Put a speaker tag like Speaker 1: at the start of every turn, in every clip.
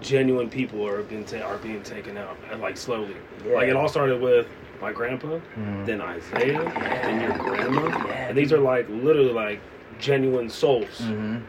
Speaker 1: genuine people are being ta- are being taken out and, like slowly.
Speaker 2: Yeah.
Speaker 1: Like it all started with my grandpa,
Speaker 2: Mhm.
Speaker 1: then Isaiah, then your grandma.
Speaker 2: Yeah.
Speaker 1: And these are like literally like genuine souls
Speaker 2: Mhm.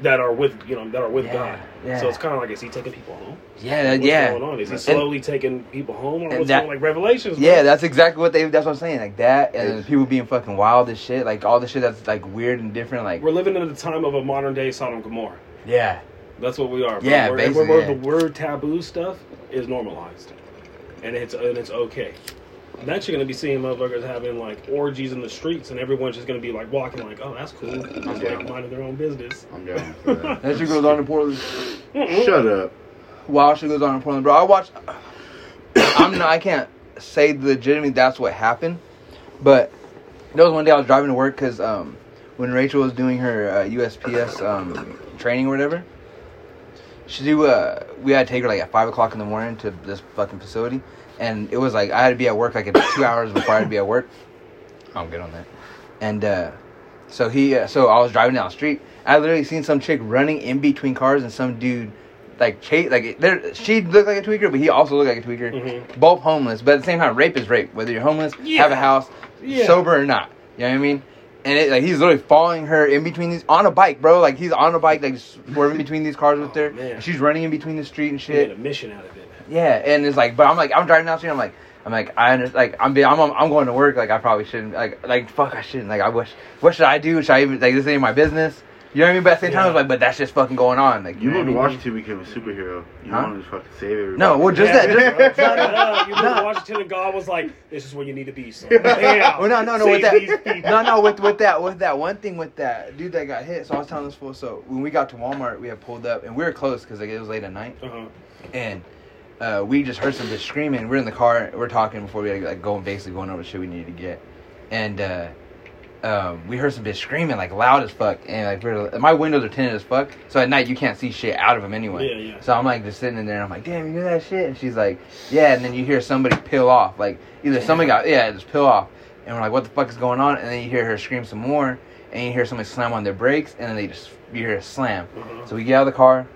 Speaker 1: that are with you know that are with
Speaker 2: Yeah,
Speaker 1: God.
Speaker 2: yeah.
Speaker 1: So it's kind of like is he taking people home?
Speaker 2: Yeah, that-
Speaker 1: What's
Speaker 2: Uh, yeah.
Speaker 1: going on? Is he
Speaker 2: And-
Speaker 1: slowly taking people home, or
Speaker 2: and
Speaker 1: what's
Speaker 2: that-
Speaker 1: going like Revelations? bro?
Speaker 2: yeah, that's exactly what they. That's what I'm saying. Like that, and then people being fucking wild as shit. Like all the shit that's like weird and different. Like
Speaker 1: we're living in the time of a modern day Sodom and Gomorrah.
Speaker 2: yeah,
Speaker 1: That's what we are. bro.
Speaker 2: Yeah,
Speaker 1: we're,
Speaker 2: basically,
Speaker 1: we're-
Speaker 2: yeah.
Speaker 1: the word taboo stuff is normalized, and it's and it's okay. That you're gonna be seeing motherfuckers having like orgies in the streets, and everyone's just gonna be like walking like, oh, that's cool, just
Speaker 3: down.
Speaker 1: like minding their own business.
Speaker 3: I'm down for that.
Speaker 2: that shit goes on in Portland.
Speaker 1: Mm-mm.
Speaker 3: Shut up.
Speaker 2: Wild shit goes on in Portland, bro. I watch. I'm not. I can't say legitimately that's what happened, but there was one day I was driving to work because um, when Rachel was doing her uh, USPS um, training or whatever, she do. Uh, we had to take her like at five o'clock in the morning to this fucking facility, and it was like I had to be at work like in two hours before I had to be at work. I'm good on that. And uh, so he, uh, so I was driving down the street. I literally seen some chick running in between cars and some dude like chase like there. She looked like a tweaker, but he also looked like a tweaker.
Speaker 1: Mhm.
Speaker 2: Both homeless, but at the same time, rape is rape. Whether you're homeless,
Speaker 1: Yeah.
Speaker 2: have a house,
Speaker 1: Yeah.
Speaker 2: sober or not. You know what I mean? And it, like he's literally following her in between these on a bike, bro. Like he's on a bike, like swerving between these cars with her.
Speaker 1: man.
Speaker 2: She's running in between the street and
Speaker 1: We made
Speaker 2: shit.
Speaker 1: a mission out of it.
Speaker 2: Yeah, and it's like, but I'm like, I'm driving down the street. I'm like, I'm like, I under, like, I'm, be- I'm, I'm going to work. Like, I probably shouldn't. Like, like, fuck, I shouldn't. Like, I wish. What should I do? Should I even like this ain't my business? You know what I mean? But at the same time, I was like, but that's just fucking going on. Like,
Speaker 3: You
Speaker 2: know
Speaker 3: moved to
Speaker 2: what I mean?
Speaker 3: Washington, became a superhero. You
Speaker 2: Huh?
Speaker 3: wanted to fucking save everybody.
Speaker 2: No, well, just
Speaker 1: Yeah,
Speaker 2: that. Just,
Speaker 1: bro, shut
Speaker 2: no,
Speaker 1: it
Speaker 2: no.
Speaker 1: up. You went
Speaker 2: No.
Speaker 1: to Washington and God was like, this is where you need to be. Son. Yeah.
Speaker 2: Well, Oh, no, no, no,
Speaker 1: Save
Speaker 2: with
Speaker 1: these people.
Speaker 2: that, no, no, with with that, with that one thing with that dude that got hit. So I was telling this fool. So when we got to Walmart, we had pulled up and we were close because like it was late at night,
Speaker 1: Uh-huh.
Speaker 2: and uh, we just heard some bitch screaming. We're in the car, we're talking before we had, like going basically going over the shit we needed to get, and uh, um, we heard some bitch screaming like loud as fuck, and like we're, my windows are tinted as fuck, so at night you can't see shit out of them anyway.
Speaker 1: Yeah, yeah.
Speaker 2: So I'm like just sitting in there, and I'm like, damn, you hear that shit? And she's like, yeah. And then you hear somebody peel off, like either somebody got, yeah, just peel off. And we're like, what the fuck is going on? And then you hear her scream some more, and you hear somebody slam on their brakes, and then they just you hear a slam.
Speaker 1: Uh-huh.
Speaker 2: So we get out of the car,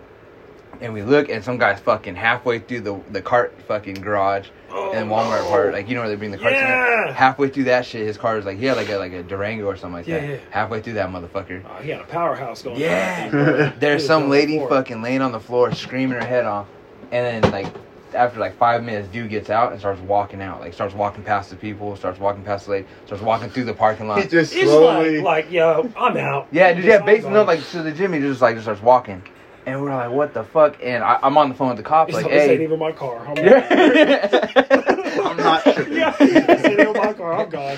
Speaker 2: and we look, and some guy's fucking halfway through the the cart fucking garage
Speaker 1: Oh,
Speaker 2: and Walmart
Speaker 1: no.
Speaker 2: part, like you know where they bring the carts. in?
Speaker 1: Yeah.
Speaker 2: Halfway through that shit, his car was like he had like a like a Durango or something like
Speaker 1: Yeah,
Speaker 2: that.
Speaker 1: yeah.
Speaker 2: Halfway through that motherfucker.
Speaker 1: Uh, he had a powerhouse going. on.
Speaker 2: Yeah. There's
Speaker 1: Dude,
Speaker 2: some
Speaker 1: going
Speaker 2: lady
Speaker 1: for it.
Speaker 2: fucking laying on the floor screaming her head off, and then like after like five minutes, dude gets out and starts walking out. Like starts walking past the people, starts walking past the lady, starts walking through the parking
Speaker 3: He
Speaker 2: lot.
Speaker 3: just
Speaker 1: It's
Speaker 3: slowly.
Speaker 1: like, like, yo, I'm out.
Speaker 2: Yeah, dude, yeah, basically
Speaker 1: no,
Speaker 2: no, like to the gym, he just like just starts walking, and we're like, what the fuck? And I, I'm on the phone with the cops,
Speaker 1: It's
Speaker 2: like,
Speaker 1: like, this ain't
Speaker 2: hey.
Speaker 1: even my car. I'm
Speaker 2: I'm
Speaker 3: not tripping.
Speaker 1: yeah, this ain't even my car. I'm gone.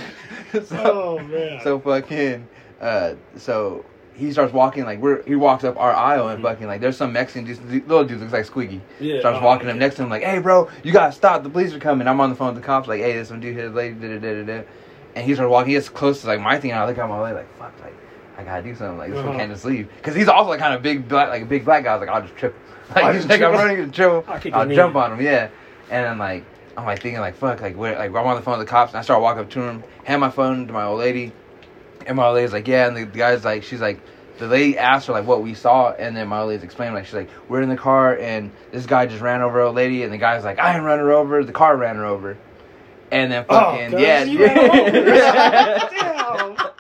Speaker 1: Oh man.
Speaker 2: so fucking uh so he starts walking like we're he walks up our aisle and fucking like there's some Mexican dude little dude looks like Squeaky.
Speaker 1: Mm-hmm. Yeah,
Speaker 2: starts
Speaker 1: oh,
Speaker 2: walking up
Speaker 1: yeah.
Speaker 2: next to him like, Hey bro, you gotta stop, the police are coming. I'm on the phone with the cops, like, hey, this one dude hit a lady, da da da da da and he starts walking, he gets close to like my thing and I look at my leg like fuck like I gotta do something like this one
Speaker 1: Uh-huh.
Speaker 2: can't just leave because he's also like kind of big black like a big black guy. I was like I'll just trip, him. like,
Speaker 1: I'll
Speaker 2: he's
Speaker 1: just
Speaker 2: like
Speaker 1: trip
Speaker 2: I'm
Speaker 1: him.
Speaker 2: running to trip,
Speaker 1: I'll kick
Speaker 2: I'll
Speaker 1: your knee.
Speaker 2: jump on him, yeah. And then like I'm like thinking like fuck like where like I'm on the phone with the cops and I start walking up to him, hand my phone to my old lady, and my old lady's like, yeah. And the guy's like, she's like, the lady asked her like what we saw, and then my old lady's explaining like she's like, we're in the car and this guy just ran over old lady, and the guy's like, I didn't run her over, the car ran her over, and then
Speaker 1: Oh,
Speaker 2: fucking
Speaker 1: cuz
Speaker 2: yeah,
Speaker 1: you ran over.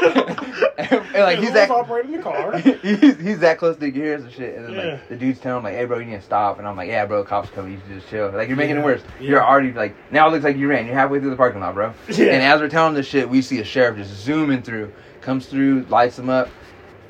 Speaker 1: Damn.
Speaker 2: and, like
Speaker 1: Dude,
Speaker 2: he's
Speaker 1: who was
Speaker 2: that
Speaker 1: operating the car.
Speaker 2: he's, he's that close to your ears and shit. And then
Speaker 1: Yeah.
Speaker 2: like the dude's telling him like, "Hey, bro, you need to stop." And I'm like, "Yeah, bro, cops coming. You should just chill. Like you're making
Speaker 1: Yeah.
Speaker 2: it worse.
Speaker 1: Yeah.
Speaker 2: You're already like now it looks like you ran. You're halfway through the parking lot, bro."
Speaker 1: Yeah.
Speaker 2: And as we're telling him this shit, we see a sheriff just zooming through, comes through, lights him up,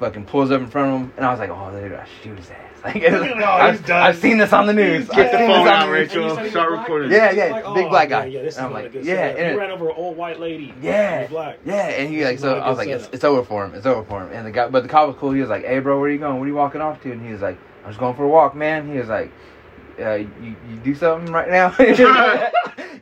Speaker 2: fucking pulls up in front of him, and I was like, "Oh, they're gonna shoot his ass." Like, it was-
Speaker 1: No, he's
Speaker 2: I've,
Speaker 1: done.
Speaker 2: I've seen this on the news.
Speaker 3: Get
Speaker 2: I've
Speaker 3: the
Speaker 2: seen
Speaker 3: phone
Speaker 2: this on
Speaker 3: out,
Speaker 2: the news.
Speaker 3: Rachel.
Speaker 1: And you said he
Speaker 3: Start
Speaker 1: was black?
Speaker 3: recording.
Speaker 2: Yeah, yeah,
Speaker 1: Like,
Speaker 2: big
Speaker 1: oh,
Speaker 2: black
Speaker 1: yeah,
Speaker 2: guy.
Speaker 1: Yeah, this is
Speaker 2: And I'm
Speaker 1: not a
Speaker 2: like,
Speaker 1: good
Speaker 2: yeah,
Speaker 1: setup.
Speaker 2: and
Speaker 1: you
Speaker 2: it-
Speaker 1: ran over an old white lady.
Speaker 2: Yeah.
Speaker 1: You're black.
Speaker 2: Yeah, and he
Speaker 1: This
Speaker 2: like
Speaker 1: is
Speaker 2: so
Speaker 1: not a
Speaker 2: I
Speaker 1: good
Speaker 2: was like it's,
Speaker 1: setup.
Speaker 2: it's over for him. It's over for him. And the guy but the cop was cool. He was like, "Hey bro, where you going? What are you walking off to?" And he was like, "I'm just going for a walk, man." He was like, uh, you, you do something right now?"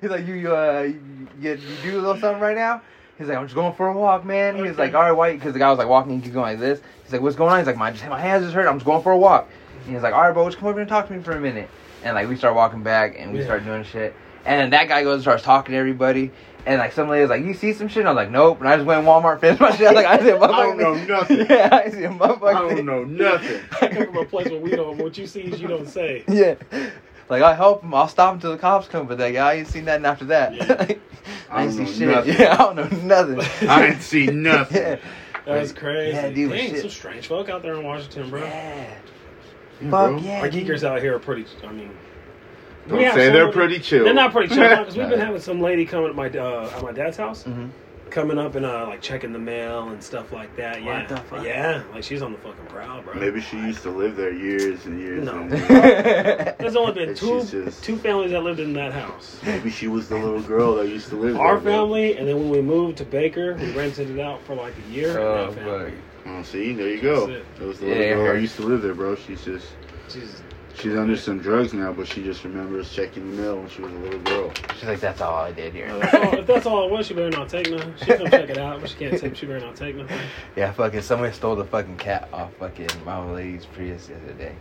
Speaker 2: He's like, "You you, uh, you, you you do a little something right now?" He's like, "I'm just going for a walk, man." He was
Speaker 1: Okay.
Speaker 2: like, "All right, why?" Because the guy was like walking, he keeps going like this. He's like, "What's going on?" He's like, "My just, my hands just hurt. I'm just going for a walk." And he's like, "All right, bro, just come over here and talk to me for a minute." And like we start walking back, and we
Speaker 1: Yeah.
Speaker 2: start doing shit. And then that guy goes and starts talking to everybody. And like somebody was like, "You see some shit?" And I was like, "Nope." And I just went to Walmart, finished my shit. I was like, "I see a motherfucker."
Speaker 3: I don't know nothing.
Speaker 2: yeah, I see a motherfucker.
Speaker 3: I don't know nothing.
Speaker 1: I come from a place where we don't. What you see is you don't say.
Speaker 2: Yeah. Like I help him, I'll stop until the cops come, but like I ain't seen nothing after that.
Speaker 1: Yeah.
Speaker 2: Like,
Speaker 3: I
Speaker 2: I ain't
Speaker 3: don't
Speaker 2: see
Speaker 3: know
Speaker 2: shit.
Speaker 3: nothing.
Speaker 2: Yeah, I don't know nothing.
Speaker 3: I ain't seen nothing.
Speaker 2: yeah.
Speaker 1: That's crazy.
Speaker 2: Yeah, dude,
Speaker 1: Dang,
Speaker 2: shit.
Speaker 1: some strange folk out there in Washington, bro.
Speaker 2: yeah. Fuck
Speaker 3: Yeah, bro.
Speaker 2: yeah.
Speaker 1: Our
Speaker 2: dude.
Speaker 1: geekers out here are pretty. I mean, we
Speaker 3: Don't
Speaker 1: have
Speaker 3: say they're
Speaker 1: somebody-
Speaker 3: pretty chill.
Speaker 1: They're not pretty chill because we've been
Speaker 2: Nah.
Speaker 1: having some lady coming at my uh, at my dad's house,
Speaker 2: Mhm.
Speaker 1: coming up and uh, like checking the mail and stuff like that.
Speaker 2: What
Speaker 1: Yeah,
Speaker 2: the fuck?
Speaker 1: yeah, like she's on the fucking prowl, bro.
Speaker 3: Maybe she used to live there years and years.
Speaker 1: No.
Speaker 3: And years.
Speaker 1: There's only been
Speaker 3: It's
Speaker 1: two
Speaker 3: just-
Speaker 1: two families that lived in that house.
Speaker 3: Maybe she was the little girl that used to live there.
Speaker 1: Our
Speaker 3: bro.
Speaker 1: family, and then when we moved to Baker, we rented it out for like a year.
Speaker 2: Oh,
Speaker 1: and that family,
Speaker 3: Oh, see, there you go.
Speaker 1: That's
Speaker 3: That
Speaker 1: it.
Speaker 3: was the little
Speaker 2: Yeah,
Speaker 3: girl
Speaker 2: her-
Speaker 3: that used to live there, bro. She's just
Speaker 1: she's
Speaker 3: she's under some drugs now, but she just remembers checking the mail when she was a little girl.
Speaker 2: She's like, that's all I
Speaker 1: Uh,
Speaker 2: did here.
Speaker 1: if all- if that's all it was, she better not take nothing. She come check it out, but she can't take. She better not take nothing.
Speaker 2: yeah, fucking somebody stole the fucking cat off fucking my old lady's Prius the other day.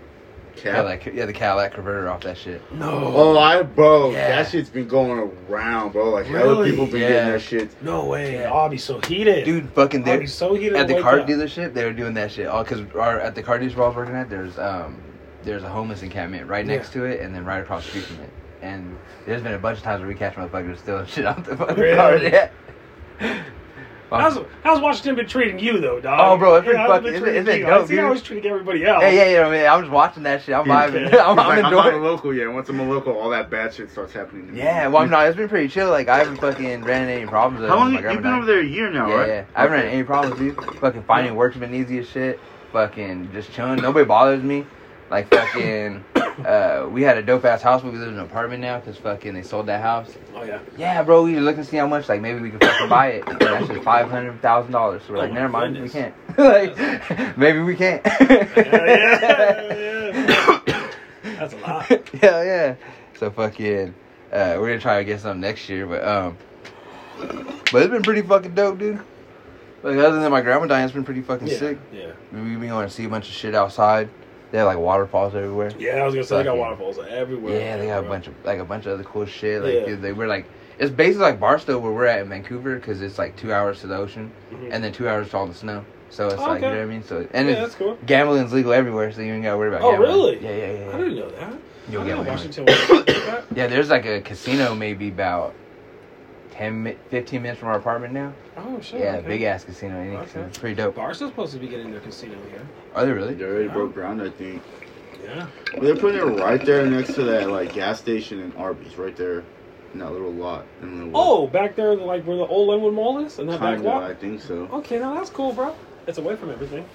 Speaker 2: Cadillac, yeah, the Cadillac converter off that shit.
Speaker 1: No,
Speaker 3: Oh, I bro,
Speaker 2: Yeah.
Speaker 3: that shit's been going around, bro. Like hella
Speaker 1: Really?
Speaker 3: people been
Speaker 2: Yeah.
Speaker 3: getting that shit.
Speaker 1: no way. I'll be so heated,
Speaker 2: Dude, fucking
Speaker 1: I'll
Speaker 2: there
Speaker 1: be so heated
Speaker 2: at the
Speaker 1: wake
Speaker 2: car
Speaker 1: up.
Speaker 2: dealership, they were doing that shit. All because at the car dealership I was working at, there's um there's a homeless encampment right next to it, and then right across the street from it. And there's been a bunch of times where we catch motherfuckers stealing shit out the fucking
Speaker 1: Really?
Speaker 2: car. Yeah.
Speaker 1: How's, how's Washington been treating you though, dog?
Speaker 2: Oh, bro, it's
Speaker 1: Yeah,
Speaker 2: been
Speaker 1: how's it
Speaker 2: fucking- it's
Speaker 1: treating
Speaker 2: been- it's been
Speaker 1: you? I
Speaker 2: dope,
Speaker 1: see how
Speaker 2: dude.
Speaker 1: it's treating everybody else.
Speaker 2: yeah, yeah, yeah. I mean, I'm just watching that shit. I'm vibing. I'm,
Speaker 3: He's
Speaker 2: I'm
Speaker 3: like, I'm not a
Speaker 2: enjoying. it.
Speaker 3: local yet. Once I'm a local, all that bad shit starts happening. To me.
Speaker 2: Yeah, well, I'm not. It's been pretty chill. Like I haven't fucking ran into any problems.
Speaker 3: How long
Speaker 2: like, I
Speaker 3: you
Speaker 2: haven't
Speaker 3: have been
Speaker 2: had-
Speaker 3: over there? A year now,
Speaker 2: Yeah,
Speaker 3: right?
Speaker 2: yeah. I haven't had any problems, dude. Fucking finding work's been easy as shit. Fucking just chilling. Nobody bothers me. Like fucking, uh, we had a dope ass house, but we live in an apartment now because fucking they sold that house.
Speaker 1: Oh yeah.
Speaker 2: Yeah, bro, we were looking to see how much. Like maybe we could fucking buy it. And that's just five hundred thousand dollars. So we're
Speaker 1: Oh
Speaker 2: like,
Speaker 1: my
Speaker 2: never mind,
Speaker 1: goodness.
Speaker 2: we can't. like maybe we can't.
Speaker 1: yeah, yeah, That's a lot.
Speaker 2: Hell yeah. So fucking, uh, we're gonna try to get something next year, but um, but it's been pretty fucking dope, dude. Like other than my grandma dying, it's been pretty fucking
Speaker 1: Yeah,
Speaker 2: sick.
Speaker 1: yeah,
Speaker 2: We've been going to see a bunch of shit outside. They have like waterfalls everywhere.
Speaker 1: yeah. I was gonna say they got
Speaker 2: Fucking-
Speaker 1: waterfalls everywhere.
Speaker 2: Yeah, they got a
Speaker 1: bro.
Speaker 2: bunch of like a bunch of other cool shit. Like
Speaker 1: Yeah.
Speaker 2: dude, they were like, it's basically like Barstow where we're at in Vancouver because it's like two hours to the ocean
Speaker 1: Mhm.
Speaker 2: and then two hours to all the snow. So it's
Speaker 1: Oh,
Speaker 2: like you know
Speaker 1: okay.
Speaker 2: what I mean. So and
Speaker 1: yeah,
Speaker 2: it's,
Speaker 1: that's cool.
Speaker 2: gambling's legal everywhere, so you ain't gotta worry about.
Speaker 1: Oh,
Speaker 2: gambling.
Speaker 1: really?
Speaker 2: Yeah, yeah, yeah.
Speaker 1: I
Speaker 2: yeah.
Speaker 1: didn't know that.
Speaker 2: You'll
Speaker 1: I
Speaker 2: get
Speaker 1: didn't
Speaker 2: one.
Speaker 1: know Washington. was-
Speaker 2: Yeah, there's like a casino maybe about 10, mi- 15 minutes from our apartment now.
Speaker 1: oh shit.
Speaker 2: yeah,
Speaker 1: okay.
Speaker 2: big ass casino. Any
Speaker 1: Okay.
Speaker 2: casino. It's pretty dope.
Speaker 1: Barstool's supposed to be getting their casino here.
Speaker 2: Are they
Speaker 3: They
Speaker 2: really?
Speaker 3: already broke ground, I think.
Speaker 1: Yeah.
Speaker 3: But they're putting it right there next to that like gas station and Arby's, right there in that little lot. In Linwood.
Speaker 1: Oh, back there, like where the old Linwood Mall is, and that back
Speaker 3: Kinda,
Speaker 1: lot.
Speaker 3: I think so.
Speaker 2: Oh,
Speaker 1: Okay, now that's cool, bro. It's away from everything.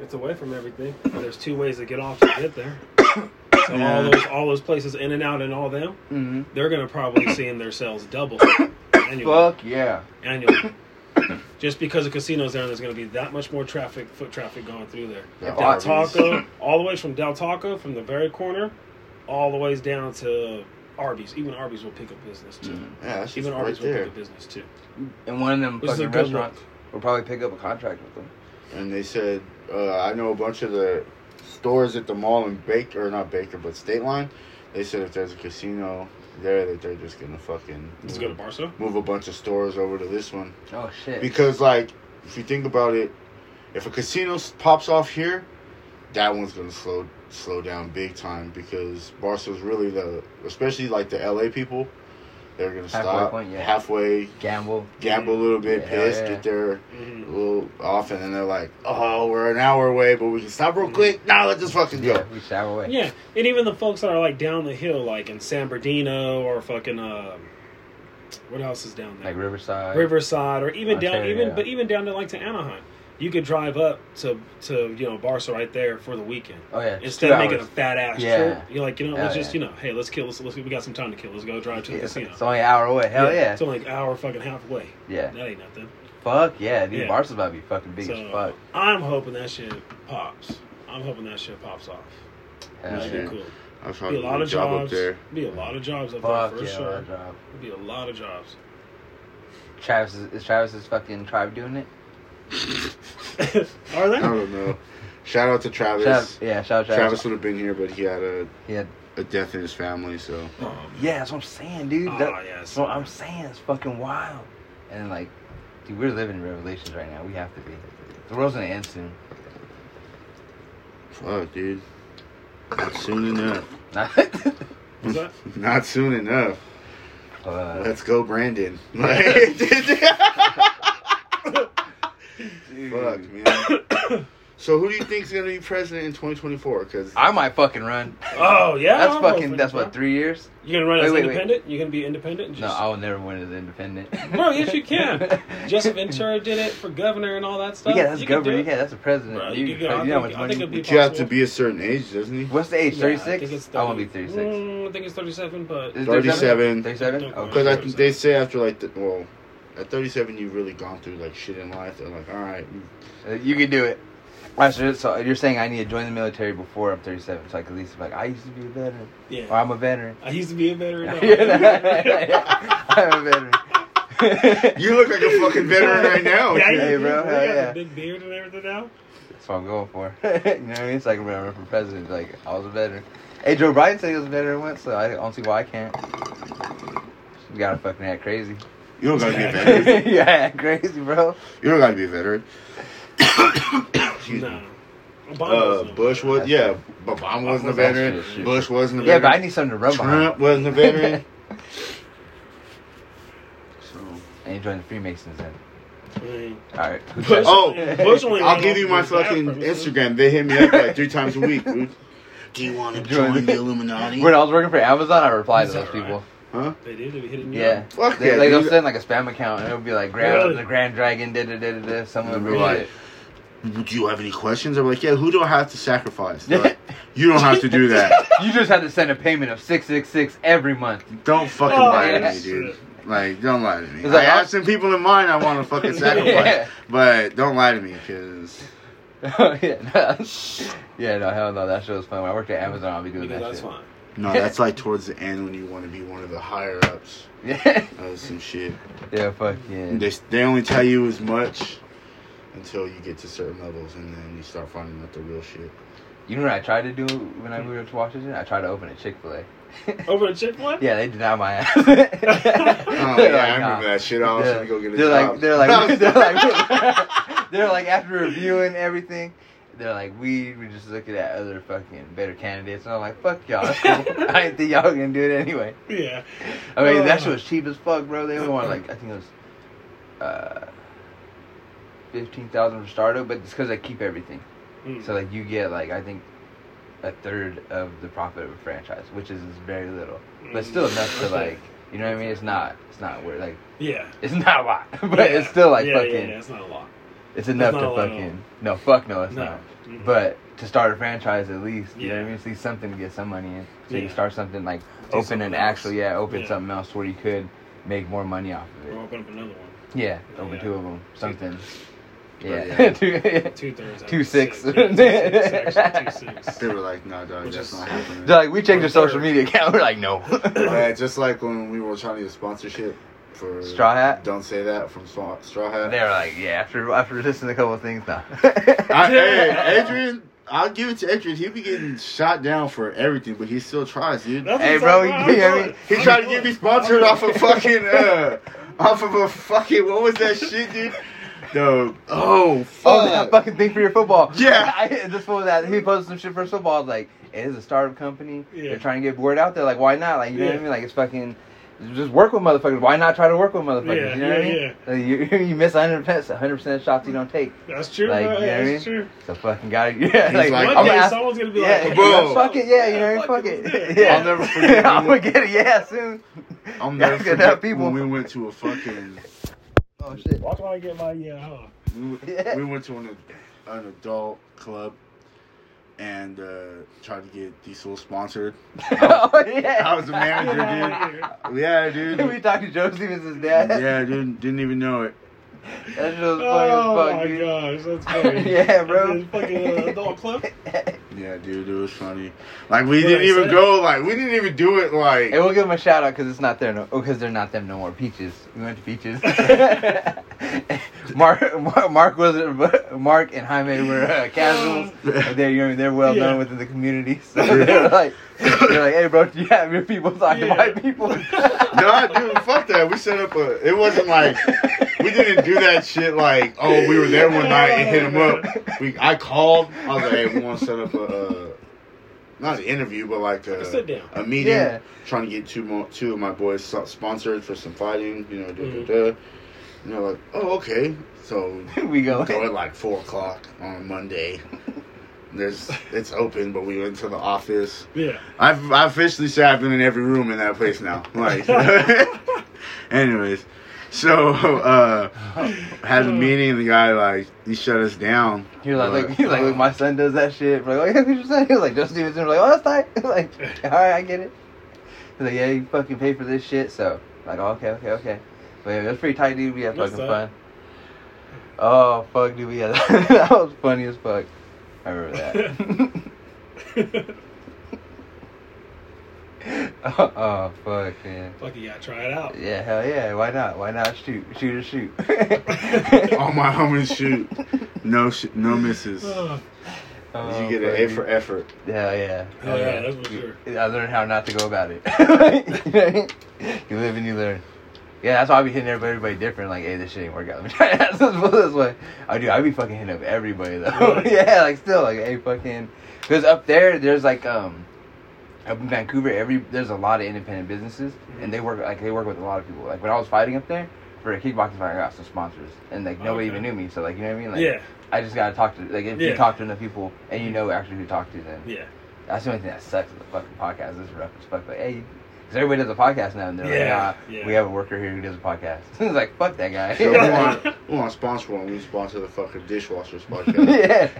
Speaker 1: It's away from everything. There's two ways to get off to get there. So all
Speaker 3: Yeah.
Speaker 1: those all those places in and out and all them,
Speaker 2: Mm-hmm.
Speaker 1: they're gonna probably see in their sales double annually.
Speaker 2: Fuck yeah.
Speaker 1: annually. Just because the casinos there, there's gonna be that much more traffic, foot traffic going through there.
Speaker 3: Yeah,
Speaker 1: Del
Speaker 2: Arby's.
Speaker 1: Taco, all the way from Del Taco, from the very corner, all the ways down to Arby's. Even Arby's will pick up business too.
Speaker 2: Mhm.
Speaker 3: Yeah, that's just
Speaker 1: Even
Speaker 3: right
Speaker 1: Arby's will pick
Speaker 3: there.
Speaker 1: up business too.
Speaker 2: And one of them
Speaker 1: Which is a
Speaker 2: fucking
Speaker 1: good
Speaker 2: restaurants will probably pick up a contract with them.
Speaker 3: And they said, uh, I know a bunch of the stores at the mall in Baker, or not Baker, but State Line. They said if there's a casino there, that they're just gonna fucking
Speaker 1: Let's go to
Speaker 2: Mm.
Speaker 1: Barso.
Speaker 3: move a bunch of stores over to this one.
Speaker 2: Oh shit.
Speaker 3: Because like, if you think about it, if a casino s- pops off here, that one's gonna slow slow down big time because Barstool's really the, especially like the LA people, they're gonna
Speaker 2: Halfway
Speaker 3: stop
Speaker 2: point, yeah.
Speaker 3: halfway,
Speaker 2: Gamble.
Speaker 3: gamble a little bit,
Speaker 2: Yeah,
Speaker 3: piss,
Speaker 2: yeah.
Speaker 3: get their
Speaker 1: Mhm.
Speaker 2: Mm-hmm.
Speaker 3: little off, and then they're like, "Oh, we're an hour away, but we can stop real quick. Now let's just fucking
Speaker 2: Mm-hmm. Yeah,
Speaker 3: go."
Speaker 2: we shower away.
Speaker 1: Yeah, and even the folks that are like down the hill, like in San Bernardino or fucking um, what else is down there?
Speaker 2: Like Riverside.
Speaker 1: Riverside, or even down,
Speaker 2: Ontario,
Speaker 1: even
Speaker 2: yeah.
Speaker 1: but even down to like to Anaheim, you could drive up to to you know Barca right there for the weekend
Speaker 2: Oh yeah. it's
Speaker 1: instead
Speaker 2: two
Speaker 1: of making a
Speaker 2: hours.
Speaker 1: fat ass
Speaker 2: Yeah.
Speaker 1: trip. You're like, you know,
Speaker 2: Hell
Speaker 1: let's just
Speaker 2: yeah.
Speaker 1: you know, hey, let's kill, let's, let's we got some time to kill, let's go drive to the
Speaker 2: Yeah, it's,
Speaker 1: casino.
Speaker 2: it's only an hour away. Hell yeah.
Speaker 1: it's only like an hour fucking halfway.
Speaker 2: Yeah.
Speaker 1: That ain't nothing.
Speaker 2: Fuck yeah, dude.
Speaker 1: Yeah.
Speaker 2: Barstool's about to be fucking big as
Speaker 1: So,
Speaker 2: fuck.
Speaker 1: I'm hoping that shit pops. I'm hoping that shit pops off.
Speaker 2: Hell
Speaker 1: That'd
Speaker 2: yeah.
Speaker 1: be cool.
Speaker 3: I was
Speaker 1: Be
Speaker 3: trying
Speaker 1: a
Speaker 3: to
Speaker 1: lot
Speaker 3: do a
Speaker 1: of
Speaker 3: job up
Speaker 1: jobs.
Speaker 3: there.
Speaker 1: Be a lot of jobs up
Speaker 2: Fuck
Speaker 1: there for
Speaker 2: yeah.
Speaker 1: sure.
Speaker 2: what a job.
Speaker 1: It'd be a lot of jobs.
Speaker 2: Travis is, is Travis's fucking tribe doing it?
Speaker 1: Are
Speaker 3: I
Speaker 1: they?
Speaker 3: Um, don't know. Shout out to Travis.
Speaker 2: Travis, yeah, shout out Travis.
Speaker 3: Travis would have been here, but he had a,
Speaker 2: Yeah,
Speaker 3: a death in his family, so
Speaker 1: Um,
Speaker 2: yeah, that's what I'm saying, dude.
Speaker 1: Oh,
Speaker 2: That-
Speaker 1: yeah,
Speaker 2: that's what I'm saying. It's fucking wild. And like, dude, we're living in revelations right now. We have to be. The world's gonna end soon.
Speaker 3: fuck, dude. Not soon enough.
Speaker 1: What's that?
Speaker 3: Not soon enough.
Speaker 2: Uh,
Speaker 3: Let's go, Brandon. Fuck,
Speaker 2: dude,
Speaker 3: man. So who do you think's gonna be president in 2024? Because
Speaker 2: I might fucking run.
Speaker 1: Oh yeah,
Speaker 2: That's
Speaker 1: I'm all
Speaker 2: fucking.
Speaker 1: for
Speaker 2: That's
Speaker 1: that.
Speaker 2: what three years.
Speaker 1: You gonna run as
Speaker 2: Wait, wait, wait.
Speaker 1: independent? You gonna be independent?
Speaker 2: No,
Speaker 1: Just,
Speaker 2: I will never win as independent.
Speaker 1: Bro, yes you can. Jesse Ventura did it for governor and all that stuff.
Speaker 2: Yeah, that's
Speaker 1: you can do
Speaker 2: governor.
Speaker 1: it.
Speaker 2: Yeah, that's a president.
Speaker 1: Bro,
Speaker 2: you
Speaker 1: you
Speaker 2: you
Speaker 1: could- I
Speaker 2: know how
Speaker 1: think-
Speaker 2: much
Speaker 1: I think it'd
Speaker 2: money.
Speaker 1: be-
Speaker 3: but you have to be a certain age, doesn't he?
Speaker 2: What's the age?
Speaker 1: Yeah, I
Speaker 2: Thirty
Speaker 1: think it's
Speaker 2: six. I want to be thirty six.
Speaker 1: Mm, I think it's thirty-seven, but
Speaker 3: Thirty-seven.
Speaker 2: Thirty seven. Okay.
Speaker 3: Because I think they say after like the, well, at 37 you've really gone through like shit in life. They're like, all right,
Speaker 2: Uh, You can do it. Alright, so, so you're saying I need to join the military before I'm 37, so I can at least be like, I used to be a veteran, or
Speaker 1: yeah.
Speaker 2: I'm a veteran.
Speaker 1: I used to be a veteran.
Speaker 2: I'm a veteran.
Speaker 3: you look like a fucking veteran right now.
Speaker 1: Yeah,
Speaker 2: Hey,
Speaker 1: hey, bro.
Speaker 2: bro, hell
Speaker 1: got
Speaker 2: yeah.
Speaker 1: the big beard and everything now.
Speaker 2: That's what I'm going for. you know what I mean? It's like when I run for president, like I was a veteran. Hey, Joe Biden said he was a veteran once, so I don't see why I can't. You gotta fucking act crazy.
Speaker 3: You don't gotta be a veteran.
Speaker 2: yeah, act crazy, bro.
Speaker 3: You don't gotta be a veteran. Excuse
Speaker 1: Nah.
Speaker 3: me. Uh,
Speaker 1: Obama's no-
Speaker 3: Bush was yeah, but Obama wasn't a veteran.
Speaker 2: Shit, shit.
Speaker 3: Bush wasn't a
Speaker 2: Yeah,
Speaker 3: veteran.
Speaker 2: but I need something to run behind.
Speaker 3: Trump wasn't a veteran. so
Speaker 2: I need to join the Freemasons then.
Speaker 1: I mean,
Speaker 2: All right.
Speaker 1: Bush-
Speaker 3: Oh,
Speaker 1: Bush only
Speaker 3: I'll
Speaker 1: ran
Speaker 3: give
Speaker 1: off
Speaker 3: you my
Speaker 1: his bad
Speaker 3: fucking
Speaker 1: premises.
Speaker 3: Instagram. They hit me up like three times a week. Dude. Do you want to
Speaker 2: Join the-
Speaker 3: Illuminati?
Speaker 2: When I was working for Amazon, I replied
Speaker 1: Is
Speaker 2: to
Speaker 1: that
Speaker 2: those people.
Speaker 1: They did. They were hitting me
Speaker 2: Yeah.
Speaker 1: up.
Speaker 3: Fuck
Speaker 2: They,
Speaker 3: yeah,
Speaker 2: like they'll
Speaker 3: dude.
Speaker 2: send like a spam account and it'll be like Grand
Speaker 1: Really?
Speaker 2: the Grand Dragon da da da da da someone would be
Speaker 3: Right.
Speaker 2: like
Speaker 3: Do you have any questions? I'm like, yeah. Who do I have to sacrifice? They're like, you don't have to do that.
Speaker 2: You just had to send a payment of six six six every month.
Speaker 3: Don't fucking
Speaker 1: Oh,
Speaker 3: lie to
Speaker 2: yeah.
Speaker 3: me, dude. Like, don't lie to me.
Speaker 2: It's like,
Speaker 3: I have some people in mind I want to fucking sacrifice,
Speaker 2: Yeah. Oh,
Speaker 3: but don't lie to me, cause
Speaker 2: yeah, no. yeah, no, hell no, that shit was fun. When I worked at Amazon I'll be doing
Speaker 1: Because
Speaker 2: that
Speaker 1: that's
Speaker 2: shit.
Speaker 1: fine.
Speaker 3: no, that's like towards the end when you want to be one of the higher ups
Speaker 2: Yeah.
Speaker 3: of some shit.
Speaker 2: yeah, fuck yeah.
Speaker 3: They they only tell you as much until you get to certain levels, and then you start finding out the real shit.
Speaker 2: You know what I tried to do when I moved up to Washington? I tried to open a Chick fil A.
Speaker 1: Over at Chick Fil A.
Speaker 2: Yeah, they denied my ass. They're like,
Speaker 3: Oh, yeah, I
Speaker 2: "Nah."
Speaker 3: remember that shit. I was
Speaker 2: Yeah.
Speaker 3: gonna go get a
Speaker 2: they're
Speaker 3: job.
Speaker 2: like they're like they're like they're like after reviewing everything they're like we were just looking at other fucking better candidates and i'm like fuck y'all that's cool. i didn't think y'all were gonna do it anyway
Speaker 1: Yeah.
Speaker 2: i mean that
Speaker 1: Oh.
Speaker 2: shit was cheap as fuck bro they only wanted like i think it was uh 15000 for startup but it's because i keep everything
Speaker 3: Hmm.
Speaker 1: Mm.
Speaker 2: so like you get like i think a third of the profit of a franchise which is very little but
Speaker 3: Hmm.
Speaker 2: still enough to like you know what i mean it's not it's not where like
Speaker 1: Mm. Yeah.
Speaker 2: it's not a lot, but
Speaker 1: Yeah.
Speaker 2: it's still like
Speaker 1: yeah,
Speaker 2: fucking.
Speaker 1: Yeah, yeah, it's not a lot.
Speaker 2: It's enough
Speaker 1: not
Speaker 2: to
Speaker 1: a lot at
Speaker 2: fucking. No, fuck no, it's
Speaker 1: No.
Speaker 2: not.
Speaker 1: Mhm.
Speaker 2: But to start a franchise at least, you know what I
Speaker 1: Yeah.
Speaker 2: mean? At least something to get some money in. So you
Speaker 1: Yeah.
Speaker 2: start something like
Speaker 1: Do
Speaker 2: open an
Speaker 1: something
Speaker 2: actual,
Speaker 1: else.
Speaker 2: yeah, open
Speaker 1: Yeah.
Speaker 2: something else where you could make more money off of
Speaker 1: We'll
Speaker 2: it.
Speaker 1: open up another one.
Speaker 2: Yeah, open
Speaker 1: Yeah. Oh,
Speaker 2: two of them, something. Yeah,
Speaker 3: Yeah.
Speaker 2: Two-
Speaker 1: Two thirds.
Speaker 2: Two six.
Speaker 1: Two six. Actually, two
Speaker 3: They
Speaker 1: six.
Speaker 3: were like, no, dog,
Speaker 1: Which
Speaker 3: that's
Speaker 1: is-
Speaker 3: not happening.
Speaker 2: They're like, we checked your social media account. We're like, no.
Speaker 3: Yeah, just like when we were trying to get sponsorship for
Speaker 2: Straw Hat?
Speaker 3: Don't say that from Stra- Straw Hat.
Speaker 2: They're like, yeah. After after listening to a couple of things, nah.
Speaker 3: I, hey, Adrian, I'll give it to Adrian. He be getting shot down for everything, but he still tries, dude.
Speaker 1: That's
Speaker 2: Hey,
Speaker 1: what's
Speaker 2: bro,
Speaker 1: up,
Speaker 2: you
Speaker 1: I'm
Speaker 2: hear me?
Speaker 1: good.
Speaker 3: He
Speaker 1: I'm
Speaker 3: tried to
Speaker 1: good.
Speaker 3: get me sponsored
Speaker 1: I'm
Speaker 3: off of
Speaker 1: good.
Speaker 3: fucking uh, off of a fucking what was that shit, dude? The oh
Speaker 2: Oh, that
Speaker 3: fuck.
Speaker 2: fucking thing for your football.
Speaker 3: Yeah.
Speaker 2: I, this fool that he posted some shit for his football. I was like, it is a startup company.
Speaker 1: Yeah.
Speaker 2: They're trying to get word out there. Like, why not? Like, you know what I
Speaker 1: Yeah.
Speaker 2: mean? Like, it's fucking. Just work with motherfuckers. Why not try to work with motherfuckers?
Speaker 1: Yeah,
Speaker 2: you know what I mean?
Speaker 1: yeah,
Speaker 2: Like, you, you miss 100 100 percent of shots you don't take.
Speaker 1: That's true,
Speaker 2: Like,
Speaker 1: bro.
Speaker 2: you know what I
Speaker 1: that's
Speaker 2: mean?
Speaker 1: true.
Speaker 2: So fucking got it. Yeah, like,
Speaker 3: like,
Speaker 1: One
Speaker 2: I'm gonna
Speaker 1: day
Speaker 2: ask-
Speaker 1: someone's gonna be
Speaker 2: yeah,
Speaker 1: like,
Speaker 3: Bro.
Speaker 2: fuck it, yeah, you know, what I
Speaker 1: fuck
Speaker 2: mean? fuck
Speaker 1: let's
Speaker 2: it,
Speaker 1: do
Speaker 2: yeah.
Speaker 3: I'll never forget
Speaker 2: I'm
Speaker 3: when-
Speaker 2: gonna get it, yeah, soon. That's
Speaker 3: I'm never
Speaker 2: good
Speaker 3: forget
Speaker 2: enough people.
Speaker 3: when we went to a fucking
Speaker 2: Oh shit!
Speaker 1: Why can I get my yeah? Huh?
Speaker 3: we, w- we went to an, an adult club and uh, tried to get Diesel sponsored.
Speaker 2: oh yeah!
Speaker 3: I was the manager,
Speaker 1: Get outta here.
Speaker 3: dude. Yeah, dude.
Speaker 2: we talked to Joe Stevens' dad.
Speaker 3: Yeah, dude. Didn't even know it.
Speaker 2: That shit was funny
Speaker 1: Oh
Speaker 2: as fuck,
Speaker 1: my
Speaker 2: dude.
Speaker 1: gosh, that's funny.
Speaker 2: Yeah, bro.
Speaker 1: This Fucking uh, adult clip.
Speaker 3: Yeah, dude. It was funny. Like we
Speaker 1: What
Speaker 3: didn't
Speaker 1: I
Speaker 3: even
Speaker 1: said?
Speaker 3: go. Like we didn't even do it. Like
Speaker 2: Hey, we'll give them a shout out because it's not there no. Oh, because they're not them no more. Peaches. We went to Peaches. Mark, Mark, Mark was Mark and Jaime were uh, casuals. and they're you know, they're well
Speaker 1: Yeah.
Speaker 2: known within the community, so they're like, they're like, hey, bro, do you have your people talking
Speaker 1: Yeah.
Speaker 2: to my people?
Speaker 3: nah, dude, fuck that. We set up a. It wasn't like we didn't do that shit. Like, oh, we were there one night and hit him up. We, I called. I was like, hey, we want to set up a, uh, not an interview, but like a,
Speaker 1: A sit-down.
Speaker 3: a meeting,
Speaker 2: Yeah.
Speaker 3: trying to get two more, two of my boys so- sponsored for some fighting. You know, da
Speaker 1: Mhm.
Speaker 3: da da. And they're like, oh, okay. So
Speaker 2: we go.
Speaker 3: go at like four o'clock on Monday. There's, it's open, but we went to the office.
Speaker 1: Yeah.
Speaker 3: I've I officially say I've been in every room in that place now. Like, anyways, so uh, had a meeting. The guy like he shut us down.
Speaker 2: He was like, like, he was like, look, my son does that shit. We're like, oh yeah, who's your son? He was like, Justin Stevenson. We're like, oh, that's tight. like, all right, I get it. He's like, yeah, you fucking pay for this shit. So, like, oh, okay, okay, okay. But yeah, it was pretty tight, dude. We had
Speaker 1: That's
Speaker 2: fucking
Speaker 1: tight.
Speaker 2: fun. Oh fuck, dude, we had that was funny as fuck. I remember that. oh, oh fuck, man.
Speaker 1: Fuck it, yeah, try it out.
Speaker 2: Yeah, hell yeah. Why not? Why not shoot? Shoot or shoot.
Speaker 3: All my homies shoot, no sh- no misses.
Speaker 1: Oh,
Speaker 2: Oh,
Speaker 3: you get
Speaker 2: fuck,
Speaker 3: an A
Speaker 2: dude.
Speaker 3: for effort.
Speaker 2: Hell yeah.
Speaker 1: Hell Oh, yeah, that's for sure.
Speaker 2: I learned how not to go about it. you live and you learn. Yeah, that's why I be hitting everybody, everybody different. Like, hey, this shit ain't work out. Let me try this one this way. I do. I be fucking hitting up everybody though.
Speaker 1: Really?
Speaker 2: yeah, like still like hey fucking because up there there's like um up in Vancouver every there's a lot of independent businesses and they work like they work with a lot of people. Like when I was fighting up there for a kickboxing fight, I got some sponsors and like nobody
Speaker 1: Okay.
Speaker 2: even knew me. So like you know what I mean? Like
Speaker 1: yeah,
Speaker 2: I just gotta talk to like if
Speaker 1: Yeah.
Speaker 2: you talk to enough people and you know actually who to talk to then.
Speaker 1: yeah,
Speaker 2: That's the only thing that sucks with the fucking podcast. It's rough as fuck. Like, hey, because everybody does a podcast now, and they're
Speaker 1: Yeah,
Speaker 2: like, nah,
Speaker 1: yeah.
Speaker 2: we have a worker here who does a podcast. it's like, fuck that guy.
Speaker 3: So we want we want to sponsor one. We sponsor the fucking dishwashers podcast.
Speaker 2: yeah.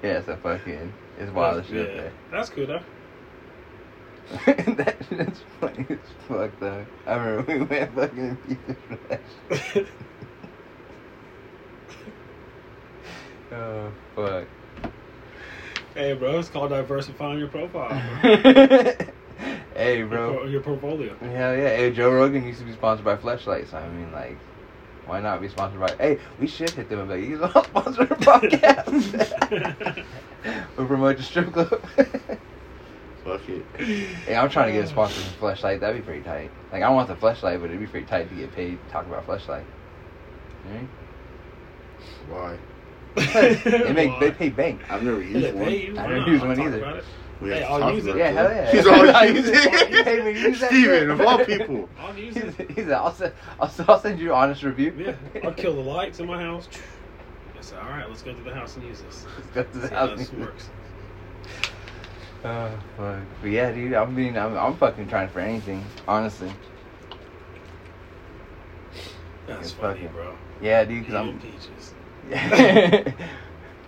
Speaker 2: Yeah, it's a fucking, it's wild as
Speaker 1: yeah.
Speaker 2: shit up
Speaker 1: That's cool though.
Speaker 2: there. that shit's funny as fuck, though. I remember we went fucking in pieces for that shit. Oh, fuck.
Speaker 1: hey, bro, it's called diversifying your profile, bro.
Speaker 2: hey, bro.
Speaker 1: Your, por- your portfolio.
Speaker 2: Hell yeah. Hey, Joe Rogan used to be sponsored by Fleshlight, so I mean, like, why not be sponsored by. Hey, we should hit them up. Like, he's all sponsored podcast. we promote the strip club.
Speaker 3: Fuck it.
Speaker 2: hey, I'm trying to get a sponsor for Fleshlight. That'd be pretty tight. Like, I want the Fleshlight, but it'd be pretty tight to get paid to talk about Fleshlight.
Speaker 3: Why?
Speaker 2: They make they
Speaker 1: Why?
Speaker 2: pay bank.
Speaker 3: I've never used
Speaker 1: Yeah,
Speaker 3: one.
Speaker 1: they use
Speaker 2: I
Speaker 1: one.
Speaker 2: don't
Speaker 1: I'll
Speaker 2: use one
Speaker 1: talk
Speaker 2: either.
Speaker 1: about it.
Speaker 3: We
Speaker 1: Hey,
Speaker 3: have to
Speaker 1: I'll
Speaker 3: talk
Speaker 1: use
Speaker 3: about
Speaker 1: it.
Speaker 2: Yeah, hell yeah.
Speaker 3: He's all
Speaker 2: Use
Speaker 3: using
Speaker 2: it. You pay me to
Speaker 3: it.
Speaker 2: use that
Speaker 3: Steven,
Speaker 2: shit.
Speaker 3: of all people.
Speaker 1: I'll use
Speaker 2: He's,
Speaker 1: it.
Speaker 2: he's I'll, send, I'll, send- I'll send you an honest review.
Speaker 1: Yeah, I'll kill the lights in my house. I said, all right, let's go to the house and use this.
Speaker 2: Let's go to
Speaker 1: See
Speaker 2: the
Speaker 1: how
Speaker 2: house.
Speaker 1: this works.
Speaker 2: Oh fuck. But yeah, dude, I'm being, I'm, I'm fucking trying for anything, honestly.
Speaker 1: That's
Speaker 2: It's
Speaker 1: funny,
Speaker 2: fucking-
Speaker 1: bro.
Speaker 2: Yeah, dude,
Speaker 1: You
Speaker 2: because I'm.
Speaker 1: peaches.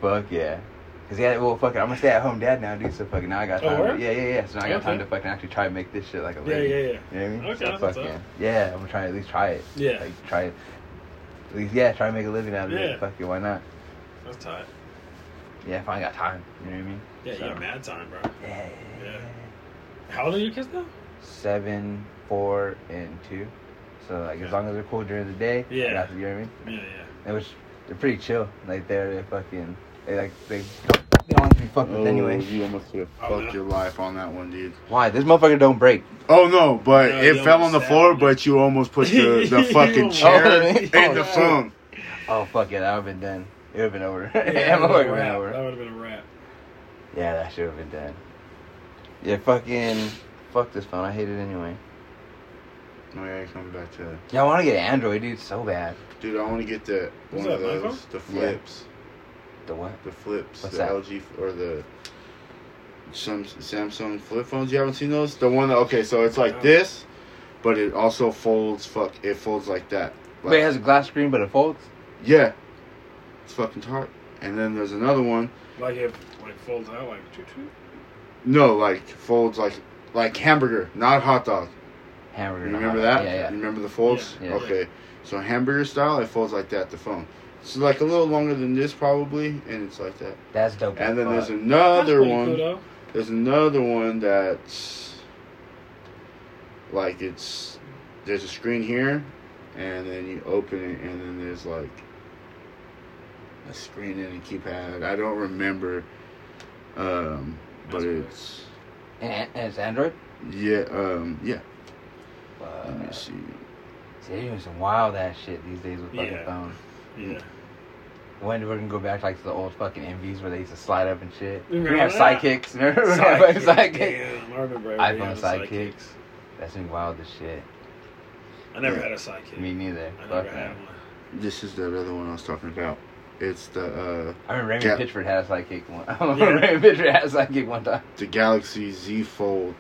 Speaker 2: fuck yeah. Because, yeah, well, fuck it, I'm a stay at home dad now, dude, so fucking now I got
Speaker 1: Oh,
Speaker 2: time.
Speaker 1: word?
Speaker 2: yeah, yeah, yeah. So now I got time
Speaker 1: Okay.
Speaker 2: to fucking actually try to make this shit like a
Speaker 1: Yeah,
Speaker 2: living.
Speaker 1: yeah, yeah.
Speaker 2: You know what I mean?
Speaker 1: Okay,
Speaker 2: so
Speaker 1: that's what's
Speaker 2: fuck yeah.
Speaker 1: up.
Speaker 2: Yeah, I'm gonna try at least try it.
Speaker 1: Yeah.
Speaker 2: Like, try it. At least, yeah, try to make a living out of
Speaker 1: Yeah.
Speaker 2: it. Fuck it, why not?
Speaker 1: That's tight.
Speaker 2: Yeah, if I got time. You know what I mean?
Speaker 1: Yeah, you
Speaker 2: So-
Speaker 1: got mad time, bro.
Speaker 2: Yeah.
Speaker 1: Yeah. How old are your kids now?
Speaker 2: Seven, four, and two. So, like,
Speaker 1: Okay.
Speaker 2: as long as they're cool during the day, I
Speaker 1: Yeah.
Speaker 2: got to- you know what I mean?
Speaker 1: Yeah,
Speaker 2: It was they're pretty chill. Like they're they fucking they like they don't, they don't want to be fucked
Speaker 3: Oh,
Speaker 2: with anyway.
Speaker 3: you almost could have
Speaker 1: Oh,
Speaker 3: fucked
Speaker 1: yeah.
Speaker 3: your life on that one, dude.
Speaker 2: Why this motherfucker don't break?
Speaker 3: Oh no, but
Speaker 1: No, you
Speaker 3: it fell on the
Speaker 1: almost
Speaker 3: floor,
Speaker 1: stabbed me.
Speaker 3: but you almost pushed the, the
Speaker 1: You
Speaker 3: fucking
Speaker 1: almost-
Speaker 3: chair
Speaker 2: Oh,
Speaker 3: in
Speaker 2: yeah.
Speaker 3: the
Speaker 1: Oh,
Speaker 3: phone.
Speaker 2: Oh fuck yeah, that would've been done. It would've been over.
Speaker 1: yeah.
Speaker 2: Yeah,
Speaker 1: yeah
Speaker 2: that would've been
Speaker 1: that
Speaker 2: over.
Speaker 1: would have been a wrap.
Speaker 2: Yeah, that should've been done. Yeah, fucking fuck this phone. I hate it anyway.
Speaker 3: Oh yeah, coming back to that.
Speaker 2: Yeah, I want to get an Android, dude, so bad.
Speaker 3: Dude, I want to get the
Speaker 1: What's
Speaker 3: one of
Speaker 1: that, an
Speaker 3: those, the
Speaker 2: Yeah.
Speaker 3: flips,
Speaker 2: The what?
Speaker 3: the flips,
Speaker 2: What's
Speaker 3: the
Speaker 2: that?
Speaker 3: LG f- or the some Samsung flip phones. You haven't seen those? The one that okay, so it's like
Speaker 1: No.
Speaker 3: this, but it also folds. Fuck, it folds like that. Like,
Speaker 2: Wait, it has a glass screen, but it folds.
Speaker 3: yeah, it's fucking tart. And then there's another one.
Speaker 1: Like it like folds out like choo choo.
Speaker 3: No, like folds like like hamburger, not hot dog.
Speaker 2: Hamburger.
Speaker 3: You
Speaker 2: and
Speaker 3: remember
Speaker 2: all
Speaker 3: that?
Speaker 2: Yeah,
Speaker 3: You
Speaker 2: yeah.
Speaker 3: remember the folds?
Speaker 2: Yeah. Yeah.
Speaker 3: Okay. So hamburger style, it folds like that. The phone. It's like a little longer than this probably, and it's like that.
Speaker 2: That's dope.
Speaker 3: And then
Speaker 2: Fuck.
Speaker 3: there's another
Speaker 1: pretty Cool,
Speaker 3: one.
Speaker 1: though.
Speaker 3: There's another one that's like it's there's a screen here, and then you open it, and then there's like a screen and a keypad. I don't remember, um, but
Speaker 1: That's weird.
Speaker 3: it's
Speaker 2: And, and it's Android.
Speaker 3: yeah, um, yeah. Let me
Speaker 2: Uh,
Speaker 3: see.
Speaker 2: they're doing some wild ass shit these days with fucking
Speaker 1: Yeah.
Speaker 2: phones.
Speaker 1: Yeah.
Speaker 2: When we're gonna go back like to the old fucking MVs where they used to slide up and shit. We
Speaker 1: Remember
Speaker 2: have
Speaker 1: that?
Speaker 2: sidekicks. Remember we have fucking
Speaker 1: Sidekicks,
Speaker 2: sidekicks.
Speaker 1: Damn, I remember
Speaker 2: iPhone
Speaker 1: everybody having
Speaker 2: sidekicks.
Speaker 1: sidekicks.
Speaker 2: That's been wild as shit.
Speaker 1: I never
Speaker 3: Yeah.
Speaker 1: had a sidekick.
Speaker 2: Me neither.
Speaker 1: I
Speaker 2: Fuck
Speaker 1: never
Speaker 2: that.
Speaker 1: had one.
Speaker 3: This is the other one I was talking about. It's the uh,
Speaker 2: I remember Raymond
Speaker 3: Yeah.
Speaker 2: Pitchford had a sidekick one. I
Speaker 1: Yeah.
Speaker 2: remember Raymond Pitchford had a sidekick one time.
Speaker 3: the Galaxy Z Fold.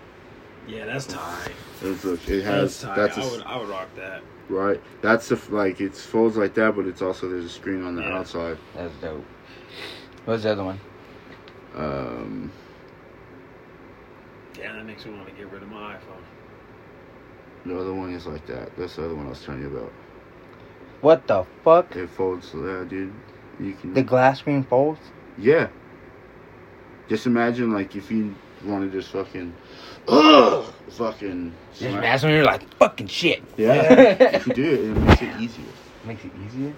Speaker 1: Yeah, that's tight.
Speaker 3: It's, look, it
Speaker 1: That's
Speaker 3: has
Speaker 1: tight.
Speaker 3: that's a
Speaker 1: I
Speaker 3: s-
Speaker 1: would, I would rock that.
Speaker 3: right. That's the f- like it's folds like that, but it's also there's a screen on the
Speaker 1: Yeah.
Speaker 3: outside.
Speaker 2: That's dope. What's the other one?
Speaker 3: Um,
Speaker 1: Yeah, that makes me want to get rid of my iPhone.
Speaker 3: the other one is like that. That's the other one I was telling you about.
Speaker 2: What the fuck?
Speaker 3: It folds, yeah, dude. You can
Speaker 2: The glass screen folds?
Speaker 3: Yeah. Just imagine like if you wanted to just fucking, ugh, fucking.
Speaker 2: Just
Speaker 3: smack-
Speaker 2: imagine when you're like fucking shit.
Speaker 3: Yeah. if you do it, it makes it easier.
Speaker 2: Makes it easier.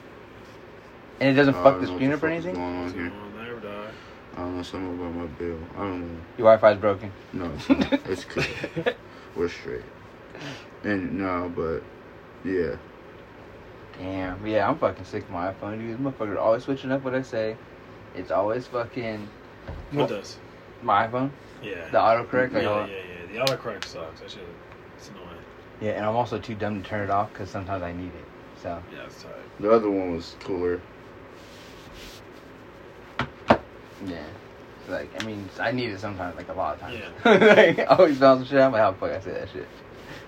Speaker 2: And it doesn't
Speaker 3: Uh, I
Speaker 2: fuck
Speaker 3: don't
Speaker 2: the
Speaker 3: know what
Speaker 2: screen up or
Speaker 3: fuck is
Speaker 2: anything?
Speaker 3: Going on
Speaker 1: What's
Speaker 3: here.
Speaker 1: going on there, dog?
Speaker 3: I don't know something about my bill. I don't know.
Speaker 2: Your Wi Fi's broken.
Speaker 3: No, it's, not. it's cool. We're straight. And no, but yeah,
Speaker 2: Damn. Yeah, I'm fucking sick of my iPhone, dude. This motherfucker always switching up what I say. It's always fucking
Speaker 1: What does?
Speaker 2: my iPhone.
Speaker 1: Yeah.
Speaker 2: The autocorrect.
Speaker 1: yeah,
Speaker 2: Like,
Speaker 1: yeah,
Speaker 2: yeah,
Speaker 1: yeah. The autocorrect sucks. That shit, it's annoying.
Speaker 2: and I'm also too dumb to turn it off because sometimes I need it. So,
Speaker 1: Yeah, it's tight.
Speaker 3: the other one was cooler.
Speaker 2: yeah. It's Like, I mean, I need it sometimes, like a lot of times.
Speaker 1: Yeah.
Speaker 2: like, I always found some shit. I'm like, how the fuck I say that shit?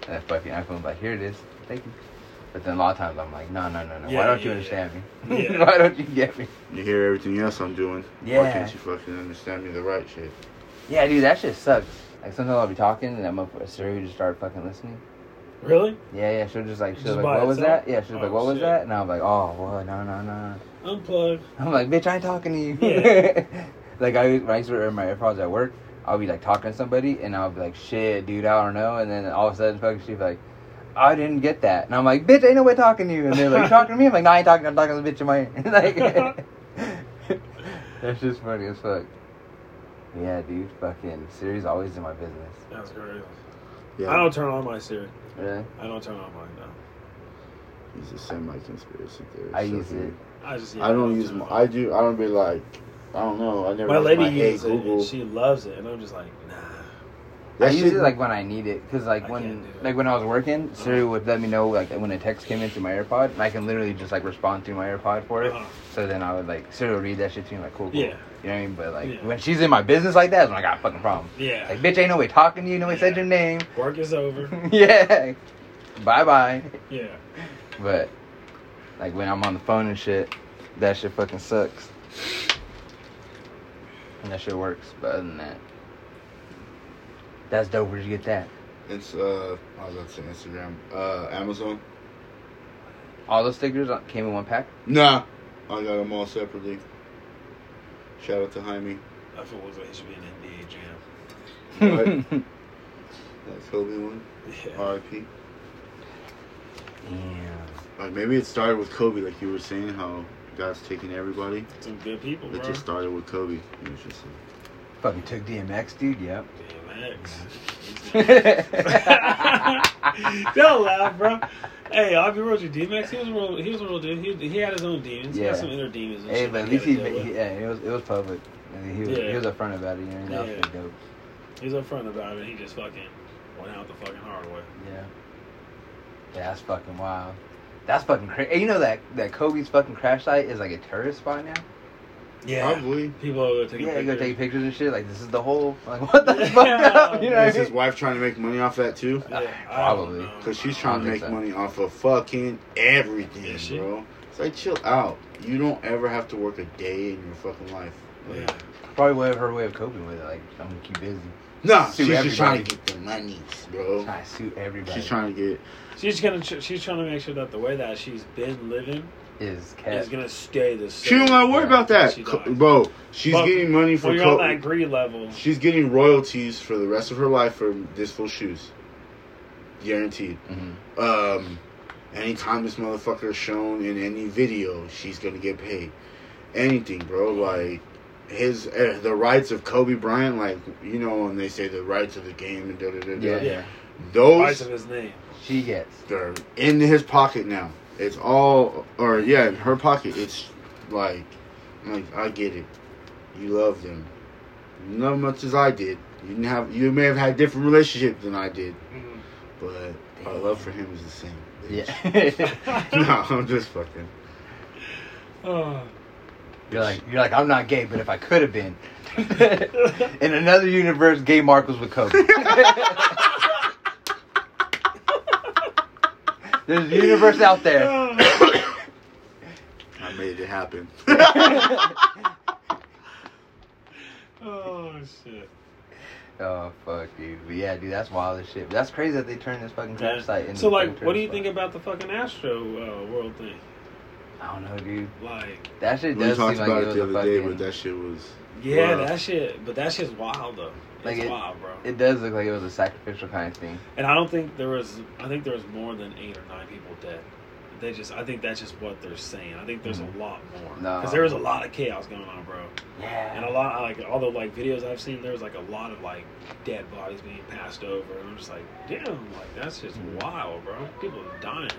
Speaker 2: And that fucking iPhone's like, here it is. Thank you. But then a lot of times I'm like, no, no, no, no.
Speaker 1: Yeah,
Speaker 2: Why don't
Speaker 1: yeah,
Speaker 2: you
Speaker 1: yeah.
Speaker 2: understand me?
Speaker 1: Yeah.
Speaker 2: Why don't you get me?
Speaker 3: You hear everything else I'm doing. Why
Speaker 2: Yeah.
Speaker 3: can't you fucking understand me the right shit?
Speaker 2: Yeah, dude, that shit sucks. Like sometimes I'll be talking and that motherfucker Siri just started fucking listening.
Speaker 1: Really?
Speaker 2: Yeah, yeah, she'll just like she'll
Speaker 1: Just
Speaker 2: like,
Speaker 1: by
Speaker 2: what was
Speaker 1: itself?
Speaker 2: that? Yeah, she'll
Speaker 1: Oh,
Speaker 2: like, what was
Speaker 1: shit.
Speaker 2: that? And I'm like, oh, well, no, no, no.
Speaker 1: Unplug.
Speaker 2: I'm like, bitch, I ain't talking to you.
Speaker 1: Yeah.
Speaker 2: like I when I used to wear my AirPods at work, I'll be like talking to somebody and I'll be like, shit, dude, I don't know. And then all of a sudden, fucking, she'd be like, I didn't get that. And I'm like, bitch, ain't nobody talking to you. And they're like, you talking to me? I'm like, no, I ain't talking. I'm talking to the bitch in my ear. like, that's just funny as fuck. Yeah, dude, fucking Siri's always in my business.
Speaker 1: That's crazy.
Speaker 3: Yeah,
Speaker 1: I don't turn on my Siri.
Speaker 2: Really?
Speaker 1: I don't turn on mine. No.
Speaker 3: he's a semi-conspiracy theorist.
Speaker 2: I
Speaker 3: so
Speaker 2: use
Speaker 3: he-
Speaker 2: it.
Speaker 1: I just.
Speaker 3: I don't use.
Speaker 1: turn
Speaker 3: My,
Speaker 1: it
Speaker 3: I
Speaker 1: on.
Speaker 3: do. I don't be like. I don't know. I never.
Speaker 1: My lady
Speaker 3: I hate
Speaker 1: uses it.
Speaker 3: Google.
Speaker 1: And she loves it, and I'm just like, nah.
Speaker 3: That
Speaker 2: I use
Speaker 3: shit-
Speaker 2: it like when I need it, cause like
Speaker 1: I can't
Speaker 2: when
Speaker 1: do that.
Speaker 2: like when I was working, Siri would let me know like when a text came in through my AirPod, and I can literally just like respond through my AirPod for it.
Speaker 1: Uh-huh.
Speaker 2: So then I would like Siri would read that shit to me like cool, cool.
Speaker 1: Yeah.
Speaker 2: You know what I mean? But like
Speaker 1: Yeah.
Speaker 2: when she's in my business like that, is when I got a fucking problem.
Speaker 1: Yeah.
Speaker 2: Like bitch, ain't nobody talking to you. Nobody said
Speaker 1: Yeah.
Speaker 2: your name.
Speaker 1: Work is over.
Speaker 2: yeah. Bye bye.
Speaker 1: Yeah.
Speaker 2: But like when I'm on the phone and shit, that shit fucking sucks. And that shit works, but other than that, that's dope. Where'd you get that?
Speaker 3: It's uh, I was about to say Instagram, uh, Amazon.
Speaker 2: All those stickers on- came in one pack.
Speaker 3: Nah, I got them all separately. Shout out to Jaime.
Speaker 1: I feel like it should be an NBA jam.
Speaker 3: Right. That Kobe one,
Speaker 1: Yeah.
Speaker 3: R.I.P.
Speaker 2: Damn.
Speaker 3: Like maybe it started with Kobe, like you were saying how God's taking everybody.
Speaker 1: Some good people, bro.
Speaker 3: It just started with Kobe. It was just like,
Speaker 2: Fucking took DMX, dude. Yep.
Speaker 1: DMX. Don't laugh, bro. Hey, I'll be real with you. DMX, he was a real, he was a real dude. He, he had his own demons. He
Speaker 2: Yeah.
Speaker 1: had some inner demons. And
Speaker 2: hey,
Speaker 1: shit
Speaker 2: but at
Speaker 1: he
Speaker 2: least
Speaker 1: had to
Speaker 2: he,
Speaker 1: deal with.
Speaker 2: he yeah, it was it was public. I mean, he was
Speaker 1: Yeah.
Speaker 2: he was upfront about it. You know, and that was
Speaker 1: Yeah.
Speaker 2: pretty dope.
Speaker 1: He was upfront about it. He just fucking went out the fucking hard way.
Speaker 2: Yeah. Yeah, that's fucking wild. That's fucking crazy. You know that that Kobe's fucking crash site is like a tourist spot now.
Speaker 3: probably.
Speaker 1: People are taking
Speaker 2: yeah, you go
Speaker 1: pictures.
Speaker 2: take pictures and shit. Like this is the whole like what the
Speaker 1: Yeah.
Speaker 2: fuck up. You know
Speaker 3: Is
Speaker 2: what I
Speaker 3: his
Speaker 2: mean?
Speaker 3: wife trying to make money off that too?
Speaker 1: Yeah, I don't
Speaker 2: uh, Probably.
Speaker 1: know.
Speaker 3: Cause she's
Speaker 2: I
Speaker 3: trying to
Speaker 2: don't
Speaker 3: make
Speaker 2: think so.
Speaker 3: money off of fucking everything,
Speaker 1: Yeah, she-
Speaker 3: bro. It's like chill out. You don't ever have to work a day in your fucking life. Like,
Speaker 1: Yeah.
Speaker 2: Probably way her way of coping with it. Like I'm gonna keep busy.
Speaker 3: Nah,
Speaker 2: Sue
Speaker 3: she's just
Speaker 2: everybody.
Speaker 3: trying to get the monies, bro.
Speaker 2: Trying to suit everybody.
Speaker 3: She's trying to get
Speaker 1: She's gonna. tr- She's trying to make sure that the way that she's been living
Speaker 2: is
Speaker 1: is
Speaker 2: cat.
Speaker 1: gonna stay the same.
Speaker 3: She don't gotta worry about that,
Speaker 1: She
Speaker 3: Co-
Speaker 1: dies.
Speaker 3: bro. She's
Speaker 1: But
Speaker 3: getting money
Speaker 1: When
Speaker 3: for
Speaker 1: you're on
Speaker 3: co-
Speaker 1: that greed level,
Speaker 3: she's getting royalties for the rest of her life for this full shoes, guaranteed.
Speaker 2: Mhm.
Speaker 3: Um, anytime this motherfucker is shown in any video, she's gonna get paid. anything, bro. Like his eh, the rights of Kobe Bryant, like you know, when they say the rights of the game and da da da da.
Speaker 2: Yeah.
Speaker 1: Yeah,
Speaker 3: Those
Speaker 1: Price of his name.
Speaker 2: She gets.
Speaker 3: they're in his pocket now. It's all, or yeah, in her pocket. It's like, like I get it. You love them, not much as I did. You didn't have, you may have had different relationship than I did,
Speaker 1: Mhm.
Speaker 3: Mm-hmm. but our love for him is the same. bitch.
Speaker 2: Yeah.
Speaker 3: no, I'm just fucking.
Speaker 1: Oh.
Speaker 2: you're like you're like I'm not gay, but if I could have been. In another universe, gay Mark was with Kobe. There's a universe out there.
Speaker 3: I made it happen.
Speaker 1: oh shit.
Speaker 2: Oh fuck, dude. But yeah, dude, that's wild as shit. But that's crazy that they turned this fucking website into.
Speaker 1: So
Speaker 2: a
Speaker 1: like,
Speaker 2: fucking
Speaker 1: what do you
Speaker 2: trans
Speaker 1: think about the fucking Astro uh, World thing?
Speaker 2: spot. I don't know, dude.
Speaker 1: Like,
Speaker 2: That shit
Speaker 3: we
Speaker 2: does seem
Speaker 3: talked
Speaker 2: like
Speaker 3: about
Speaker 2: it
Speaker 3: it
Speaker 2: was
Speaker 3: the
Speaker 2: a
Speaker 3: other
Speaker 2: fucking.
Speaker 3: day, but that shit was.
Speaker 1: yeah,
Speaker 3: Wow.
Speaker 1: that shit. But that shit's wild though. It's
Speaker 2: Like it-
Speaker 1: wild, bro.
Speaker 2: It does look like it was a sacrificial kind of thing.
Speaker 1: And I don't think there was. I think there was more than eight or nine people dead. They just. I think that's just what they're saying. I think there's
Speaker 2: Mhm.
Speaker 1: a lot more.
Speaker 2: No.
Speaker 1: Because there was a lot of chaos going on, bro.
Speaker 2: Yeah.
Speaker 1: And a lot, like all the like videos I've seen, there was like a lot of like dead bodies being passed over, and I'm just like, damn, like that's just
Speaker 2: Mm-hmm.
Speaker 1: wild, bro. People are dying.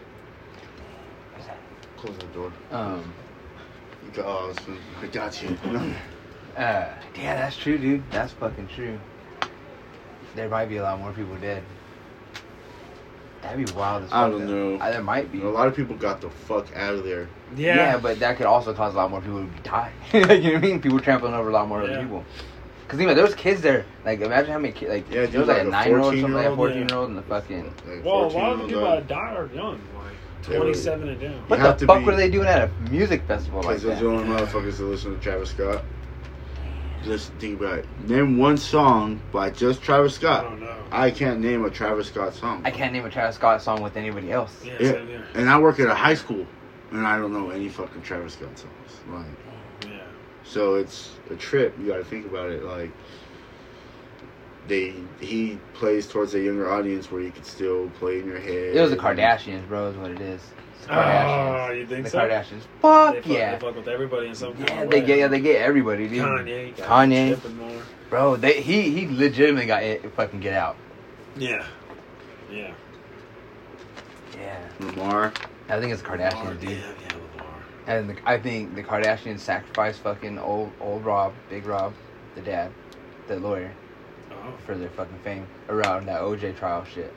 Speaker 3: Close the door.
Speaker 2: Um.
Speaker 3: Oh, it's been- I got you.
Speaker 2: Uh. Yeah, that's true, dude. That's fucking true. There might be a lot more people dead. That'd be wild as fuck.
Speaker 3: I don't
Speaker 2: though.
Speaker 3: know.
Speaker 2: Uh, there might be.
Speaker 3: a lot of people got the fuck out of there.
Speaker 2: Yeah. but that could also cause a lot more people to die. you know what I mean? People trampling over a lot more
Speaker 1: Yeah.
Speaker 2: other people. Because even there was kids there. Like, imagine how many kids. Like,
Speaker 3: Yeah,
Speaker 2: there
Speaker 3: dude,
Speaker 2: was like,
Speaker 3: like
Speaker 2: a
Speaker 3: a
Speaker 2: nine year old, something like a
Speaker 1: 14-year-old,
Speaker 2: fourteen
Speaker 1: yeah.
Speaker 2: year old, and the fucking.
Speaker 3: Like
Speaker 1: well, a lot of the
Speaker 3: 14-year-old
Speaker 1: people
Speaker 3: died.
Speaker 1: that died are young, like
Speaker 3: They were-
Speaker 1: 27 and down.
Speaker 2: What
Speaker 3: have
Speaker 2: the
Speaker 3: to
Speaker 2: fuck
Speaker 3: be-
Speaker 2: were they doing at a music festival like
Speaker 3: Because those
Speaker 2: that?
Speaker 3: are the only motherfuckers that listen to Travis Scott. Just think about it. Name one song by just Travis
Speaker 1: I
Speaker 3: Scott.
Speaker 1: don't know.
Speaker 3: I can't name a Travis Scott song.
Speaker 2: I can't name a Travis Scott song with anybody else.
Speaker 1: Yeah,
Speaker 3: Yeah.
Speaker 1: same here.
Speaker 3: And I work at a high school, and I don't know any fucking Travis Scott songs. Like,
Speaker 1: Yeah.
Speaker 3: so it's a trip. You got to think about it. Like, they he plays towards a younger audience where you could still play in your head.
Speaker 2: It was the Kardashians, bro. Is what it is. It's the Kardashians.
Speaker 1: Oh, you think
Speaker 2: the
Speaker 1: so?
Speaker 2: Kardashians.
Speaker 1: they
Speaker 2: Fuck
Speaker 1: fuck,
Speaker 2: yeah.
Speaker 1: They fuck with everybody in some kind
Speaker 2: yeah,
Speaker 1: of
Speaker 2: they
Speaker 1: way.
Speaker 2: get yeah, they get everybody, dude.
Speaker 1: Kanye. got
Speaker 2: Kanye.
Speaker 1: tripping more.
Speaker 2: Bro, they he he legitimately got it fucking get out.
Speaker 1: Yeah. Yeah.
Speaker 2: Yeah.
Speaker 3: Lamar.
Speaker 2: I think it's
Speaker 1: Lamar, damn,
Speaker 2: Kardashians, dude.
Speaker 1: yeah, Lamar.
Speaker 2: And the, I think the Kardashians sacrificed fucking old old Rob, Big Rob, the dad, the lawyer,
Speaker 1: Oh,
Speaker 2: for their fucking fame around that OJ trial shit.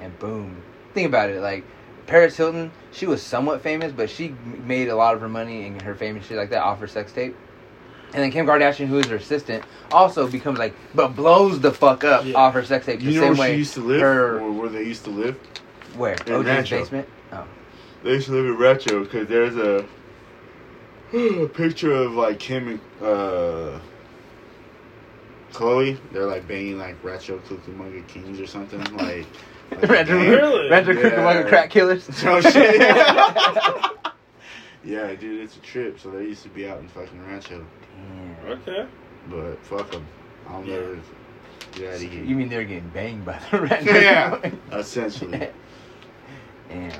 Speaker 2: And boom, think about it. Like Paris Hilton, she was somewhat famous, but she m- made a lot of her money and her fame and shit like that off her sex tape. And then Kim Kardashian, who is her assistant, also becomes like, but blows the fuck up
Speaker 1: Yeah.
Speaker 2: off her sex tape. The
Speaker 3: You know
Speaker 2: same
Speaker 3: where
Speaker 2: way
Speaker 3: she used to live?
Speaker 2: her-
Speaker 3: Or where they used to live?
Speaker 2: where
Speaker 3: In
Speaker 2: OJ's
Speaker 3: Rancho.
Speaker 2: basement.
Speaker 3: They used to live in Retro because there's a, a picture of like Kim and uh, Chloe. They're like banging like Retro Cucamonga Kings or something. Like, like
Speaker 2: Retro,
Speaker 3: damn.
Speaker 1: Really?
Speaker 2: Retro
Speaker 3: Yeah.
Speaker 2: Cucamonga crack killers.
Speaker 3: Oh, shit. Yeah, dude, it's a trip. So they used to be out in fucking Rancho,
Speaker 2: Damn.
Speaker 1: Oh, okay.
Speaker 3: but fuck them. I'll
Speaker 1: Yeah.
Speaker 3: never get out of here.
Speaker 2: You mean they're getting banged by the Retro
Speaker 3: Yeah.
Speaker 2: Cucamonga?
Speaker 3: Essentially,
Speaker 2: Damn.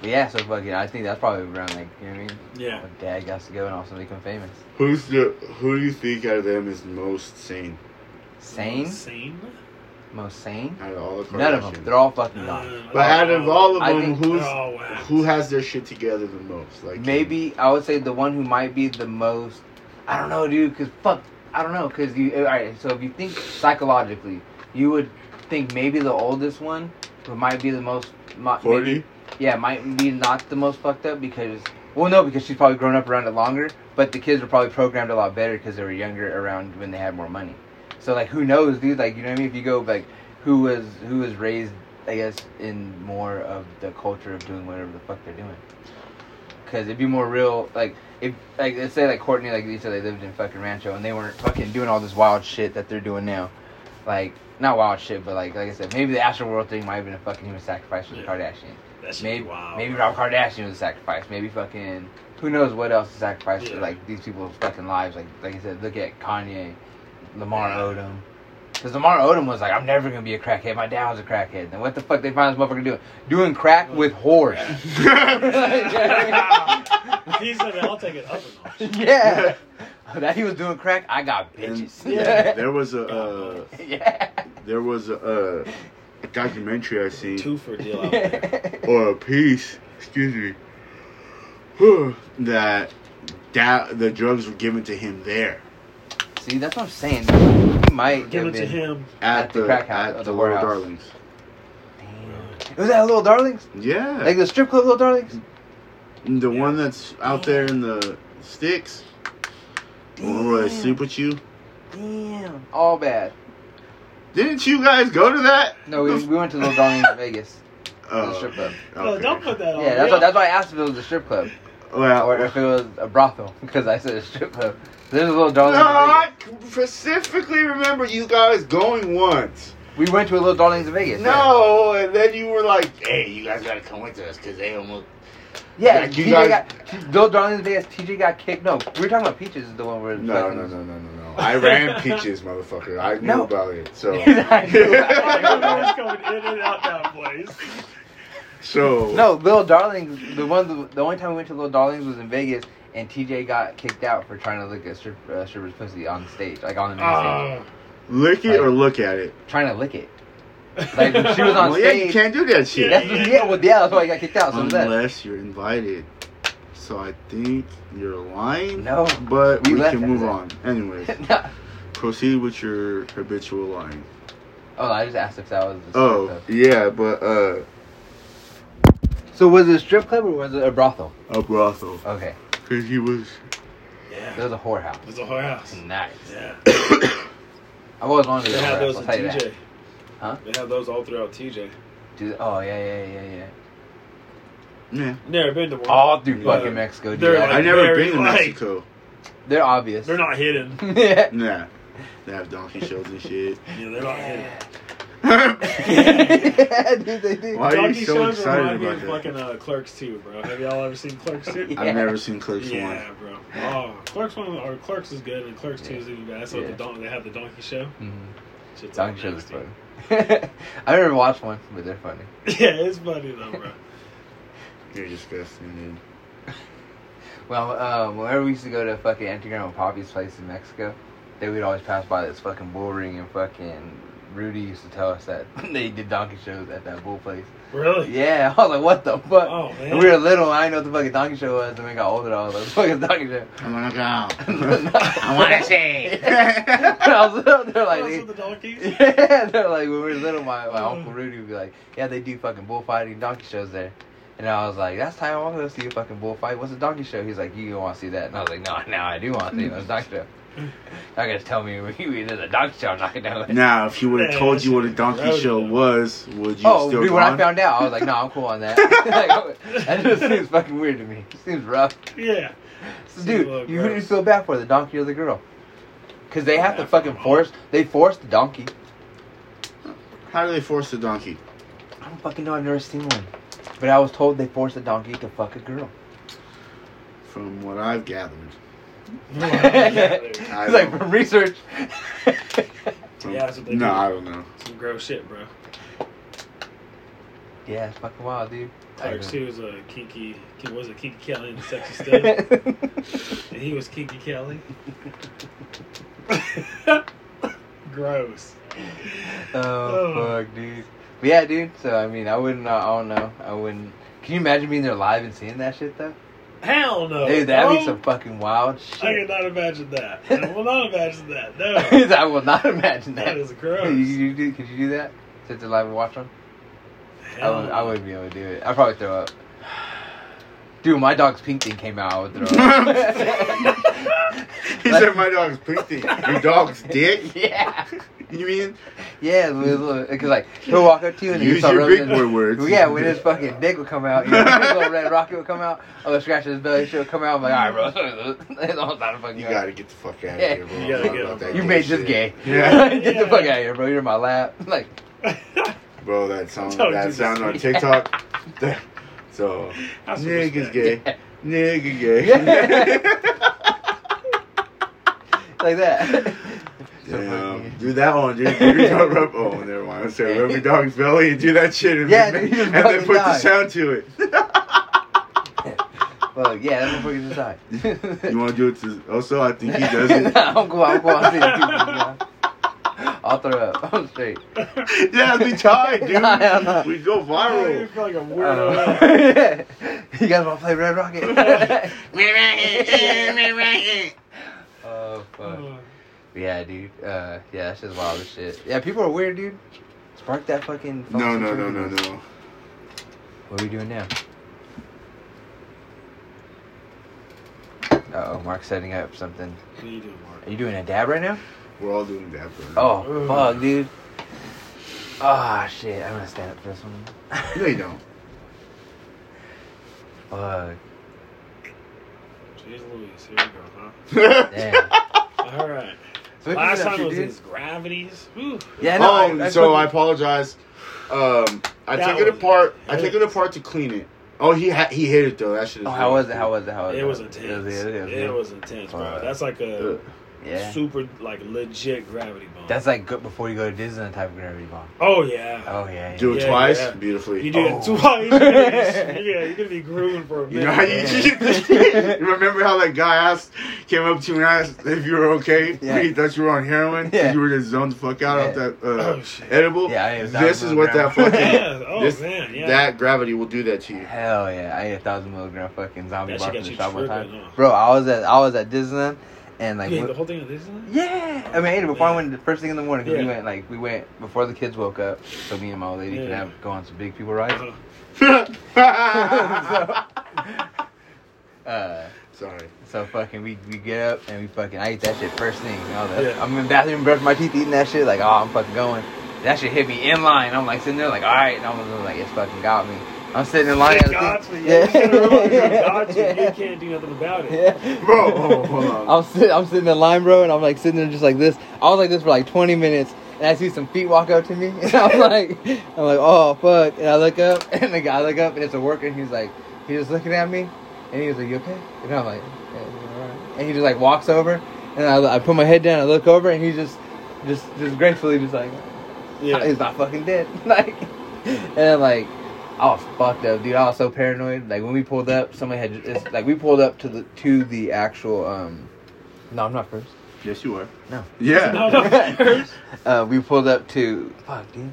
Speaker 2: But yeah, so fucking, I think that's probably around like, you know what I mean?
Speaker 1: Yeah.
Speaker 2: When dad got to go and also become famous.
Speaker 3: who's the who do you think out of them is most sane
Speaker 2: Sane?
Speaker 1: Sane?
Speaker 2: Most sane?
Speaker 3: out of all the Kardashians?
Speaker 2: None of them. They're all fucking gone.
Speaker 1: Uh,
Speaker 3: But out of all of
Speaker 2: I
Speaker 3: them,
Speaker 2: think-
Speaker 3: who's
Speaker 1: Oh, wow.
Speaker 3: who has their shit together the most? Like
Speaker 2: Maybe, I would say the one who might be the most, I don't know, dude, because fuck, I don't know, because you, alright, so if you think psychologically, you would think maybe the oldest one who might be the most, mi- maybe-
Speaker 3: forty.
Speaker 2: yeah, might be not the most fucked up because, well, no, because she's probably grown up around it longer, but the kids were probably programmed a lot better because they were younger around when they had more money. So like, who knows, dude? Like, you know what I mean? If you go like, who was who was raised, I guess, in more of the culture of doing whatever the fuck they're doing. Because it'd be more real, like if like let's say like Courtney, like Lisa, they lived in fucking Rancho and they weren't fucking doing all this wild shit that they're doing now, like not wild shit, but like like I said, maybe the Astro World thing might have been a fucking human sacrifice for the
Speaker 1: Yeah.
Speaker 2: Kardashians.
Speaker 1: That shit
Speaker 2: Maybe
Speaker 1: wild.
Speaker 2: maybe Rob Kardashian was a sacrifice. Maybe fucking who knows what else is sacrificed for
Speaker 1: Yeah.
Speaker 2: like these people's fucking lives. Like like I said, look at Kanye, Lamar
Speaker 1: Yeah.
Speaker 2: Odom, Because Lamar Odom was like, I'm never gonna be a crackhead. My dad was a crackhead. And what the fuck they find this motherfucker doing? Doing crack with whores.
Speaker 1: he said, "I'll take it up a notch."
Speaker 2: yeah. That he was doing crack, I got bitches.
Speaker 3: And,
Speaker 2: yeah.
Speaker 3: yeah, there was a uh, there was a uh, documentary I seen
Speaker 1: Two for deal out there.
Speaker 2: yeah.
Speaker 3: or a piece, excuse me, that that the drugs were given to him there
Speaker 2: See, that's what I'm saying. He might
Speaker 1: Give it
Speaker 2: have
Speaker 1: to
Speaker 2: been.
Speaker 1: him.
Speaker 3: at,
Speaker 2: At the
Speaker 3: the,
Speaker 2: crack house,
Speaker 3: at
Speaker 2: at the
Speaker 3: the Little
Speaker 2: whorehouse.
Speaker 3: Darlings.
Speaker 2: Damn. Was that Little Darlings?
Speaker 3: Yeah,
Speaker 2: Like the strip club Little Darlings?
Speaker 3: And the one that's out there in the sticks. One where they sleep with you.
Speaker 2: Damn. All bad.
Speaker 3: Didn't you guys go to that?
Speaker 2: No, we, we went to Little Darlings in Vegas.
Speaker 3: Oh,
Speaker 2: the strip club.
Speaker 1: No, don't put that on.
Speaker 2: Yeah, that's,
Speaker 1: me.
Speaker 2: why, that's why I asked if it was a strip club.
Speaker 3: Well,
Speaker 2: Or if it was a brothel, because I said a strip club. There's a little
Speaker 3: no,
Speaker 2: darling.
Speaker 3: I specifically remember you guys going once.
Speaker 2: We went to a little darlings in Vegas.
Speaker 3: No, and then you were like, "Hey, you guys gotta come with us because they almost."
Speaker 2: Yeah, yeah
Speaker 3: Like, you
Speaker 2: TJ
Speaker 3: guys-
Speaker 2: got T- little darlings in Vegas. TJ got kicked. No, we were talking about Peaches is the one where.
Speaker 3: No, no, no, no, no, no. I ran peaches, motherfucker. I knew
Speaker 2: No.
Speaker 3: about it. So,
Speaker 2: I knew
Speaker 1: Everyone's
Speaker 2: about
Speaker 1: going in and out that place.
Speaker 3: so
Speaker 2: No, little darlings. The one, the, the only time we went to little darlings was in Vegas, and TJ got kicked out for trying to lick a strip, uh, stripper's pussy on stage, like on the main stage,
Speaker 1: Ah.
Speaker 3: lick it or look at it.
Speaker 2: trying to lick it. Like, when she was on-
Speaker 3: Well, yeah, you
Speaker 2: stage.
Speaker 3: can't do that shit.
Speaker 2: That's
Speaker 1: yeah,
Speaker 2: yeah,
Speaker 1: yeah.
Speaker 2: well, yeah, that's why he got kicked out. So was that.
Speaker 3: Unless you're invited. So I think you're lying.
Speaker 2: No,
Speaker 3: But
Speaker 2: We
Speaker 3: we,
Speaker 2: left
Speaker 3: can
Speaker 2: after
Speaker 3: move
Speaker 2: that.
Speaker 3: on. Anyways,
Speaker 2: No.
Speaker 3: proceed with your habitual lying.
Speaker 2: Oh, I just asked if that was. A strip
Speaker 3: Oh,
Speaker 2: club.
Speaker 3: yeah, but uh,
Speaker 2: So was it a strip club or was it a brothel?
Speaker 3: a brothel.
Speaker 2: Okay,
Speaker 3: Because he was.
Speaker 2: it
Speaker 1: Yeah,
Speaker 2: was a whorehouse.
Speaker 1: it was a whore house.
Speaker 2: Nice.
Speaker 1: Yeah,
Speaker 2: I've always wanted to
Speaker 1: they
Speaker 2: go
Speaker 1: had
Speaker 2: rap,
Speaker 1: those
Speaker 2: I'll
Speaker 1: in
Speaker 2: tell you that.
Speaker 1: TJ.
Speaker 2: Huh?
Speaker 1: They had those all throughout TJ.
Speaker 2: Dude, oh yeah, yeah, yeah, yeah.
Speaker 3: Yeah.
Speaker 1: Never been to one.
Speaker 2: All through
Speaker 3: Yeah.
Speaker 2: fucking Mexico, dude.
Speaker 1: They're
Speaker 2: They're,
Speaker 1: like-
Speaker 3: i never
Speaker 1: very
Speaker 3: been to
Speaker 1: light.
Speaker 3: Mexico.
Speaker 2: obvious.
Speaker 1: They're not hidden.
Speaker 2: yeah.
Speaker 3: Nah. They have donkey shows and shit.
Speaker 1: Yeah, they're not hidden.
Speaker 2: yeah, dude, they do.
Speaker 3: Why are
Speaker 1: Donkey
Speaker 3: you so
Speaker 1: shows remind
Speaker 3: excited
Speaker 1: me
Speaker 3: about
Speaker 1: of
Speaker 3: that?
Speaker 1: fucking uh, Clerks 2, bro. Have y'all ever seen Clerks 2?
Speaker 2: Yeah.
Speaker 3: I've never seen Clerks
Speaker 1: Yeah, bro. Oh, Clerks one or Clerks is good, and Clerks two
Speaker 2: Yeah.
Speaker 1: is even bad. So
Speaker 2: Yeah.
Speaker 1: the don- they have the Donkey Show.
Speaker 2: Mhm.
Speaker 1: Shit's all
Speaker 2: Donkey shows is
Speaker 1: nasty.
Speaker 2: fun. I never watched one, but they're funny.
Speaker 1: Yeah, it's funny though, bro.
Speaker 3: one. You're disgusting,
Speaker 2: Well, um, whenever we used to go to fucking Auntie Grandma Poppy's place in Mexico, they would always pass by this fucking bull ring, and fucking Rudy used to tell us that they did donkey shows at that bull place.
Speaker 1: Really?
Speaker 2: Yeah, I was like, what the fuck?
Speaker 1: Oh man.
Speaker 2: And we were little, I didn't know what the fucking donkey show was, and we got older, I was like, fucking donkey show.
Speaker 3: dude. I'm gonna go.
Speaker 2: I
Speaker 3: I wanna see.
Speaker 2: I was little, they're
Speaker 1: Oh,
Speaker 2: like,
Speaker 1: so the donkeys.
Speaker 2: yeah, they're like, when we were little, my, my
Speaker 1: Mm.
Speaker 2: uncle Rudy would be like, yeah, they do fucking bullfighting donkey shows there. And I was like, that's time I want to go see a fucking bullfight. What's a donkey show? He's like, you want to see that? And I was like, no, now I do want to see it. It's a donkey show. I guys tell me we we did a donkey show. I'm not gonna know it.
Speaker 3: now, if you would have
Speaker 1: Yeah,
Speaker 3: told
Speaker 1: that's
Speaker 3: you what a
Speaker 1: just
Speaker 3: donkey
Speaker 1: gross,
Speaker 3: show
Speaker 1: though.
Speaker 3: was, would you
Speaker 2: Oh,
Speaker 3: still
Speaker 2: dude, when I
Speaker 3: gone?
Speaker 2: found out, I was like, no, I'm cool on that. like, that just seems fucking weird to me. It seems rough.
Speaker 1: Yeah.
Speaker 2: So, dude,
Speaker 1: Look,
Speaker 2: you, who do you
Speaker 1: gross.
Speaker 2: feel bad for, the donkey or the girl? Because they have to
Speaker 1: Yeah,
Speaker 2: fucking
Speaker 1: come on.
Speaker 2: force, they force the donkey.
Speaker 3: How do they force the donkey?
Speaker 2: I don't fucking know, I've never seen one. But I was told they forced the donkey to fuck a girl.
Speaker 3: From what I've gathered,
Speaker 1: Some
Speaker 3: I
Speaker 2: It's like
Speaker 3: don't-
Speaker 2: from research.
Speaker 3: from-
Speaker 1: Yeah, that's what they
Speaker 3: no,
Speaker 1: do.
Speaker 3: I don't know.
Speaker 1: gross shit, bro.
Speaker 2: yeah, it's fucking wild, dude.
Speaker 1: Clerks two is a kinky. What was it Kinky Kelly and the sexy stuff? and he was Kinky Kelly. gross.
Speaker 2: oh fuck, dude. But yeah, dude. So I mean, I wouldn't. I don't know. I wouldn't. Can you imagine being there live and seeing that shit though?
Speaker 1: Hell no.
Speaker 2: Dude, that'd
Speaker 1: bro.
Speaker 2: be some fucking wild
Speaker 1: Oh. I could
Speaker 2: shit.
Speaker 1: not imagine that. I will not imagine that. No.
Speaker 2: I will not imagine that.
Speaker 1: That is gross.
Speaker 2: Could you, do, could you do that? Sit there live and watch them? I,
Speaker 1: Hell
Speaker 2: would,
Speaker 1: no.
Speaker 2: I wouldn't be able to do it. I'd probably throw up. Dude, my dog's pink thing came out. I would throw up.
Speaker 3: He said my dog's pinky. Your dog's dick?
Speaker 2: yeah,
Speaker 3: You mean?
Speaker 2: yeah, because like he'll walk up to you and he'll
Speaker 3: Use
Speaker 2: start
Speaker 3: your
Speaker 2: rubbing
Speaker 3: big
Speaker 2: his-
Speaker 3: boy words.
Speaker 2: Yeah, when his fucking dick will come out, you know, his little red rocket will come out. Oh, scratch his belly, she'll come out. I'm like, all right, bro, it's all not a fucking.
Speaker 3: You
Speaker 2: guy.
Speaker 3: gotta get the fuck out of
Speaker 2: Yeah.
Speaker 3: here, bro.
Speaker 1: You gotta
Speaker 3: Talk
Speaker 1: get
Speaker 3: about
Speaker 1: him.
Speaker 3: that
Speaker 2: You
Speaker 3: gay
Speaker 2: made this
Speaker 3: shit.
Speaker 2: gay.
Speaker 3: Yeah.
Speaker 2: Get the fuck out of here, bro. You're in my lap. Like,
Speaker 3: Bro, that sound
Speaker 1: Don't do
Speaker 3: that
Speaker 1: this.
Speaker 3: sound on TikTok. that- so
Speaker 1: That's what respect.
Speaker 3: nigga's gay.
Speaker 2: Yeah.
Speaker 3: Nigga gay.
Speaker 2: like that.
Speaker 3: Damn, Um, do that one, dude. Do your dog rub. Oh, never mind. I said rub your dog's belly and do that shit, and,
Speaker 2: Yeah,
Speaker 3: then-
Speaker 2: dude, you just
Speaker 3: and then
Speaker 2: fucking
Speaker 3: put the
Speaker 2: die.
Speaker 3: sound to it.
Speaker 2: Fuck yeah, that motherfucker's just high.
Speaker 3: You want to do it to also? I think he does it.
Speaker 2: I'm cool. I'm cool. I'm safe. I'll throw up. I'm straight.
Speaker 3: yeah, it'd be tied, dude.
Speaker 2: Nah, hell no.
Speaker 3: We go
Speaker 1: I
Speaker 3: viral.
Speaker 1: feel like a
Speaker 2: Uh,
Speaker 1: weirdo.
Speaker 2: you guys want to play Red Rocket? oh fuck.
Speaker 1: Uh,
Speaker 2: Yeah, dude. Uh, yeah, that's just wild as shit. Yeah, people are weird, dude. Spark that fucking. phone
Speaker 3: No, no,
Speaker 2: switch
Speaker 3: no,
Speaker 2: over.
Speaker 3: no, no.
Speaker 2: What are we doing now? Uh oh, Mark's setting up something.
Speaker 1: what do you do, Mark?
Speaker 2: Are you doing a dab right now?
Speaker 3: We're all doing that. Bro.
Speaker 2: Oh,
Speaker 1: Ugh.
Speaker 2: fuck, dude. Ah, shit. I'm gonna stand up for this one.
Speaker 3: no, you don't.
Speaker 2: Fuck.
Speaker 1: Jeez Louise, here we go,
Speaker 2: Damn.
Speaker 1: huh? All right.
Speaker 2: So what you
Speaker 1: Last
Speaker 2: been up
Speaker 1: time
Speaker 2: to,
Speaker 1: was
Speaker 2: dude?
Speaker 1: these gravities. Whew.
Speaker 2: Yeah, no,
Speaker 3: oh,
Speaker 2: I, I
Speaker 3: so I
Speaker 2: fucking-
Speaker 3: apologize. Um, I
Speaker 1: That
Speaker 3: took it
Speaker 1: was-
Speaker 3: apart. I took it apart to clean it. Oh, he ha- he hit it though. That shit. is
Speaker 2: Oh,
Speaker 3: real.
Speaker 2: how was it? How was it? How was it?
Speaker 1: It was
Speaker 2: It was,
Speaker 1: intense.
Speaker 2: it was,
Speaker 1: It was intense, bro.
Speaker 2: Alright.
Speaker 1: That's like
Speaker 3: Uh,
Speaker 1: a
Speaker 2: yeah.
Speaker 1: super, like legit gravity bomb.
Speaker 2: That's like good before you go to Disneyland type of gravity bomb.
Speaker 1: oh yeah.
Speaker 2: Oh yeah. yeah.
Speaker 3: Do it
Speaker 1: Yeah,
Speaker 3: twice,
Speaker 1: yeah.
Speaker 3: beautifully.
Speaker 1: You do it
Speaker 2: Oh.
Speaker 1: twice. yeah, you're gonna be grooving for a minute.
Speaker 3: You know how you,
Speaker 2: Yeah.
Speaker 3: you remember how that guy asked came up to me and asked if you were okay?
Speaker 2: Yeah.
Speaker 3: He thought you were on heroin.
Speaker 2: Yeah.
Speaker 3: You were just zoned the fuck out off
Speaker 2: Yeah.
Speaker 3: that uh,
Speaker 1: Oh, shit.
Speaker 3: edible.
Speaker 2: Yeah, I am
Speaker 3: this is
Speaker 2: zoned
Speaker 3: what
Speaker 2: out.
Speaker 3: that fucking
Speaker 1: Yeah. Oh
Speaker 3: this-
Speaker 1: man. Yeah.
Speaker 3: that gravity will do that to you.
Speaker 2: Hell yeah! I ate a thousand milligram fucking zombie
Speaker 1: That
Speaker 2: bar
Speaker 1: shit
Speaker 2: from
Speaker 1: got
Speaker 2: the
Speaker 1: you
Speaker 2: shop one time.
Speaker 1: tripping, huh?
Speaker 2: Bro, I was at I was at Disneyland, and like
Speaker 1: You ate
Speaker 2: we-
Speaker 1: the whole thing of Disneyland?
Speaker 2: yeah, I mean I ate it before I went the first thing in the morning. 'cause
Speaker 1: Yeah.
Speaker 2: We went like we went before the kids woke up, so me and my old lady could
Speaker 1: Yeah.
Speaker 2: have go on some big people rides.
Speaker 1: Uh-huh.
Speaker 2: so, uh,
Speaker 3: Sorry.
Speaker 2: so fucking we, we get up and we fucking I eat that shit first thing. You know, the-
Speaker 1: Yeah.
Speaker 2: I'm in the bathroom brushing my teeth eating that shit like oh I'm fucking going. That shit hit me in line. I'm like sitting there like all right, and I'm like it's fucking got me. I'm sitting in line.
Speaker 1: It
Speaker 2: I
Speaker 1: got
Speaker 2: was
Speaker 1: you.
Speaker 2: thinking-
Speaker 1: Yeah. you gotta remember, it
Speaker 2: Yeah.
Speaker 1: got you. You can't do nothing about it.
Speaker 2: Yeah.
Speaker 3: Bro, oh, hold on.
Speaker 2: I'm sitting I'm sitting in line, bro, and I'm like sitting there just like this. I was like this for like 20 minutes, and I see some feet walk up to me, and I'm like, I'm like, oh fuck, and I look up, and the guy look up, and it's a worker, and he's like, he's just looking at me, and he was like, you okay? And I'm like, yeah, I'm all right. and he just like walks over, and I, I put my head down, I look over, and he's just, just, just gracefully just like,
Speaker 1: Yeah.
Speaker 2: he's not fucking dead, like, and I'm like. I was fucked up, dude. I was so paranoid. Like when we pulled up, somebody had it's, like we pulled up to the to the actual um. No, I'm not first.
Speaker 3: Yes, you are.
Speaker 2: No.
Speaker 3: Yeah.
Speaker 1: No, no.
Speaker 2: Uh, we pulled up to fuck, dude.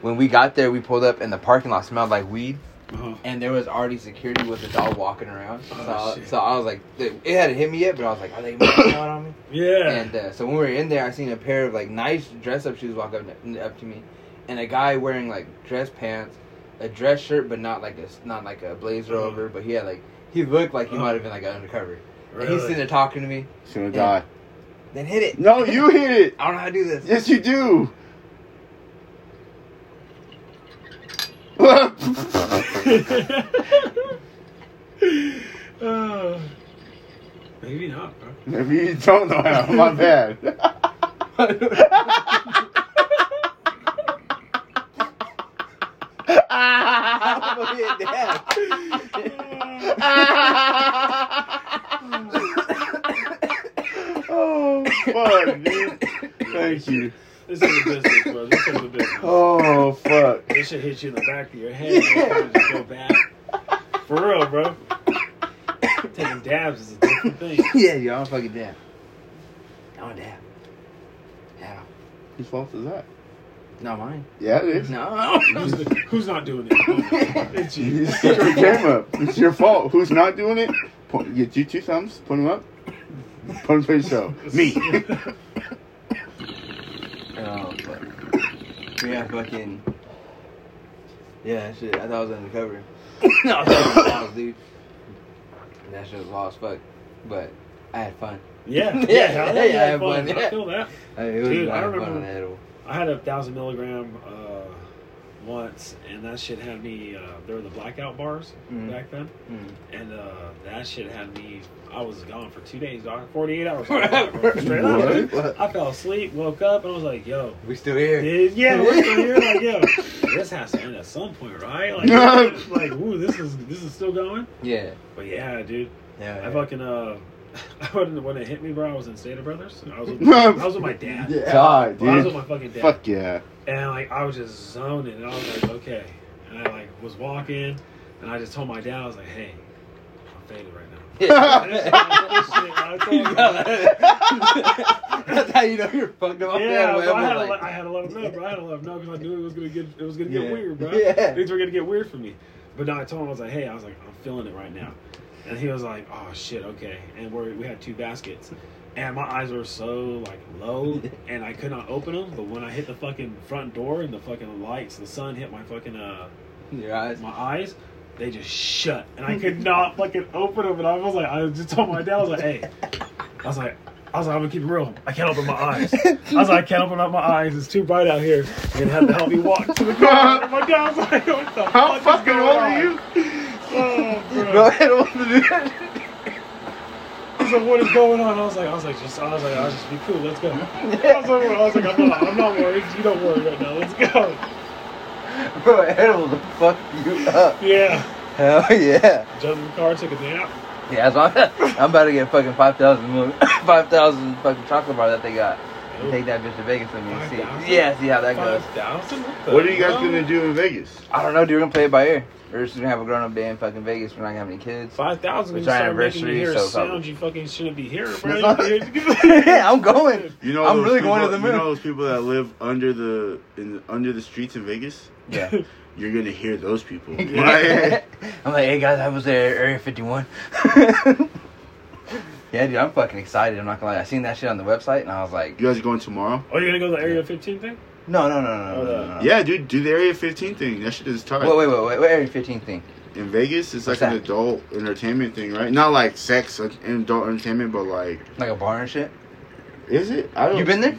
Speaker 2: When we got there, we pulled up and the parking lot smelled like weed,
Speaker 1: Uh-huh.
Speaker 2: and there was already security with the dog walking around. So,
Speaker 1: Oh,
Speaker 2: I,
Speaker 1: shit.
Speaker 2: so I was like, dude, it hadn't hit me yet, but I was like, are they smelling on me?
Speaker 1: Yeah.
Speaker 2: And uh, so when we were in there, I seen a pair of like nice dress up shoes walk up up to me, and a guy wearing like dress pants, a dress shirt, but not like a s- not like a blazer
Speaker 3: Mm-hmm.
Speaker 1: Uh-huh.
Speaker 2: over, but he had like he looked like he
Speaker 1: Uh-huh.
Speaker 2: might have been like an undercover. And he's
Speaker 1: Really?
Speaker 2: sitting there talking to me.
Speaker 3: It's gonna
Speaker 2: Yeah.
Speaker 3: die.
Speaker 2: Then hit it.
Speaker 3: No, you hit it.
Speaker 2: I don't know how to do this.
Speaker 3: Yes, you do. That's
Speaker 1: Uh, Maybe not, bro.
Speaker 3: Maybe you don't know how. My bad. oh, fuck, dude. Thank you.
Speaker 1: This is a business, bro. This is a business.
Speaker 3: Oh, fuck.
Speaker 1: They should hit you in the back of your head. and Just go back. For real, bro. Taking dabs is a different thing.
Speaker 2: yeah, yo, I'm fucking dab. I'm a dab. Yeah.
Speaker 3: Whose fault is that?
Speaker 2: Not mine.
Speaker 3: Yeah, it is.
Speaker 2: No.
Speaker 1: Who's, the, who's not doing it? It's
Speaker 3: You
Speaker 1: you.
Speaker 3: just set your game up. It's your fault. Who's not doing it? Point, you do two thumbs, point them up. Point them for yourself. Me.
Speaker 2: Oh, fuck. Yeah, fucking. Yeah, shit. I thought I was undercover. no, I thought I was lost, dude. And that shit was lost, fuck. But I had fun.
Speaker 1: Yeah,
Speaker 2: Yeah,
Speaker 1: I,
Speaker 2: yeah,
Speaker 1: know you had
Speaker 2: I have
Speaker 1: fun.
Speaker 2: one,
Speaker 1: I
Speaker 2: yeah.
Speaker 1: feel that.
Speaker 2: I mean, it was
Speaker 1: Dude,
Speaker 2: I
Speaker 1: I
Speaker 2: had fun
Speaker 1: remember-
Speaker 2: on that edible.
Speaker 1: I had a thousand milligram uh, once, and that shit had me. Uh, there were the blackout bars
Speaker 2: Mhm.
Speaker 1: Mm-hmm. back then,
Speaker 2: Mm.
Speaker 1: and uh, that shit had me. I was gone for two days, dog. Forty-eight hours. I was gone, bro. Straight up.
Speaker 3: What?
Speaker 1: dude. I fell asleep, woke up, and I was like, "Yo,
Speaker 2: We still here.
Speaker 1: dude, yeah, we're still here. Like, yo, this has to end at some point, right? Like, like, ooh, this is this is still going."
Speaker 2: Yeah.
Speaker 1: But yeah, dude,
Speaker 2: Yeah.
Speaker 1: I fucking uh, when when it hit me, bro, I was in Stater Brothers. I was with, I was with my dad. I
Speaker 3: God,
Speaker 1: was with
Speaker 3: dude.
Speaker 1: my fucking dad.
Speaker 3: Fuck yeah.
Speaker 1: And like I was just zoning, and I was like, okay. And I like was walking, and I just told my dad, I was like, hey, I'm faded right now. And it's like, oh, shit, I told him,
Speaker 2: That's how you know you're fucked up.
Speaker 1: Yeah,
Speaker 2: Whatever,
Speaker 1: bro, I had to
Speaker 2: like-
Speaker 1: let- I had to let him know, bro. I had to let him know because I knew it was gonna get it was gonna
Speaker 2: Yeah.
Speaker 1: get weird, bro.
Speaker 2: Yeah.
Speaker 1: Things were gonna get weird for me. But now I told him I was like, hey, I was like, I'm feeling it right now, and he was like, oh shit, okay. And we we had two baskets, and my eyes were so like low, and I could not open them. But when I hit the fucking front door and the fucking lights, the sun hit my fucking uh
Speaker 2: Your eyes.
Speaker 1: my eyes, they just shut, and I could not fucking open them. And I was like, I just told my dad, I was like, hey, I was like, I was like, I'm gonna keep it real. I can't open my eyes. I was like, I can't open up my eyes. It's too bright out here. You're gonna have to help me walk to the car. And my dad was like, what the fuck
Speaker 3: How
Speaker 1: is
Speaker 3: fucking
Speaker 1: going
Speaker 3: old
Speaker 1: on?
Speaker 3: are you?
Speaker 1: Oh,
Speaker 2: Bro,
Speaker 1: bro.
Speaker 2: I don't want to do that.
Speaker 1: He's like, what is going on? I was like, I was like, just, I was like, I'll just be cool. Let's go. I was like, I was like, I'm not, I'm not worried. You don't worry right now. Let's go.
Speaker 2: Bro, animals will fuck you up.
Speaker 1: Yeah.
Speaker 2: Hell yeah.
Speaker 1: Jumped in the car, took a nap.
Speaker 2: Yeah, so I'm, I'm about to get fucking 5,000 mo- 5,000 fucking chocolate bar that they got. And take that bitch to Vegas with me and see.
Speaker 1: 5,000?
Speaker 2: Yeah, see how that goes.
Speaker 1: Five thousand.
Speaker 3: What are you guys gonna do in Vegas?
Speaker 2: I don't know, dude. We're gonna play it by ear. We're just gonna have a grown up day in fucking Vegas. We're not gonna have any kids.
Speaker 1: Five thousand
Speaker 2: It's
Speaker 1: is
Speaker 2: our
Speaker 1: start making me
Speaker 2: anniversary,
Speaker 1: hear a
Speaker 2: so
Speaker 1: sound
Speaker 2: probably-
Speaker 1: you fucking shouldn't be hearing, bro.
Speaker 2: Yeah, I'm going.
Speaker 3: You know,
Speaker 2: I'm
Speaker 3: those
Speaker 2: really going
Speaker 3: people-
Speaker 2: to the
Speaker 3: You
Speaker 2: moon.
Speaker 3: know those people that live under the in the, under the streets in Vegas.
Speaker 2: Yeah.
Speaker 3: You're gonna hear those people. Like,
Speaker 2: I'm like, hey guys, I was there at Area 51. yeah, dude, I'm fucking excited. I'm not gonna lie. I seen that shit on the website and I was like,
Speaker 3: you guys are going tomorrow?
Speaker 1: Oh, you're gonna go to the Area 15 thing?
Speaker 2: no, no, no,
Speaker 1: Oh,
Speaker 2: no, no, no, no.
Speaker 3: Yeah, dude. Do the Area 15 thing. That shit is tight.
Speaker 2: Wait, wait, wait, wait. What Area 15 thing?
Speaker 3: In Vegas, it's
Speaker 2: What's
Speaker 3: like an
Speaker 2: that?
Speaker 3: adult entertainment thing, right? Not like sex like, and adult entertainment, but like,
Speaker 2: Like a bar and shit?
Speaker 3: is it? I
Speaker 2: You been there?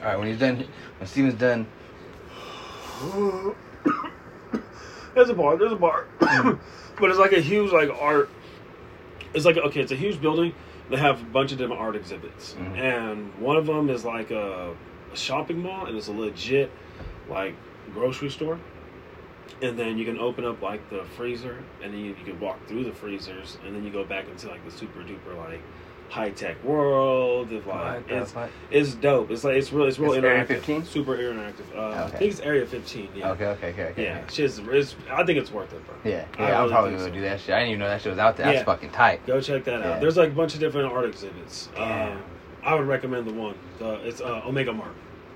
Speaker 2: All right, when he's done, when Steven's done,
Speaker 1: There's a bar. There's a bar, but it's like a huge like art. It's like okay, it's a huge building. They have a bunch of different art exhibits,
Speaker 2: Mhm.
Speaker 1: and one of them is like a, a shopping mall, and it's a legit like grocery store. And then you can open up like the freezer, and then you, you can walk through the freezers, and then you go back into like the super duper like high tech world of like
Speaker 2: Alright,
Speaker 1: it's
Speaker 2: that's fine.
Speaker 1: it's dope. It's like it's real. It's real interactive.
Speaker 2: It's Area 15?
Speaker 1: Super interactive. Uh,
Speaker 2: Okay.
Speaker 1: I think it's Area 15. Yeah.
Speaker 2: okay, okay, okay, okay.
Speaker 1: Yeah, shit's, it's, I think it's worth it, bro. I
Speaker 2: Yeah, yeah, I'm
Speaker 1: really
Speaker 2: probably
Speaker 1: think
Speaker 2: gonna
Speaker 1: so.
Speaker 2: do that shit. I didn't even know that shit was out there. That's
Speaker 1: Yeah.
Speaker 2: fucking tight.
Speaker 1: Go check that
Speaker 2: Yeah.
Speaker 1: out. There's like a bunch of different art exhibits.
Speaker 2: Yeah.
Speaker 1: Um, I would recommend the one. The, it's uh, Omega Mart.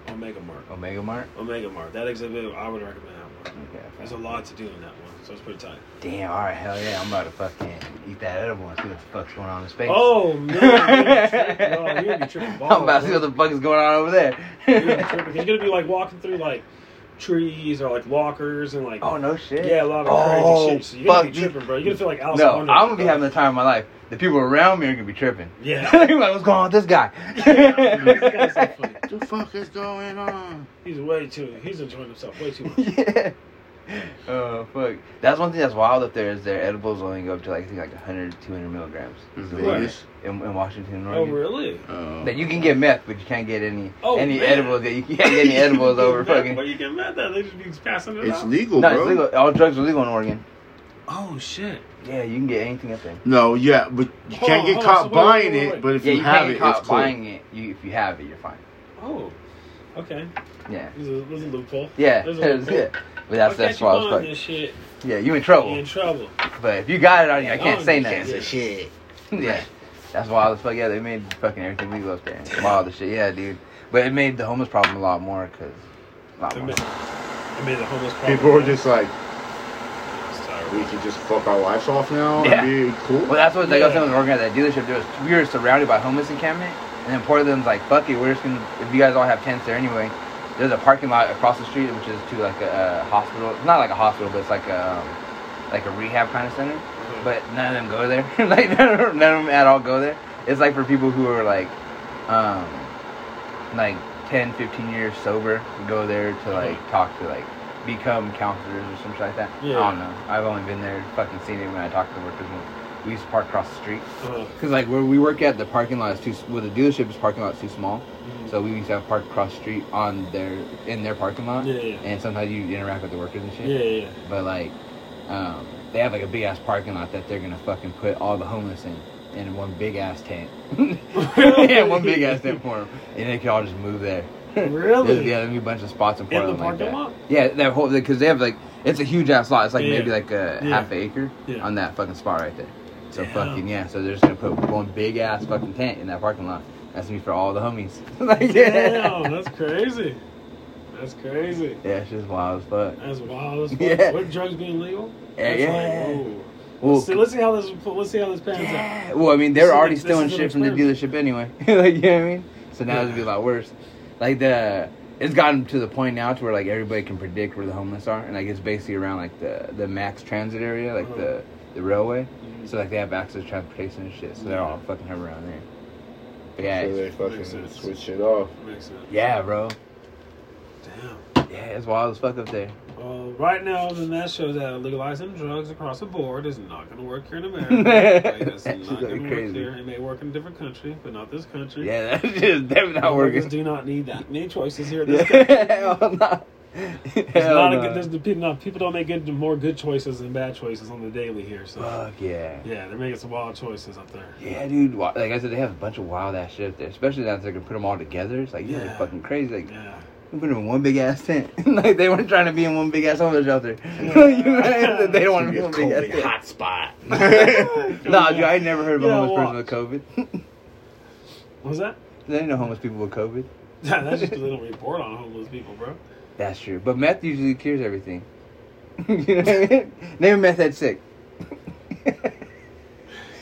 Speaker 1: Omega Mart.
Speaker 2: Omega Mart.
Speaker 1: Omega Mart. That exhibit, I would recommend that one.
Speaker 2: Okay.
Speaker 1: There's a lot to do in that one, so it's pretty tight.
Speaker 2: Damn. All right. Hell yeah. I'm about to fucking eat that edible and see what the fuck's going on in space.
Speaker 1: Oh, man. you're tripping, dog. You're going to be tripping balls.
Speaker 2: I'm about to see what the fuck is going on over
Speaker 1: You're gonna be
Speaker 2: there.
Speaker 1: tripping. You're going to be like walking through like trees or like walkers and like.
Speaker 2: oh no shit.
Speaker 1: Yeah, a lot of
Speaker 2: Oh,
Speaker 1: crazy shit. So you're gonna
Speaker 2: fuck,
Speaker 1: be
Speaker 2: dude.
Speaker 1: tripping, bro. You're gonna feel like Alice in
Speaker 2: No, I'm
Speaker 1: Wonderland,
Speaker 2: gonna be
Speaker 1: bro.
Speaker 2: having the time of my life. The people around me are gonna be tripping.
Speaker 1: Yeah.
Speaker 2: They're gonna be like, what's going on with this guy?
Speaker 1: This guy's so funny.
Speaker 3: What the fuck is going on?
Speaker 1: He's way too. He's enjoying himself way too much.
Speaker 2: yeah. Oh fuck. That's one thing that's wild up there is their edibles only go up to like I think like 100, 200 milligrams.
Speaker 3: In
Speaker 2: Is the limit.
Speaker 3: Vegas?
Speaker 2: In, in Washington,
Speaker 1: Oh,
Speaker 2: Oregon.
Speaker 1: really?
Speaker 3: Oh.
Speaker 2: That you can get meth, but you can't get any
Speaker 1: Oh,
Speaker 2: any
Speaker 1: man.
Speaker 2: edibles. That you can't get any edibles over fucking.
Speaker 1: But you get mad that they just be passing it
Speaker 3: It's
Speaker 1: out.
Speaker 3: legal,
Speaker 2: No,
Speaker 3: bro.
Speaker 2: it's legal. All drugs are legal in Oregon.
Speaker 1: oh shit!
Speaker 2: Yeah, you can get anything up there.
Speaker 3: No, yeah, but you
Speaker 1: Hold
Speaker 3: can't
Speaker 1: on,
Speaker 3: get
Speaker 1: hold on,
Speaker 3: caught
Speaker 1: so wait, wait,
Speaker 3: buying
Speaker 1: wait,
Speaker 3: it.
Speaker 1: wait.
Speaker 3: But if
Speaker 2: yeah,
Speaker 3: you,
Speaker 2: you
Speaker 3: have
Speaker 2: can't
Speaker 3: it,
Speaker 2: caught
Speaker 3: it's cool.
Speaker 2: buying it. You if you have it, you're fine.
Speaker 1: Oh, okay.
Speaker 2: Yeah,
Speaker 1: There's a, there's a loophole.
Speaker 2: yeah,
Speaker 1: There's
Speaker 2: that's it. But that's
Speaker 1: I'll
Speaker 2: that's
Speaker 1: catch you
Speaker 2: wild
Speaker 1: buying
Speaker 2: as
Speaker 1: this
Speaker 2: fuck.
Speaker 1: shit.
Speaker 2: Yeah, you in
Speaker 1: You
Speaker 2: trouble.
Speaker 1: in trouble.
Speaker 2: But if you got it on you, I can't
Speaker 1: Oh,
Speaker 2: say
Speaker 1: you
Speaker 2: nothing.
Speaker 1: can't say
Speaker 2: shit. yeah, that's wild as fuck. Yeah, they made fucking everything legal up there. Wild as shit. Yeah, dude. But it made the homeless problem a lot more because a lot
Speaker 1: I
Speaker 2: more.
Speaker 1: mean, I mean the homeless problem.
Speaker 3: People are just like,
Speaker 1: It's
Speaker 3: we
Speaker 1: terrible.
Speaker 3: can just fuck our lives off now
Speaker 2: Yeah.
Speaker 3: and be cool.
Speaker 2: Well, that's what like, I was
Speaker 1: Yeah.
Speaker 2: telling the organizer at that dealership. There was, we were surrounded by homeless encampment, and then Portland's like, "Fuck it, we're just gonna." If you guys all have tents there anyway, there's a parking lot across the street, which is to like a, uh hospital. It's not like a hospital, but it's like a um, like a rehab kind of center. But none of them go there. like none of, none of them at all go there. It's like for people who are like, um, like 10, 15 years sober, go there to like talk to like become counselors or something like that.
Speaker 1: Mm-hmm. Yeah.
Speaker 2: I don't know. I've only been there, fucking seen it when I talked to the workers. when We used to park across the street.
Speaker 1: Uh,
Speaker 2: Cause like where we work at, the parking lot is too. Well, the dealership's parking lot's too small,
Speaker 1: mm.
Speaker 2: so we used to have park across the street on their in their parking lot.
Speaker 1: Yeah, yeah.
Speaker 2: And sometimes you interact with the workers and
Speaker 1: yeah,
Speaker 2: shit.
Speaker 1: yeah,
Speaker 2: But like, um, they have like a big ass parking lot that they're gonna fucking put all the homeless in. in one big ass tent. yeah, one big ass tent for them, and they could all just move there.
Speaker 1: Really?
Speaker 2: There's- yeah, there'd be a bunch of spots in Portland like
Speaker 1: parking
Speaker 2: that.
Speaker 1: lot?
Speaker 2: Yeah, that whole because they have like it's a huge ass lot. It's like
Speaker 1: Yeah.
Speaker 2: maybe like a
Speaker 1: Yeah.
Speaker 2: half acre
Speaker 1: Yeah.
Speaker 2: on that fucking spot right there. So
Speaker 1: Damn.
Speaker 2: fucking yeah. So they're just gonna put one big ass fucking tent in that parking lot. That's me for all the homies. like yeah,
Speaker 1: Damn, that's crazy. That's crazy.
Speaker 2: yeah, it's just wild as fuck.
Speaker 1: That's wild. As fuck.
Speaker 2: Yeah.
Speaker 1: What drugs being legal?
Speaker 2: Yeah,
Speaker 1: That's
Speaker 2: yeah.
Speaker 1: Like, whoa.
Speaker 2: Well,
Speaker 1: let's see, let's see how this. Let's see how this pans
Speaker 2: yeah. well, I mean, they're
Speaker 1: This is
Speaker 2: already
Speaker 1: an-
Speaker 2: stealing
Speaker 1: this is an
Speaker 2: shit from the dealership anyway. like you know what I mean? So now it'd be a lot worse. Like the it's gotten to the point now to where like everybody can predict where the homeless are, and like it's basically around like the the max transit area, like
Speaker 1: Uh-huh. Mm-hmm.
Speaker 2: the the railway.
Speaker 1: out.
Speaker 2: So like they have access to transportation and shit, so they're all fucking hung around there. But yeah,
Speaker 3: so
Speaker 2: it's-
Speaker 3: they fucking
Speaker 1: Makes sense.
Speaker 3: switch it off.
Speaker 1: Makes sense.
Speaker 2: yeah, bro.
Speaker 1: Damn.
Speaker 2: Yeah, it's wild as fuck up there.
Speaker 1: Well, right now, then that shows that legalizing drugs across the board is not going to work here in America. Like, that's
Speaker 2: She's
Speaker 1: not
Speaker 2: like
Speaker 1: going to work
Speaker 2: crazy.
Speaker 1: here. It may work in a different country, but not this country.
Speaker 2: Yeah, that's just definitely not
Speaker 1: Workers
Speaker 2: working.
Speaker 1: do not need that many choices here. in This country.
Speaker 2: Hell no.
Speaker 1: There's
Speaker 2: Hell
Speaker 1: not a
Speaker 2: no.
Speaker 1: good, there's the people, no, people don't make good, more good choices than bad choices on the daily here. So
Speaker 2: Fuck yeah.
Speaker 1: yeah, they're making some wild choices up there.
Speaker 2: Yeah, dude. wa- Like I said, they have a bunch of wild ass shit up there. Especially now that they can put them all together. It's like, yeah,
Speaker 1: Yeah.
Speaker 2: they're fucking crazy. Like,
Speaker 1: Yeah,
Speaker 2: we put them in one big ass tent. like, they weren't trying to be in one big ass homeless shelter. you know, what I mean? they don't want to be in one big ass tent.
Speaker 3: hot spot.
Speaker 2: Nah, dude, I ain't never heard of a
Speaker 1: Yeah,
Speaker 2: homeless person with COVID.
Speaker 1: what's that?
Speaker 2: there ain't no homeless people with COVID.
Speaker 1: Yeah, that's just 'cause they don't report on homeless people, bro.
Speaker 2: That's true. But meth usually cures everything. you know what I mean? Name a meth that's sick.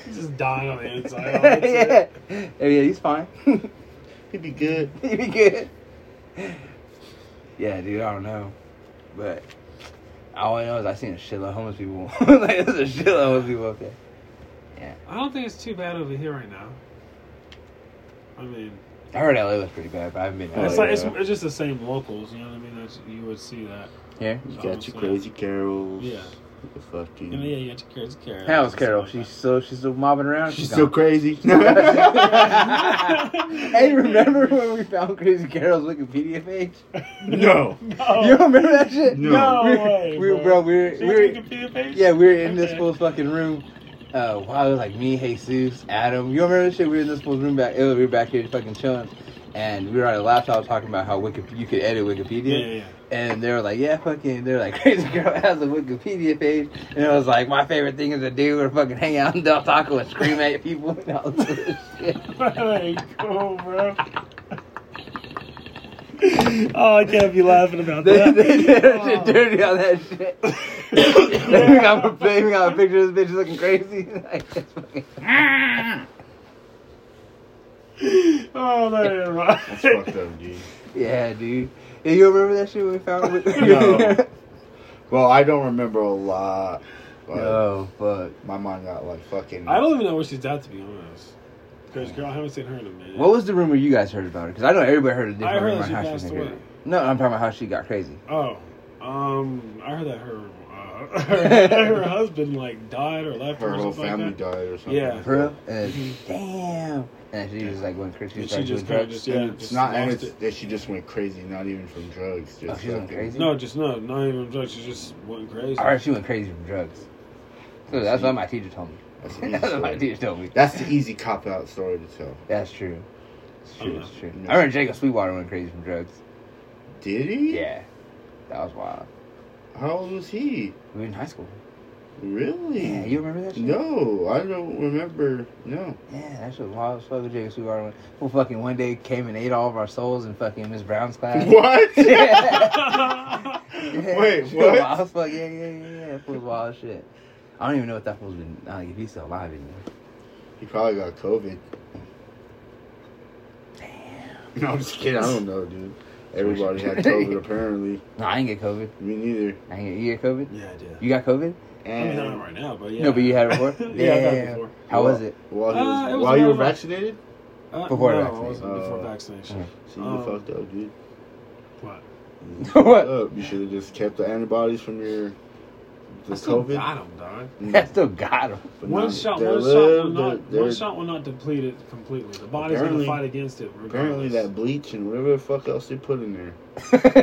Speaker 1: He's just dying on the inside. all that shit.
Speaker 2: yeah. yeah, he's fine.
Speaker 3: He'd be good.
Speaker 2: He'd be good. Yeah, dude, I don't know. But all I know is I seen a shitload of homeless people. like, there's a shitload of homeless people up there.
Speaker 1: I don't think it's too bad over here right now. I mean,
Speaker 2: I heard LA was pretty bad, but I haven't been to
Speaker 1: it's
Speaker 2: LA.
Speaker 1: like it's,
Speaker 3: yeah.
Speaker 1: it's just the same locals. You know what I mean? That's, you would see that.
Speaker 2: Yeah.
Speaker 3: You
Speaker 1: Almost
Speaker 3: got your
Speaker 1: like-
Speaker 3: crazy carols.
Speaker 1: Yeah.
Speaker 3: The fucking.
Speaker 1: You know, yeah, you got your Carol's Carol.
Speaker 2: How's Carol? She's still she's still mobbing around.
Speaker 3: She's
Speaker 2: She's
Speaker 3: so
Speaker 2: gone.
Speaker 3: crazy.
Speaker 2: hey, remember when we found Crazy Carol's Wikipedia page?
Speaker 3: no.
Speaker 1: No,
Speaker 2: You remember that shit?
Speaker 3: No.
Speaker 1: Oh. no
Speaker 2: we,
Speaker 1: way,
Speaker 2: we, bro. we were,
Speaker 1: She's
Speaker 2: we were,
Speaker 1: Wikipedia page?
Speaker 2: yeah, we were in this
Speaker 1: Okay.
Speaker 2: fool's fucking room. Uh, wow, it was like me, Jesus, Adam. You remember that shit? We were in this fool's room back. It was, we were back here fucking chilling, and we were on a laptop talking about how Wiki, you could edit Wikipedia.
Speaker 1: Yeah, yeah, yeah.
Speaker 2: And they were like, yeah, fucking. They're like, crazy girl has a Wikipedia page, and I was like, my favorite thing is to do or fucking hang out in Del Taco and scream at people and all this shit.
Speaker 1: that ain't cool, bro. oh, I can't be laughing about
Speaker 2: They,
Speaker 1: that.
Speaker 2: they did that shit
Speaker 1: Oh.
Speaker 2: dirty on that shit. they got, a- they got a picture of this bitch looking crazy. Like, it's fucking-
Speaker 1: Oh, that ain't right.
Speaker 3: That's fucked up, dude.
Speaker 2: yeah, dude. Yeah, you remember that shit we found? With-
Speaker 3: No. Well, I don't remember a lot. But
Speaker 2: oh, fuck.
Speaker 3: My mind got like fucking.
Speaker 1: I don't even know where she's at, to be honest. Because, girl, I haven't seen her in a minute.
Speaker 2: What was the rumor you guys heard about her? Because I know everybody heard a different
Speaker 1: I heard
Speaker 2: rumor
Speaker 1: that
Speaker 2: on
Speaker 1: she
Speaker 2: how she
Speaker 1: passed
Speaker 2: got
Speaker 1: away.
Speaker 2: crazy. No, I'm talking about how she got crazy.
Speaker 1: Oh, um, I heard that her uh, her, her husband like died or left
Speaker 3: her
Speaker 1: her
Speaker 3: whole
Speaker 1: or something
Speaker 3: family
Speaker 1: like that.
Speaker 3: died or something.
Speaker 1: Yeah.
Speaker 2: For real? And damn. And she just like went crazy.
Speaker 1: And Mm-hmm. she
Speaker 2: started
Speaker 1: just
Speaker 2: doing
Speaker 1: kind of
Speaker 2: drugs.
Speaker 1: just yeah,
Speaker 3: It's
Speaker 1: just
Speaker 3: not, and
Speaker 1: lost
Speaker 3: it's
Speaker 1: it.
Speaker 3: that she just went crazy. Not even from drugs. Just
Speaker 2: Oh, she went
Speaker 3: fucking-
Speaker 2: crazy?
Speaker 1: No, just no, not even drugs. She just went crazy.
Speaker 2: I heard she went crazy from drugs. So that's what my teacher told me.
Speaker 3: That's the easy
Speaker 2: that's what my
Speaker 3: story.
Speaker 2: teacher told me.
Speaker 3: That's the easy cop out story to tell.
Speaker 2: That's true. It's true.
Speaker 1: Uh-huh.
Speaker 2: It's true.
Speaker 3: No.
Speaker 2: I remember Jacob Sweetwater went crazy from drugs.
Speaker 3: Did he?
Speaker 2: Yeah, that was wild.
Speaker 3: How old was he?
Speaker 2: We were in high school.
Speaker 3: Really?
Speaker 2: Yeah, you remember that shit?
Speaker 3: No, I don't remember. No.
Speaker 2: Yeah, that shit was wild as fuck. with Jacob Sweetwater went. Well, fucking one day came and ate all of our souls in fucking Miss Brown's class.
Speaker 3: What?
Speaker 2: Yeah.
Speaker 3: Wait,
Speaker 2: Shit was
Speaker 3: what?
Speaker 2: Wild as fuck. Yeah, yeah, yeah. yeah. That fool was wild as shit. I don't even know if that fool's been. Like, if he's still alive, isn't he?
Speaker 3: He probably got COVID. Damn. No, I'm just kidding. I don't know, dude. Everybody had COVID apparently.
Speaker 2: No, I didn't get COVID.
Speaker 3: Me neither.
Speaker 2: I didn't get. You get COVID?
Speaker 1: yeah, I did.
Speaker 2: You got COVID?
Speaker 1: I mean, not
Speaker 3: And
Speaker 1: right now, but yeah.
Speaker 2: No, but you had it before.
Speaker 1: yeah, I had it before.
Speaker 2: How was it?
Speaker 3: while, he was,
Speaker 1: Uh, it was
Speaker 3: while you were
Speaker 1: about-
Speaker 3: vaccinated,
Speaker 1: Uh,
Speaker 2: Before
Speaker 1: no,
Speaker 2: vaccination.
Speaker 1: I wasn't before
Speaker 3: Oh.
Speaker 1: vaccination.
Speaker 2: Mm.
Speaker 3: see you
Speaker 1: Um,
Speaker 3: fucked up, dude.
Speaker 1: What?
Speaker 3: You
Speaker 2: What?
Speaker 3: fucked Up. You should have just kept the antibodies from your
Speaker 1: I
Speaker 3: the
Speaker 1: still
Speaker 3: COVID.
Speaker 1: got 'em, dog.
Speaker 2: I still got him.
Speaker 3: But
Speaker 1: One
Speaker 3: no,
Speaker 1: shot,
Speaker 3: they're
Speaker 1: one shot will
Speaker 3: live,
Speaker 1: not,
Speaker 3: they're-
Speaker 1: one shot will not deplete it completely. The body's going
Speaker 3: Apparently-
Speaker 1: to fight against it.
Speaker 3: Apparently,
Speaker 1: Regardless.
Speaker 3: that bleach and whatever the fuck else they put in there.
Speaker 2: I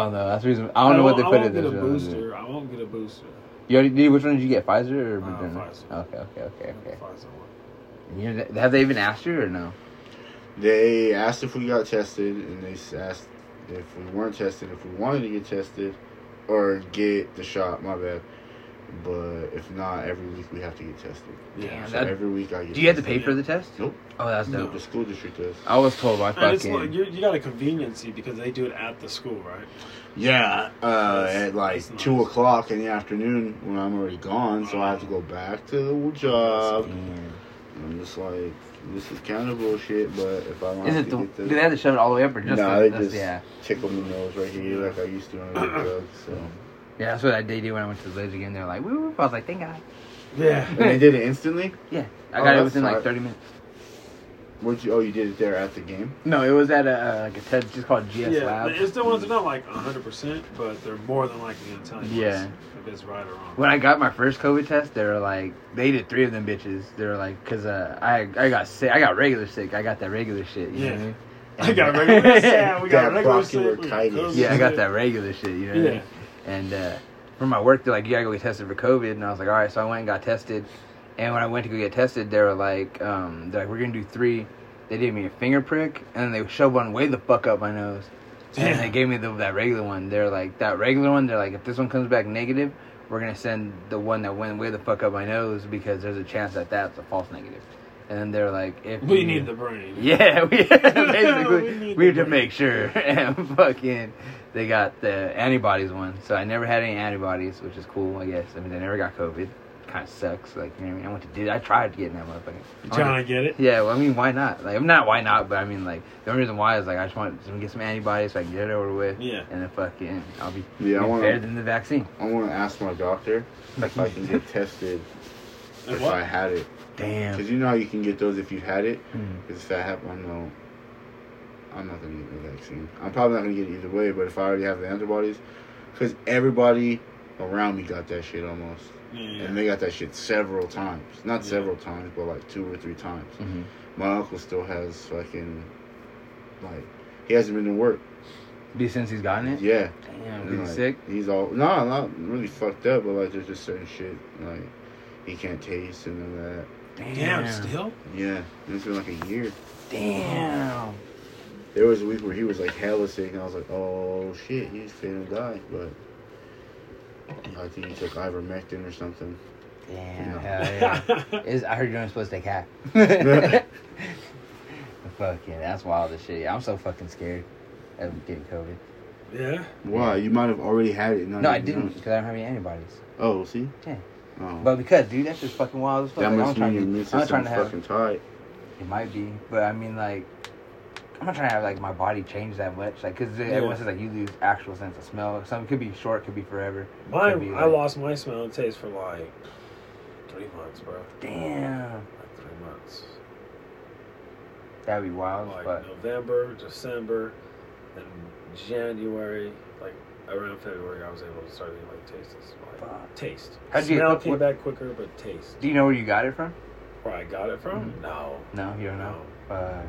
Speaker 2: don't know. That's the reason. I don't know what they
Speaker 1: won't-
Speaker 2: put
Speaker 1: I won't
Speaker 2: in this.
Speaker 1: get a
Speaker 2: really.
Speaker 1: booster. I won't get a booster.
Speaker 2: You already did. Which one did you get? Pfizer or
Speaker 1: Uh,
Speaker 2: Moderna?
Speaker 1: Pfizer.
Speaker 2: okay, okay, okay, okay.
Speaker 1: Pfizer one.
Speaker 2: You, have they even asked you or no?
Speaker 3: They asked if we got tested, and they s- asked if we weren't tested, if we wanted to get tested or get the shot. My bad. But if not, every week we have to get tested.
Speaker 1: Yeah.
Speaker 2: Damn,
Speaker 3: So
Speaker 2: that-
Speaker 3: every week I get.
Speaker 2: Do you have to
Speaker 3: tested.
Speaker 2: pay for the test?
Speaker 3: Nope.
Speaker 2: Oh, that's dope.
Speaker 3: The school district does.
Speaker 2: I was told my
Speaker 1: And it's like
Speaker 2: fucking.
Speaker 1: you you got a conveniency because they do it at the school, right?
Speaker 3: Yeah, uh,
Speaker 1: That's-
Speaker 3: at like
Speaker 1: that's nice.
Speaker 3: two o'clock in the afternoon when I'm already gone, so I have to go back to the job.
Speaker 2: Damn.
Speaker 3: And I'm just like, this is kind of bullshit. But if I don't
Speaker 2: Is
Speaker 3: have
Speaker 2: it
Speaker 3: to
Speaker 2: the?
Speaker 3: get
Speaker 2: Do
Speaker 3: the,
Speaker 2: they have to shove it all the way up or just?
Speaker 3: Nah,
Speaker 2: the,
Speaker 3: they
Speaker 2: that's-
Speaker 3: just-
Speaker 2: yeah,
Speaker 3: tickle me nose right here like I used to when I was drunk. So
Speaker 2: yeah. That's what they did when I went to the laser game. They're like, woo. I was like, thank God.
Speaker 1: Yeah.
Speaker 3: and they did it instantly.
Speaker 2: Yeah, I
Speaker 3: Oh,
Speaker 2: got it
Speaker 3: that's
Speaker 2: within like
Speaker 3: smart.
Speaker 2: thirty minutes.
Speaker 3: What you? Oh, you did it there at the game.
Speaker 2: No, it was at a uh, like a test just called GS
Speaker 1: yeah,
Speaker 2: Lab.
Speaker 1: it's the ones that are not like 100%, but they're more than likely going to tell you
Speaker 2: Yeah.
Speaker 1: if it's right or wrong.
Speaker 2: When I got my first COVID test, they were like, they did three of them bitches. They were like, cause uh, I I got sick, I got regular sick, I got that regular shit. You
Speaker 1: Yeah.
Speaker 2: know what I mean?
Speaker 1: I got regular yeah, we got
Speaker 3: Got
Speaker 1: regular sick,
Speaker 3: bronchiolitis.
Speaker 1: we got COVID
Speaker 2: Yeah, I got
Speaker 1: sick.
Speaker 2: that regular shit. You know what I
Speaker 1: Yeah.
Speaker 2: mean? And uh, from my work, they're like, you gotta go get tested for COVID, and I was like, all right. So I went and got tested, and when I went to go get tested, they were like, um, they're like, we're gonna do three. They gave me a finger prick, and they shoved one way the fuck up my nose. And they
Speaker 1: Damn.
Speaker 2: gave me the, that regular one. They're like that regular one. They're like, if this one comes back negative, we're gonna send the one that went way the fuck up my nose because there's a chance that that's a false negative. And then they're like, if
Speaker 1: We
Speaker 2: you-
Speaker 1: need the brain.
Speaker 2: yeah, we basically
Speaker 1: We
Speaker 2: we,
Speaker 1: need
Speaker 2: had
Speaker 1: the
Speaker 2: to make sure and fucking they got the antibodies one. So I never had any antibodies, which is cool, I guess. I mean, I never got COVID. Kind of sucks, like you know what I mean. I went to did I tried getting that motherfucker. I went to-
Speaker 1: Trying to get it.
Speaker 2: yeah, well, I mean, why not? Like, I'm not why not, but I mean, like, the only reason why is like I just want to get some antibodies so I can get it over with.
Speaker 1: Yeah.
Speaker 2: And then fucking, I'll be
Speaker 3: Yeah, I
Speaker 2: be
Speaker 3: wanna-
Speaker 2: better than the vaccine.
Speaker 3: I want to ask my doctor if I can get tested
Speaker 1: And
Speaker 3: if
Speaker 1: what?
Speaker 3: I had it. Because
Speaker 2: Damn.
Speaker 3: you know how you can get those if you had it.
Speaker 2: Hmm.
Speaker 3: Because if I have, I know I'm not gonna get the vaccine. I'm probably not gonna get it either way. But if I already have the antibodies, because everybody around me got that shit almost,
Speaker 1: Yeah.
Speaker 3: and they got that shit several times. Not
Speaker 1: Yeah.
Speaker 3: several times, but like two or three times.
Speaker 2: Mhm.
Speaker 3: My uncle still has fucking like he hasn't been to work.
Speaker 2: Be since he's gotten it.
Speaker 3: Yeah,
Speaker 2: Damn.
Speaker 3: And,
Speaker 2: Is he sick?
Speaker 3: like, He's all no, not really fucked up, but like there's just certain shit like he can't taste and all that.
Speaker 1: Damn, still?
Speaker 3: Yeah, and it's been like a year.
Speaker 2: Damn.
Speaker 3: There was a week where he was like hella sick, and I was like, oh shit, he's finna die. But I think he took ivermectin or something.
Speaker 2: Damn.
Speaker 3: No.
Speaker 2: Hell yeah. Is I heard you're not supposed to take half. fucking, that's wild as shit. I'm so fucking scared of getting COVID.
Speaker 1: yeah.
Speaker 3: Why? You might have already had it. not
Speaker 2: No, I
Speaker 3: even
Speaker 2: didn't
Speaker 3: known.
Speaker 2: because I don't have any antibodies.
Speaker 3: Oh, see?
Speaker 2: Yeah.
Speaker 3: Oh.
Speaker 2: But because, dude, that's just fucking wild as fuck.
Speaker 3: that
Speaker 2: Like, I'm
Speaker 3: must mean
Speaker 2: trying
Speaker 3: your
Speaker 2: to-
Speaker 3: immune
Speaker 2: I'm not trying
Speaker 3: system's
Speaker 2: to have
Speaker 3: fucking tight.
Speaker 2: It might be, but I mean, like, I'm not trying to have like my body change that much, like, because everyone says like you lose actual sense of smell. Some could be short, could be forever. Could be,
Speaker 1: Mine, I
Speaker 2: like-
Speaker 1: lost my smell and taste for like three months, bro.
Speaker 2: Damn,
Speaker 1: Like three months.
Speaker 2: that'd be wild.
Speaker 1: Like
Speaker 2: but
Speaker 1: November, December, and January, like around February, I was able to start getting like tastes. Like,
Speaker 2: Fuck.
Speaker 1: taste.
Speaker 2: How'd you get
Speaker 1: Smell
Speaker 2: cooked
Speaker 1: came
Speaker 2: with-
Speaker 1: back quicker, but taste.
Speaker 2: do you know where you got it from?
Speaker 1: Where I got it from?
Speaker 2: Mhm.
Speaker 1: No.
Speaker 2: No, you don't know. Uh,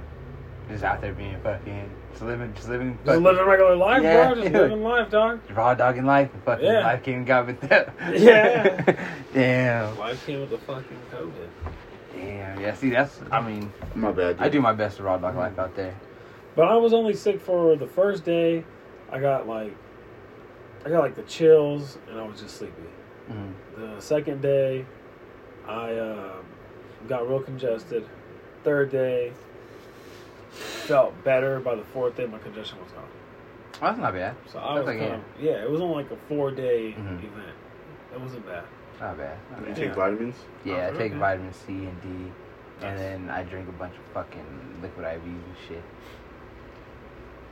Speaker 2: just out there being fucking, just living, just living,
Speaker 1: Just
Speaker 2: fucking,
Speaker 1: living regular life,
Speaker 2: Yeah.
Speaker 1: bro. Just living life, dog.
Speaker 2: raw dogging life, and fucking
Speaker 1: Yeah.
Speaker 2: life came and got with that.
Speaker 1: Yeah.
Speaker 2: damn,
Speaker 1: Life came with the fucking COVID.
Speaker 2: damn, yeah. See, that's, I mean,
Speaker 3: My bad.
Speaker 2: I do my best to raw dog life out there.
Speaker 1: But I was only sick for the first day. I got like, I got like the chills, and I was just sleepy. Mm-hmm.
Speaker 2: Mm.
Speaker 1: The second day, I um, got real congested. Third day, felt better. By the fourth day, my congestion was gone.
Speaker 2: Oh, that's not bad.
Speaker 1: So I was
Speaker 2: That's like,
Speaker 1: kind of, yeah, it was only like a four day
Speaker 2: Mhm.
Speaker 1: event. It wasn't bad.
Speaker 2: Not bad. Not
Speaker 3: You
Speaker 2: bad.
Speaker 3: take
Speaker 1: Yeah.
Speaker 3: vitamins?
Speaker 2: Yeah, I
Speaker 1: Okay.
Speaker 2: take vitamin C and D,
Speaker 1: Nice.
Speaker 2: and then I drink a bunch of fucking liquid IVs and shit.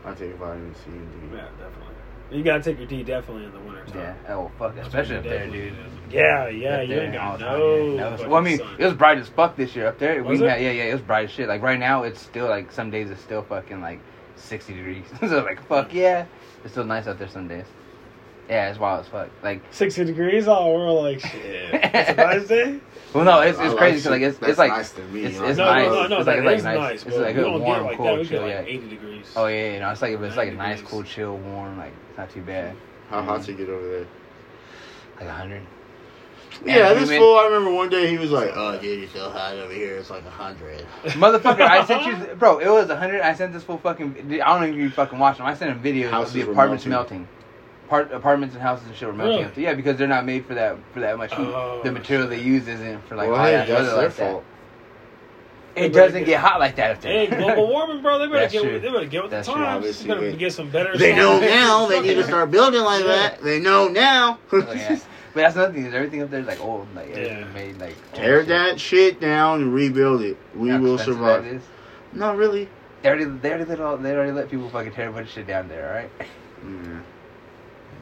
Speaker 3: I take vitamin C and D.
Speaker 1: Yeah, definitely. You gotta take your D definitely in the winter
Speaker 2: Yeah.
Speaker 1: time.
Speaker 2: Oh fuck, especially up there, dude.
Speaker 1: Yeah, yeah,
Speaker 2: Up
Speaker 1: you
Speaker 2: there
Speaker 1: ain't
Speaker 2: all
Speaker 1: got
Speaker 2: the
Speaker 1: no.
Speaker 2: time, yeah. No,
Speaker 1: fucking
Speaker 2: well, I mean,
Speaker 1: sun.
Speaker 2: it was bright as fuck this year up there.
Speaker 1: Was
Speaker 2: we
Speaker 1: it?
Speaker 2: had, yeah, yeah, it was bright as shit. Like right now, it's still like some days it's still fucking like sixty degrees. so like fuck yeah, it's still nice out there some days. Yeah, it's wild as fuck. Like,
Speaker 1: 60 degrees, oh, we're like, shit. It's a nice day?
Speaker 2: well, no, it's,
Speaker 3: I
Speaker 2: it's crazy. 'cause,
Speaker 3: shit
Speaker 2: like it's
Speaker 3: that's
Speaker 2: it's like
Speaker 3: nice to me.
Speaker 2: it's-
Speaker 3: I
Speaker 2: it's
Speaker 1: no,
Speaker 3: love
Speaker 2: nice.
Speaker 1: no, no,
Speaker 3: it.
Speaker 1: no,
Speaker 2: It's
Speaker 1: that
Speaker 2: like- it's like
Speaker 1: is
Speaker 2: nice.
Speaker 1: nice,
Speaker 2: It's
Speaker 1: bro.
Speaker 2: like a
Speaker 1: we don't
Speaker 2: warm,
Speaker 1: get like
Speaker 2: cool
Speaker 1: that. We get
Speaker 2: chill,
Speaker 1: like
Speaker 2: yeah.
Speaker 1: 80 degrees.
Speaker 2: oh yeah, yeah, no, it's like it's like a nice
Speaker 1: 90
Speaker 2: cool chill warm. Like it's not too bad.
Speaker 3: How hot's it get over there?
Speaker 2: Like hundred.
Speaker 3: Yeah,
Speaker 2: And
Speaker 3: this
Speaker 2: women-
Speaker 3: fool. I remember one day he was like, "Oh, dude, it's so hot over here. It's like a hundred.
Speaker 2: Motherfucker, I sent you, bro. It was hundred. I sent this full fucking. dude, I don't even fucking watch them. I sent them videos
Speaker 3: Houses
Speaker 2: of the
Speaker 3: were
Speaker 2: apartments melting.
Speaker 3: melting.
Speaker 2: Part, apartments and houses and shit were melting.
Speaker 1: Really?
Speaker 2: Yeah, because they're not made for that for that much heat.
Speaker 1: Oh,
Speaker 2: the material they use isn't for like
Speaker 3: well,
Speaker 2: hot
Speaker 3: hey,
Speaker 2: ass
Speaker 3: that's
Speaker 2: weather
Speaker 3: their
Speaker 2: like that.
Speaker 3: fault.
Speaker 2: It
Speaker 1: They better
Speaker 2: doesn't
Speaker 1: get-
Speaker 2: get hot like that. up there.
Speaker 1: Hey, global warming, bro. They better
Speaker 2: That's
Speaker 1: get.
Speaker 2: true.
Speaker 1: They better get with
Speaker 2: That's
Speaker 1: the
Speaker 2: true,
Speaker 1: times.
Speaker 3: obviously,
Speaker 1: They better
Speaker 3: we-
Speaker 1: get some better.
Speaker 3: They know
Speaker 1: stuff.
Speaker 3: now. They need to start building like
Speaker 1: Yeah.
Speaker 3: that. They know now.
Speaker 2: Oh, yeah. But that's another thing. Is everything up there is like old, like everything
Speaker 1: Yeah.
Speaker 2: made like
Speaker 3: Tear
Speaker 2: shit.
Speaker 3: that shit down and rebuild it. We
Speaker 2: How
Speaker 3: will
Speaker 2: expensive that
Speaker 3: survive.
Speaker 2: is.
Speaker 3: Not really.
Speaker 2: They already, they already let all, they already let people fucking tear a bunch of shit down there, all right?
Speaker 3: Yeah.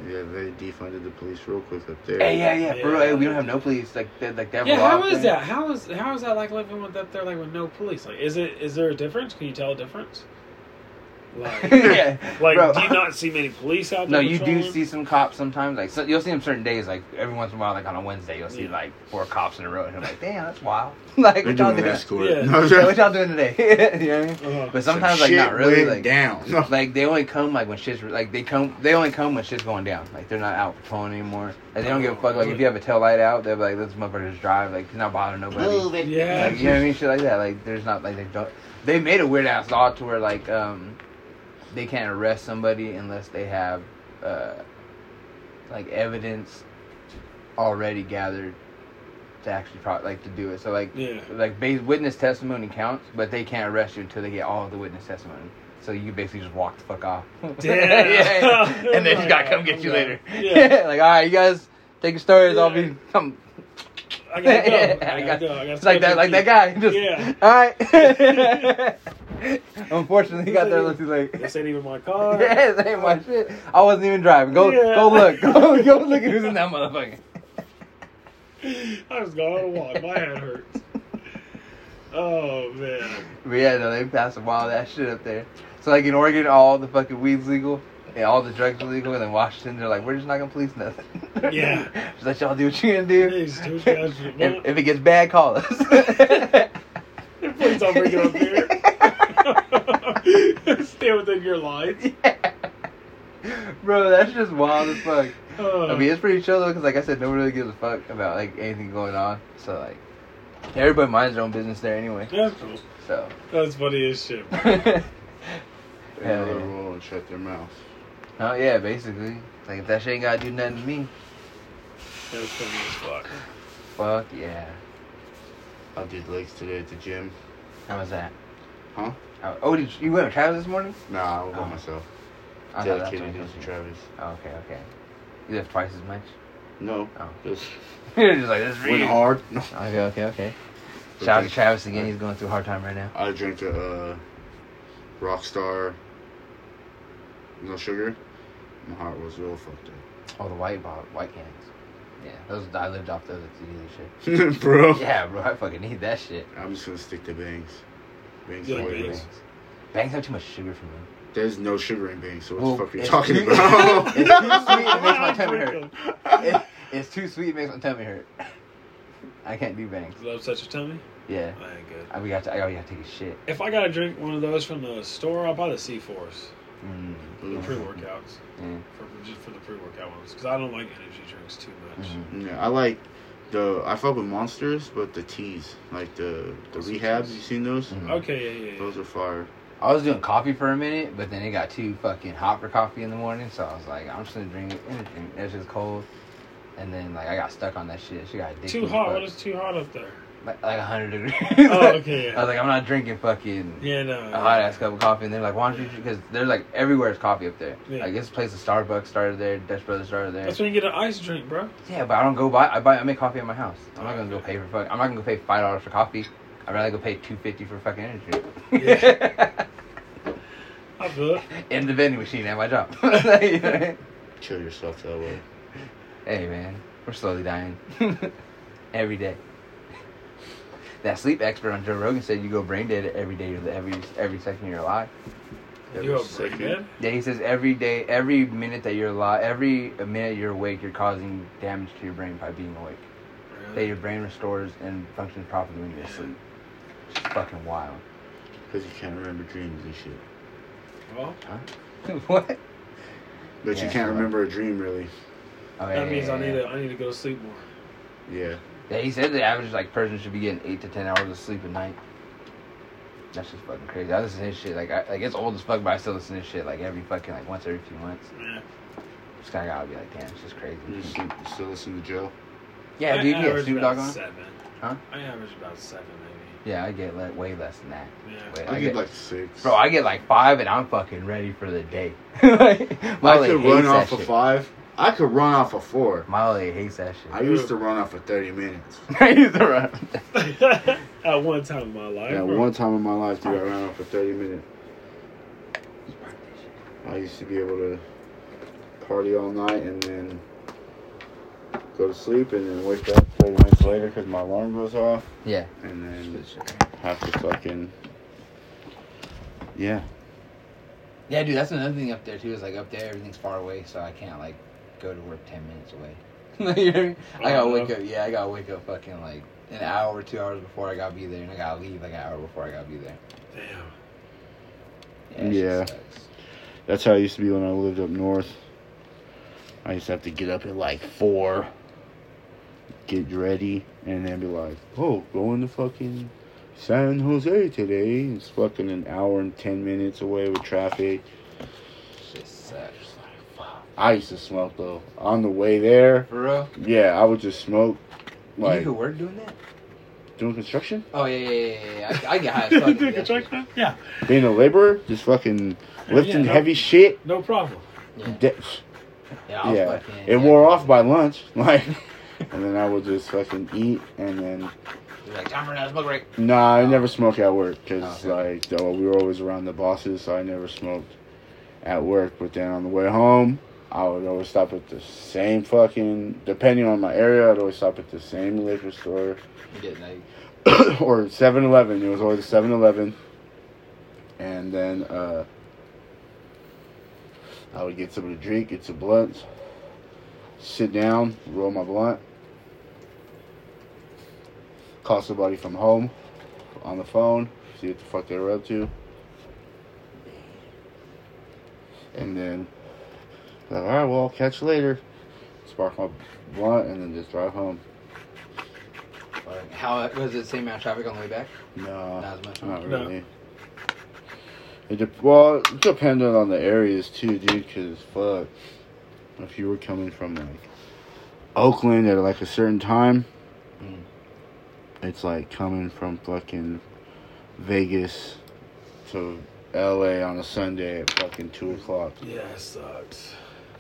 Speaker 3: yeah, they defunded the police real quick up there.
Speaker 2: Hey, yeah, yeah, for real.
Speaker 1: Yeah.
Speaker 2: Hey, we don't have no police like that, like that.
Speaker 1: Yeah, how
Speaker 2: vlog
Speaker 1: is
Speaker 2: thing.
Speaker 1: that? How is how is that like living with up there like with no police? Like, is it is there a difference? Can you tell a difference? Like,
Speaker 2: yeah,
Speaker 1: like
Speaker 2: bro.
Speaker 1: do you not see many police out
Speaker 2: No,
Speaker 1: there?
Speaker 2: you do
Speaker 1: patrolling?
Speaker 2: see some cops sometimes. Like so, you'll see them certain days, like every once in a while, like on a Wednesday, you'll see
Speaker 1: Yeah.
Speaker 2: like four cops in a row, and I'm like, damn, that's wild. like
Speaker 3: They're
Speaker 2: what y'all
Speaker 3: doing an
Speaker 2: doing?
Speaker 3: escort.
Speaker 1: Yeah.
Speaker 3: No,
Speaker 2: Yeah, what y'all doing today? you know what I mean?
Speaker 1: Uh-huh.
Speaker 2: But
Speaker 3: some
Speaker 2: sometimes, like not
Speaker 3: shit
Speaker 2: really.
Speaker 3: went
Speaker 2: Like
Speaker 3: down. No.
Speaker 2: Like they only come like when shit's like they come they only come when shit's going down. Like they're not out patrolling anymore. Like they don't give a fuck. Like if you have a tail light out, they're like this motherfucker just drive. Like he's not bothering nobody.
Speaker 3: Move it.
Speaker 1: Yeah.
Speaker 2: Like, you know what I mean? Shit like that. Like there's not like they don't. They made a weird ass law to where like um, they can't arrest somebody unless they have uh, like evidence already gathered to actually pro- like to do it. So like
Speaker 1: Yeah.
Speaker 2: like base witness testimony counts, but they can't arrest you until they get all of the witness testimony. So you basically just walk the fuck off.
Speaker 1: Damn.
Speaker 2: Yeah, yeah. And then
Speaker 1: Oh my
Speaker 2: he's gotta
Speaker 1: God.
Speaker 2: come get you
Speaker 1: Yeah.
Speaker 2: later.
Speaker 1: Yeah.
Speaker 2: like all right, you guys take your stories. I'll be.
Speaker 1: Yeah.
Speaker 2: Come.
Speaker 1: I gotta go.
Speaker 2: Yeah,
Speaker 1: I gotta go. I gotta
Speaker 2: It's like that, like that guy. Just,
Speaker 1: Yeah.
Speaker 2: All right. Unfortunately, he got there a little too late.
Speaker 1: This ain't even my car.
Speaker 2: Yeah, that ain't my shit. I wasn't even driving. Go,
Speaker 1: Yeah.
Speaker 2: go look. Go, go look at who's in that motherfucker.
Speaker 1: I just got on a walk. My head hurts. Oh man.
Speaker 2: But yeah, no, they passed a wild ass shit up there. So like in Oregon, all the fucking weeds legal. And all the drugs are legal, and then Washington, they're like, we're just not gonna police nothing.
Speaker 1: Yeah.
Speaker 2: just let y'all do what you're gonna do.
Speaker 1: Yeah, just do what you guys want.
Speaker 2: if, if it gets bad, call us.
Speaker 1: Please don't bring it up here. Stay within your lines.
Speaker 2: Bro, that's just wild as fuck.
Speaker 1: Uh,
Speaker 2: I mean, it's pretty chill though, because like I said, nobody really gives a fuck about like anything going on. So like, everybody minds their own business there anyway.
Speaker 1: that's cool.
Speaker 2: So.
Speaker 1: That's funny as shit. bro.
Speaker 3: They
Speaker 2: Yeah,
Speaker 3: know their
Speaker 2: yeah.
Speaker 3: role and shut their mouth.
Speaker 2: Oh yeah, basically. Like if that shit ain't gotta do nothing to me,
Speaker 1: That's funny as fuck.
Speaker 2: fuck yeah.
Speaker 3: I did legs today at the gym.
Speaker 2: How was that?
Speaker 3: Huh?
Speaker 2: How- oh, did you, you went with Travis this morning?
Speaker 3: Nah, I was
Speaker 2: Oh.
Speaker 3: by myself.
Speaker 2: Oh, no, that's what
Speaker 3: Dedicated
Speaker 2: it was.
Speaker 3: to Travis.
Speaker 2: Oh, okay, okay. You left twice as much.
Speaker 3: No,
Speaker 2: Oh.
Speaker 3: just
Speaker 2: You're just like this. is for
Speaker 3: went
Speaker 2: you."
Speaker 3: hard. No.
Speaker 2: Okay, okay, okay.
Speaker 3: But
Speaker 2: Shout out to
Speaker 3: thanks.
Speaker 2: Travis again. He's going through a hard time right now.
Speaker 3: I drank a uh, Rockstar no sugar. My heart was real fucked
Speaker 2: Oh, the white bottle, white cans. Yeah, those I lived off those at the dealership.
Speaker 3: up, bro.
Speaker 2: Yeah, bro, I fucking need that shit.
Speaker 3: I'm just gonna stick to bangs. Bangs,
Speaker 1: Yeah,
Speaker 3: are white,
Speaker 1: Bangs.
Speaker 3: bro.
Speaker 2: Bangs have too much sugar for me.
Speaker 3: There's no sugar in bangs, so what
Speaker 2: Well,
Speaker 3: the fuck are you
Speaker 2: it's- It's too
Speaker 3: talking
Speaker 2: sweet. It
Speaker 3: about?
Speaker 2: makes my tummy hurt. It, it's too sweet. It makes my tummy hurt. I can't do bangs.
Speaker 1: Love such a tummy?
Speaker 2: Yeah,
Speaker 1: I ain't good.
Speaker 2: I, we got to. I gotta take a shit.
Speaker 1: If I gotta drink one of those from the store, I'll buy the C Force.
Speaker 2: Mm.
Speaker 1: For the pre workouts.
Speaker 2: Mm.
Speaker 1: For, just for the pre workout ones. Because I don't like energy drinks too much.
Speaker 2: Mhm.
Speaker 3: yeah, I like the I fuck with monsters, but the teas, like the the
Speaker 1: Those are
Speaker 3: rehabs,
Speaker 1: teas.
Speaker 3: you seen those?
Speaker 2: Mhm.
Speaker 1: Okay, yeah, yeah, yeah.
Speaker 3: Those are fire.
Speaker 2: I was doing coffee for a minute, but then it got too fucking hot for coffee in the morning, so I was like, I'm just gonna drink anything. That's just cold. And then like I got stuck on that shit. She got addicted.
Speaker 1: Too
Speaker 2: as
Speaker 1: hot.
Speaker 2: fuck.
Speaker 1: What is too hot up there?
Speaker 2: like, like 100 degrees.
Speaker 1: Oh, okay,
Speaker 2: I
Speaker 1: yeah.
Speaker 2: was like, I'm not drinking fucking
Speaker 1: Yeah, no.
Speaker 2: a hot ass cup of coffee, and they're like, why don't you? Because they're like everywhere is coffee up there.
Speaker 1: Yeah.
Speaker 2: Like this place, the Starbucks started there, Dutch Brothers started there.
Speaker 1: That's when you get an ice drink, bro.
Speaker 2: yeah, but I don't go buy. I buy. I make coffee at my house. I'm not gonna go pay for fuck. I'm not gonna go pay five dollars for coffee. I'd rather go pay two fifty for fucking energy.
Speaker 1: I feel it.
Speaker 2: In the vending machine at my job. hey
Speaker 3: Chill yourself that way.
Speaker 2: man, we're slowly dying every day. That sleep expert on Joe Rogan said you go brain dead every day, of the- every every second of your life.
Speaker 1: You a
Speaker 3: Second.
Speaker 1: breakhead?
Speaker 2: Yeah, he says every day, every minute that you're alive, every minute you're awake, you're causing damage to your brain by being awake. That your brain restores and functions properly when you're asleep. It's fucking wild.
Speaker 3: Because you can't remember dreams and shit.
Speaker 1: Well,
Speaker 2: what?
Speaker 3: But
Speaker 2: Yeah,
Speaker 3: you can't
Speaker 2: right.
Speaker 3: remember a dream really.
Speaker 2: Oh, yeah,
Speaker 1: that means
Speaker 2: yeah,
Speaker 1: I need
Speaker 2: yeah.
Speaker 1: to I need to go to sleep more.
Speaker 3: Yeah.
Speaker 2: Yeah, he said the average like person should be getting eight to ten hours of sleep a night. That's just fucking crazy. I listen to his shit like I, like it's old as fuck, but I still listen to his shit like every fucking like once every few months.
Speaker 1: Yeah.
Speaker 2: Just kind of gotta be like, damn, it's just crazy.
Speaker 3: You still, you still listen to Joe?
Speaker 2: Yeah,
Speaker 1: I
Speaker 2: dude, you get
Speaker 1: average
Speaker 2: Snoop
Speaker 1: about
Speaker 2: Dogg on.
Speaker 1: Seven.
Speaker 2: Huh?
Speaker 1: I average about seven, maybe.
Speaker 2: Yeah, I get le- way less than that.
Speaker 1: Yeah.
Speaker 2: Wait,
Speaker 3: I,
Speaker 2: I
Speaker 3: get
Speaker 2: get-
Speaker 3: like six.
Speaker 2: Bro, I get like five and I'm fucking ready for the day. like,
Speaker 3: I
Speaker 2: Miley
Speaker 3: could
Speaker 2: hates
Speaker 3: run
Speaker 2: that
Speaker 3: off
Speaker 2: shit.
Speaker 3: of five. I could run off of four.
Speaker 2: Miley hates that shit.
Speaker 3: I used to run off of thirty minutes.
Speaker 2: I used to run.
Speaker 1: At one time in my life.
Speaker 3: Yeah,
Speaker 1: bro.
Speaker 3: one time in my life, dude, I ran off for 30 minutes. I used to be able to party all night and then go to sleep and then wake up 30 minutes later because my alarm goes off
Speaker 2: Yeah.
Speaker 3: and then have to fucking. Yeah.
Speaker 2: Yeah, dude, that's another thing up there too. Is like up there, everything's far away, so I can't like go to work ten minutes away. you know what I mean? I gotta
Speaker 1: Oh,
Speaker 2: wake
Speaker 1: no.
Speaker 2: up. Yeah, I gotta wake up fucking like an hour, two hours before I gotta be there, and I gotta leave like an hour before I gotta be there.
Speaker 1: Damn.
Speaker 2: that shit
Speaker 3: Yeah.
Speaker 2: sucks.
Speaker 3: That's how I used to be when I lived up north. I used to have to get up at like 4, get ready, and then be like, oh, going to fucking San Jose today. It's fucking an hour and 10 minutes away with traffic.
Speaker 2: Shit sucks.
Speaker 3: I used to smoke though. On the way there,
Speaker 2: For real?
Speaker 3: yeah, I would just smoke.
Speaker 2: you
Speaker 3: Like,
Speaker 2: could work doing that?
Speaker 3: doing construction?
Speaker 2: Oh yeah, yeah, yeah, yeah. yeah. I, I get high as fuck.
Speaker 1: Did you
Speaker 2: doing that shit.
Speaker 1: check that? Yeah.
Speaker 3: Being a laborer? Just fucking lifting
Speaker 1: Yeah, no-
Speaker 3: heavy shit?
Speaker 1: No problem.
Speaker 2: Yeah,
Speaker 3: De-
Speaker 2: yeah. I'll
Speaker 3: yeah.
Speaker 2: Fucking,
Speaker 3: It wore off by lunch. Like, and then I would just fucking eat and then
Speaker 2: You're like time for another smoke break.
Speaker 3: Nah, I never smoke at work because
Speaker 2: Oh, okay.
Speaker 3: like though we were always around the bosses, so I never smoked at work. But then on the way home, I would always stop at the same fucking. Depending on my area, I'd always stop at the same liquor store
Speaker 2: You get like
Speaker 3: or 7-Eleven. It was always a 7-Eleven, and then uh, I would get something to drink, get some blunts, sit down, roll my blunt, call somebody from home on the phone, see what the fuck they were up to, and then like, all right, well, I'll catch you later. Spark my blunt and then just drive home.
Speaker 2: fuck. how was it? the Same amount of traffic on the way back?
Speaker 3: No,
Speaker 2: Not as much, huh?
Speaker 3: not
Speaker 1: No.
Speaker 3: really. It de- well, it depended on the areas too, dude. Cause fuck, if you were coming from like Oakland at like a certain time,
Speaker 2: Mm.
Speaker 3: it's like coming from fucking Vegas to L.A. on a Sunday at fucking two o'clock.
Speaker 1: Yeah, it sucks.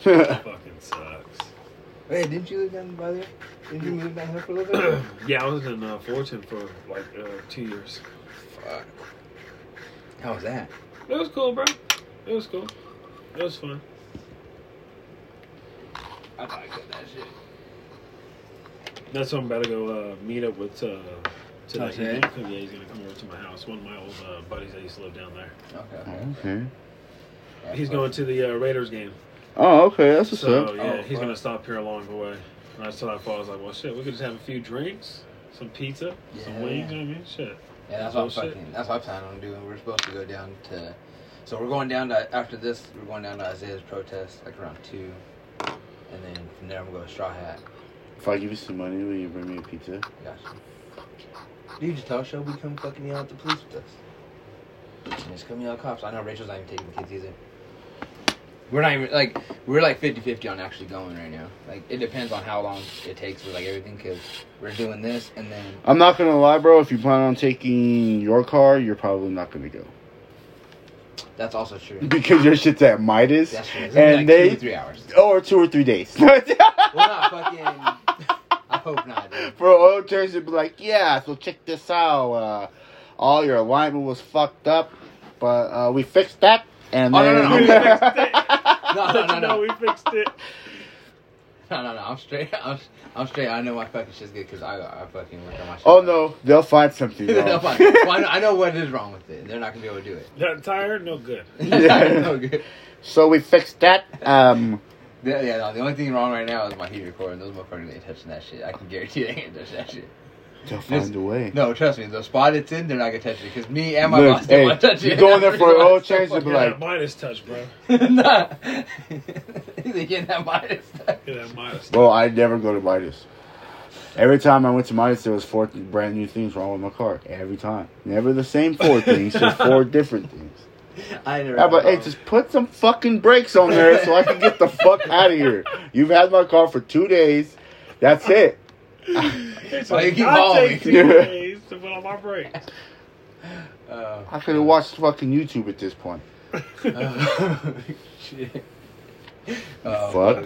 Speaker 3: yeah,
Speaker 1: Fucking sucks.
Speaker 2: Wait, didn't you live down by there? Didn't you move down here for a little bit?
Speaker 1: yeah, I was in uh, Fullerton for like uh, two years.
Speaker 2: Fuck. How was that?
Speaker 1: It was cool, bro. It was cool. It was fun.
Speaker 2: I thought I cut that shit.
Speaker 1: That's why I'm about to go uh, meet up with uh, today.
Speaker 2: Oh, today?
Speaker 1: Yeah, he's gonna come over to my house. One of my old uh, buddies that used to live down there.
Speaker 2: Okay.
Speaker 3: okay.
Speaker 2: Yeah,
Speaker 1: He's
Speaker 2: fuck.
Speaker 1: going to the uh, Raiders game.
Speaker 3: Oh, okay. That's what's
Speaker 1: So
Speaker 3: up.
Speaker 1: yeah,
Speaker 2: Oh,
Speaker 1: he's
Speaker 2: fuck.
Speaker 1: gonna stop here along the way. And I saw that thought I was like, well, shit, we could just have a few drinks, some pizza, some
Speaker 2: Yeah.
Speaker 1: wings. You know what I mean, shit.
Speaker 2: Yeah, that's what I'm
Speaker 1: Bullshit.
Speaker 2: fucking. That's what I'm planning on doing. We're supposed to go down to. So we're going down to after this. We're going down to Isaiah's protest like around two, and then from there I'm gonna go to Straw Hat.
Speaker 3: If I give you some money, will you bring me a pizza?
Speaker 2: Gotcha. Dude, just tell Shelby come fucking yell at the police with us. And just come yell at cops. I know Rachel's not even taking the kids either. We're not even like we're like 50-50 on actually going right now. Like it depends on how long it takes with like everything because we're doing this and then
Speaker 3: I'm not gonna lie, bro. If you plan on taking your car, you're probably not gonna go.
Speaker 2: that's also true.
Speaker 3: because your shit's at Midas,
Speaker 2: That's true. It's gonna be
Speaker 3: and
Speaker 2: like
Speaker 3: they
Speaker 2: two to three hours.
Speaker 3: or two or three days.
Speaker 2: We're not fucking. I hope not. Dude.
Speaker 3: For oil turns, it'd be like, yeah. So check this out. Uh, all your alignment was fucked up, but uh, we fixed that. And
Speaker 2: Oh, no,
Speaker 3: then
Speaker 2: no, no, we No, no,
Speaker 1: Let
Speaker 2: no,
Speaker 1: you know
Speaker 2: no,
Speaker 1: we fixed it.
Speaker 2: no, no, no. I'm straight. I'm, I'm straight. I know my fucking shit's good because I, I fucking work on my shit.
Speaker 3: oh no, they'll find something. Wrong.
Speaker 2: They'll find it. well, I know, I know what is wrong with it. They're not gonna be able to do it.
Speaker 1: That tire, no good.
Speaker 3: Yeah.
Speaker 2: No good.
Speaker 3: so we fixed that. Um,
Speaker 2: Yeah, yeah, no, the only thing wrong right now is my heater core, and those motherfuckers ain't touching that shit. I can guarantee they ain't touching that shit.
Speaker 3: they'll
Speaker 2: Just-
Speaker 3: find a way.
Speaker 2: No, trust me, the spot it's in, they're not gonna touch it because me and my
Speaker 3: Look,
Speaker 2: boss didn't
Speaker 3: hey,
Speaker 2: want to touch
Speaker 3: you
Speaker 2: it.
Speaker 3: go in there for an oil change,
Speaker 1: Fuck
Speaker 3: be
Speaker 1: yeah,
Speaker 3: like-
Speaker 1: that Midas touch, bro.
Speaker 2: nah, they getting that minus.
Speaker 1: Get that Midas.
Speaker 3: Well, I never go to Midas. Every time I went to Midas, there was four th- brand new things wrong with my car. Every time, never the same four things, just four different things.
Speaker 2: I never.
Speaker 3: I'm like, hey, just put some fucking brakes on there so I can get the fuck out of here. You've had my car for two days. That's it.
Speaker 1: It's
Speaker 2: Why you keep
Speaker 1: I
Speaker 2: calling
Speaker 1: take
Speaker 3: me?
Speaker 1: two days to put on my brakes.
Speaker 2: Uh,
Speaker 3: I could have watched fucking YouTube at this point.
Speaker 2: uh, shit. Oh,
Speaker 3: fuck.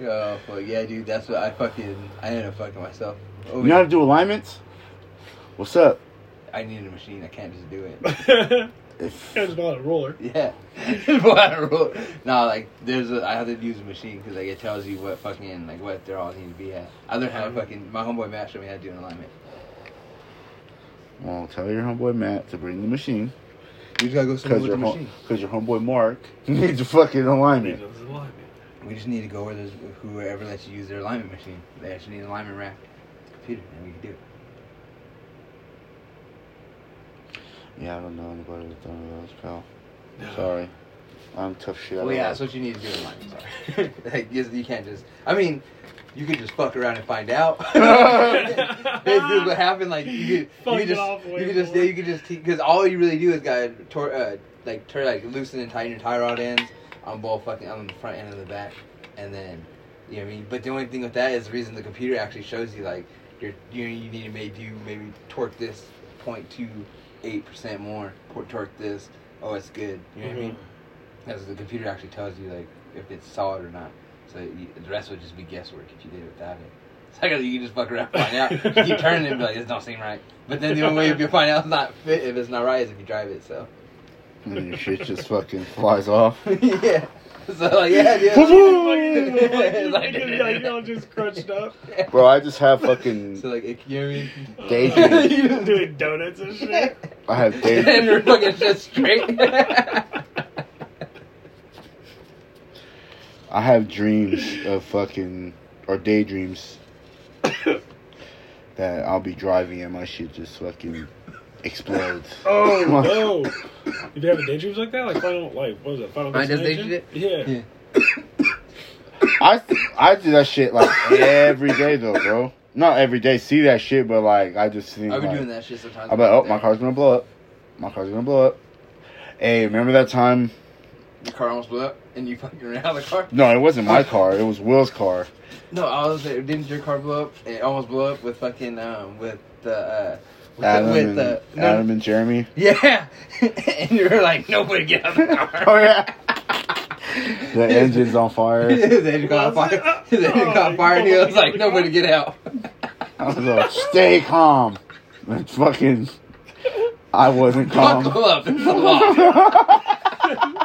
Speaker 2: Oh fuck yeah, dude. That's what I fucking. I ended up fucking myself. Oh,
Speaker 3: You know how to do alignments? What's up?
Speaker 2: I need a machine. I can't just do it.
Speaker 3: If-
Speaker 1: Guys bought a roller.
Speaker 2: Yeah. no, like there's a, I have to use a machine because like it tells you what fucking like what they're all need to be at. I learned how to fucking my homeboy Matt showed me how to do an alignment.
Speaker 3: well, tell your homeboy Matt to bring the machine
Speaker 2: You just gotta go somewhere
Speaker 3: because
Speaker 2: with
Speaker 3: your
Speaker 2: the
Speaker 3: home,
Speaker 2: machine.
Speaker 3: because your homeboy Mark needs a fucking alignment.
Speaker 2: We just need to go where there's whoever lets you use their alignment machine. They actually need an alignment rack, computer, and we can do it.
Speaker 3: Yeah, I don't know anybody that's done one of those, pal. Sorry, I'm tough shit. I
Speaker 2: Well,
Speaker 3: don't
Speaker 2: yeah,
Speaker 3: like-
Speaker 2: that's what you need to do in alignment. Sorry, like you, you can't just. I mean, you could just fuck around and find out. this is what happened. Like you could, you
Speaker 1: Fuck
Speaker 2: could
Speaker 1: it
Speaker 2: just,
Speaker 1: off way
Speaker 2: you could just,
Speaker 1: more.
Speaker 2: yeah, you could just, because all you really do is gotta tor- uh, like, tor- like loosen and tighten your tie rod ends on both fucking on the front end and the back, and then, you know what I mean. But the only thing with that is the reason the computer actually shows you like you're, you you need to maybe do maybe torque this 0.28 percent more, or torque this. Oh, it's good. You know
Speaker 1: Mm-hmm.
Speaker 2: what I mean? Because the computer actually tells you like if it's solid or not. So you, the rest would just be guesswork if you did it without it. It's like you can just fuck around, and find out. You keep turning it, and be like, this don't seem right. But then the only way if you find out it's not fit, if it's not right, is if you drive it. So
Speaker 3: And then your shit just fucking flies off.
Speaker 2: yeah. So like yeah, dude.
Speaker 1: Boom!
Speaker 2: Like-
Speaker 1: like, like, y'all just crunched up.
Speaker 3: Bro, I just have fucking.
Speaker 2: so like it, you know what I mean?
Speaker 3: Daydream.
Speaker 2: You just-
Speaker 1: Doing donuts and shit.
Speaker 3: I have
Speaker 2: and
Speaker 3: day.
Speaker 2: you're fucking just straight.
Speaker 3: I have dreams of fucking or daydreams that I'll be driving and my shit just fucking explodes.
Speaker 1: Oh no! Did you have daydreams like that? Like final, like what was it? Final
Speaker 2: I just
Speaker 1: Destination?
Speaker 2: daydreamed
Speaker 1: Yeah.
Speaker 2: Yeah.
Speaker 3: I I do that shit like every day though, bro. Not every day, see that shit, but like I just think.
Speaker 2: I've been
Speaker 3: like,
Speaker 2: doing that shit sometimes.
Speaker 3: I'm like, oh, my car's gonna blow up. My car's gonna blow up. Hey, remember that time?
Speaker 2: Your car almost blew up, and you fucking ran out of the car.
Speaker 3: No, it wasn't my car. It was Will's car.
Speaker 2: No, I was there. Didn't your car blow up? It almost blew up with fucking um with the uh, with
Speaker 3: Adam,
Speaker 2: the, with
Speaker 3: and,
Speaker 2: the no,
Speaker 3: Adam and Jeremy.
Speaker 2: yeah, and you were like nobody get out of the
Speaker 3: Oh
Speaker 2: car.
Speaker 3: yeah. the engine's on fire.
Speaker 2: then you got
Speaker 1: Was it?
Speaker 2: fire. Then you
Speaker 1: Oh,
Speaker 2: got fire, and he
Speaker 1: you
Speaker 2: was like
Speaker 1: don't
Speaker 2: nobody get out.
Speaker 3: I was like, stay calm. And fucking, I wasn't
Speaker 2: Buckle
Speaker 3: calm.
Speaker 2: up, it's a lot.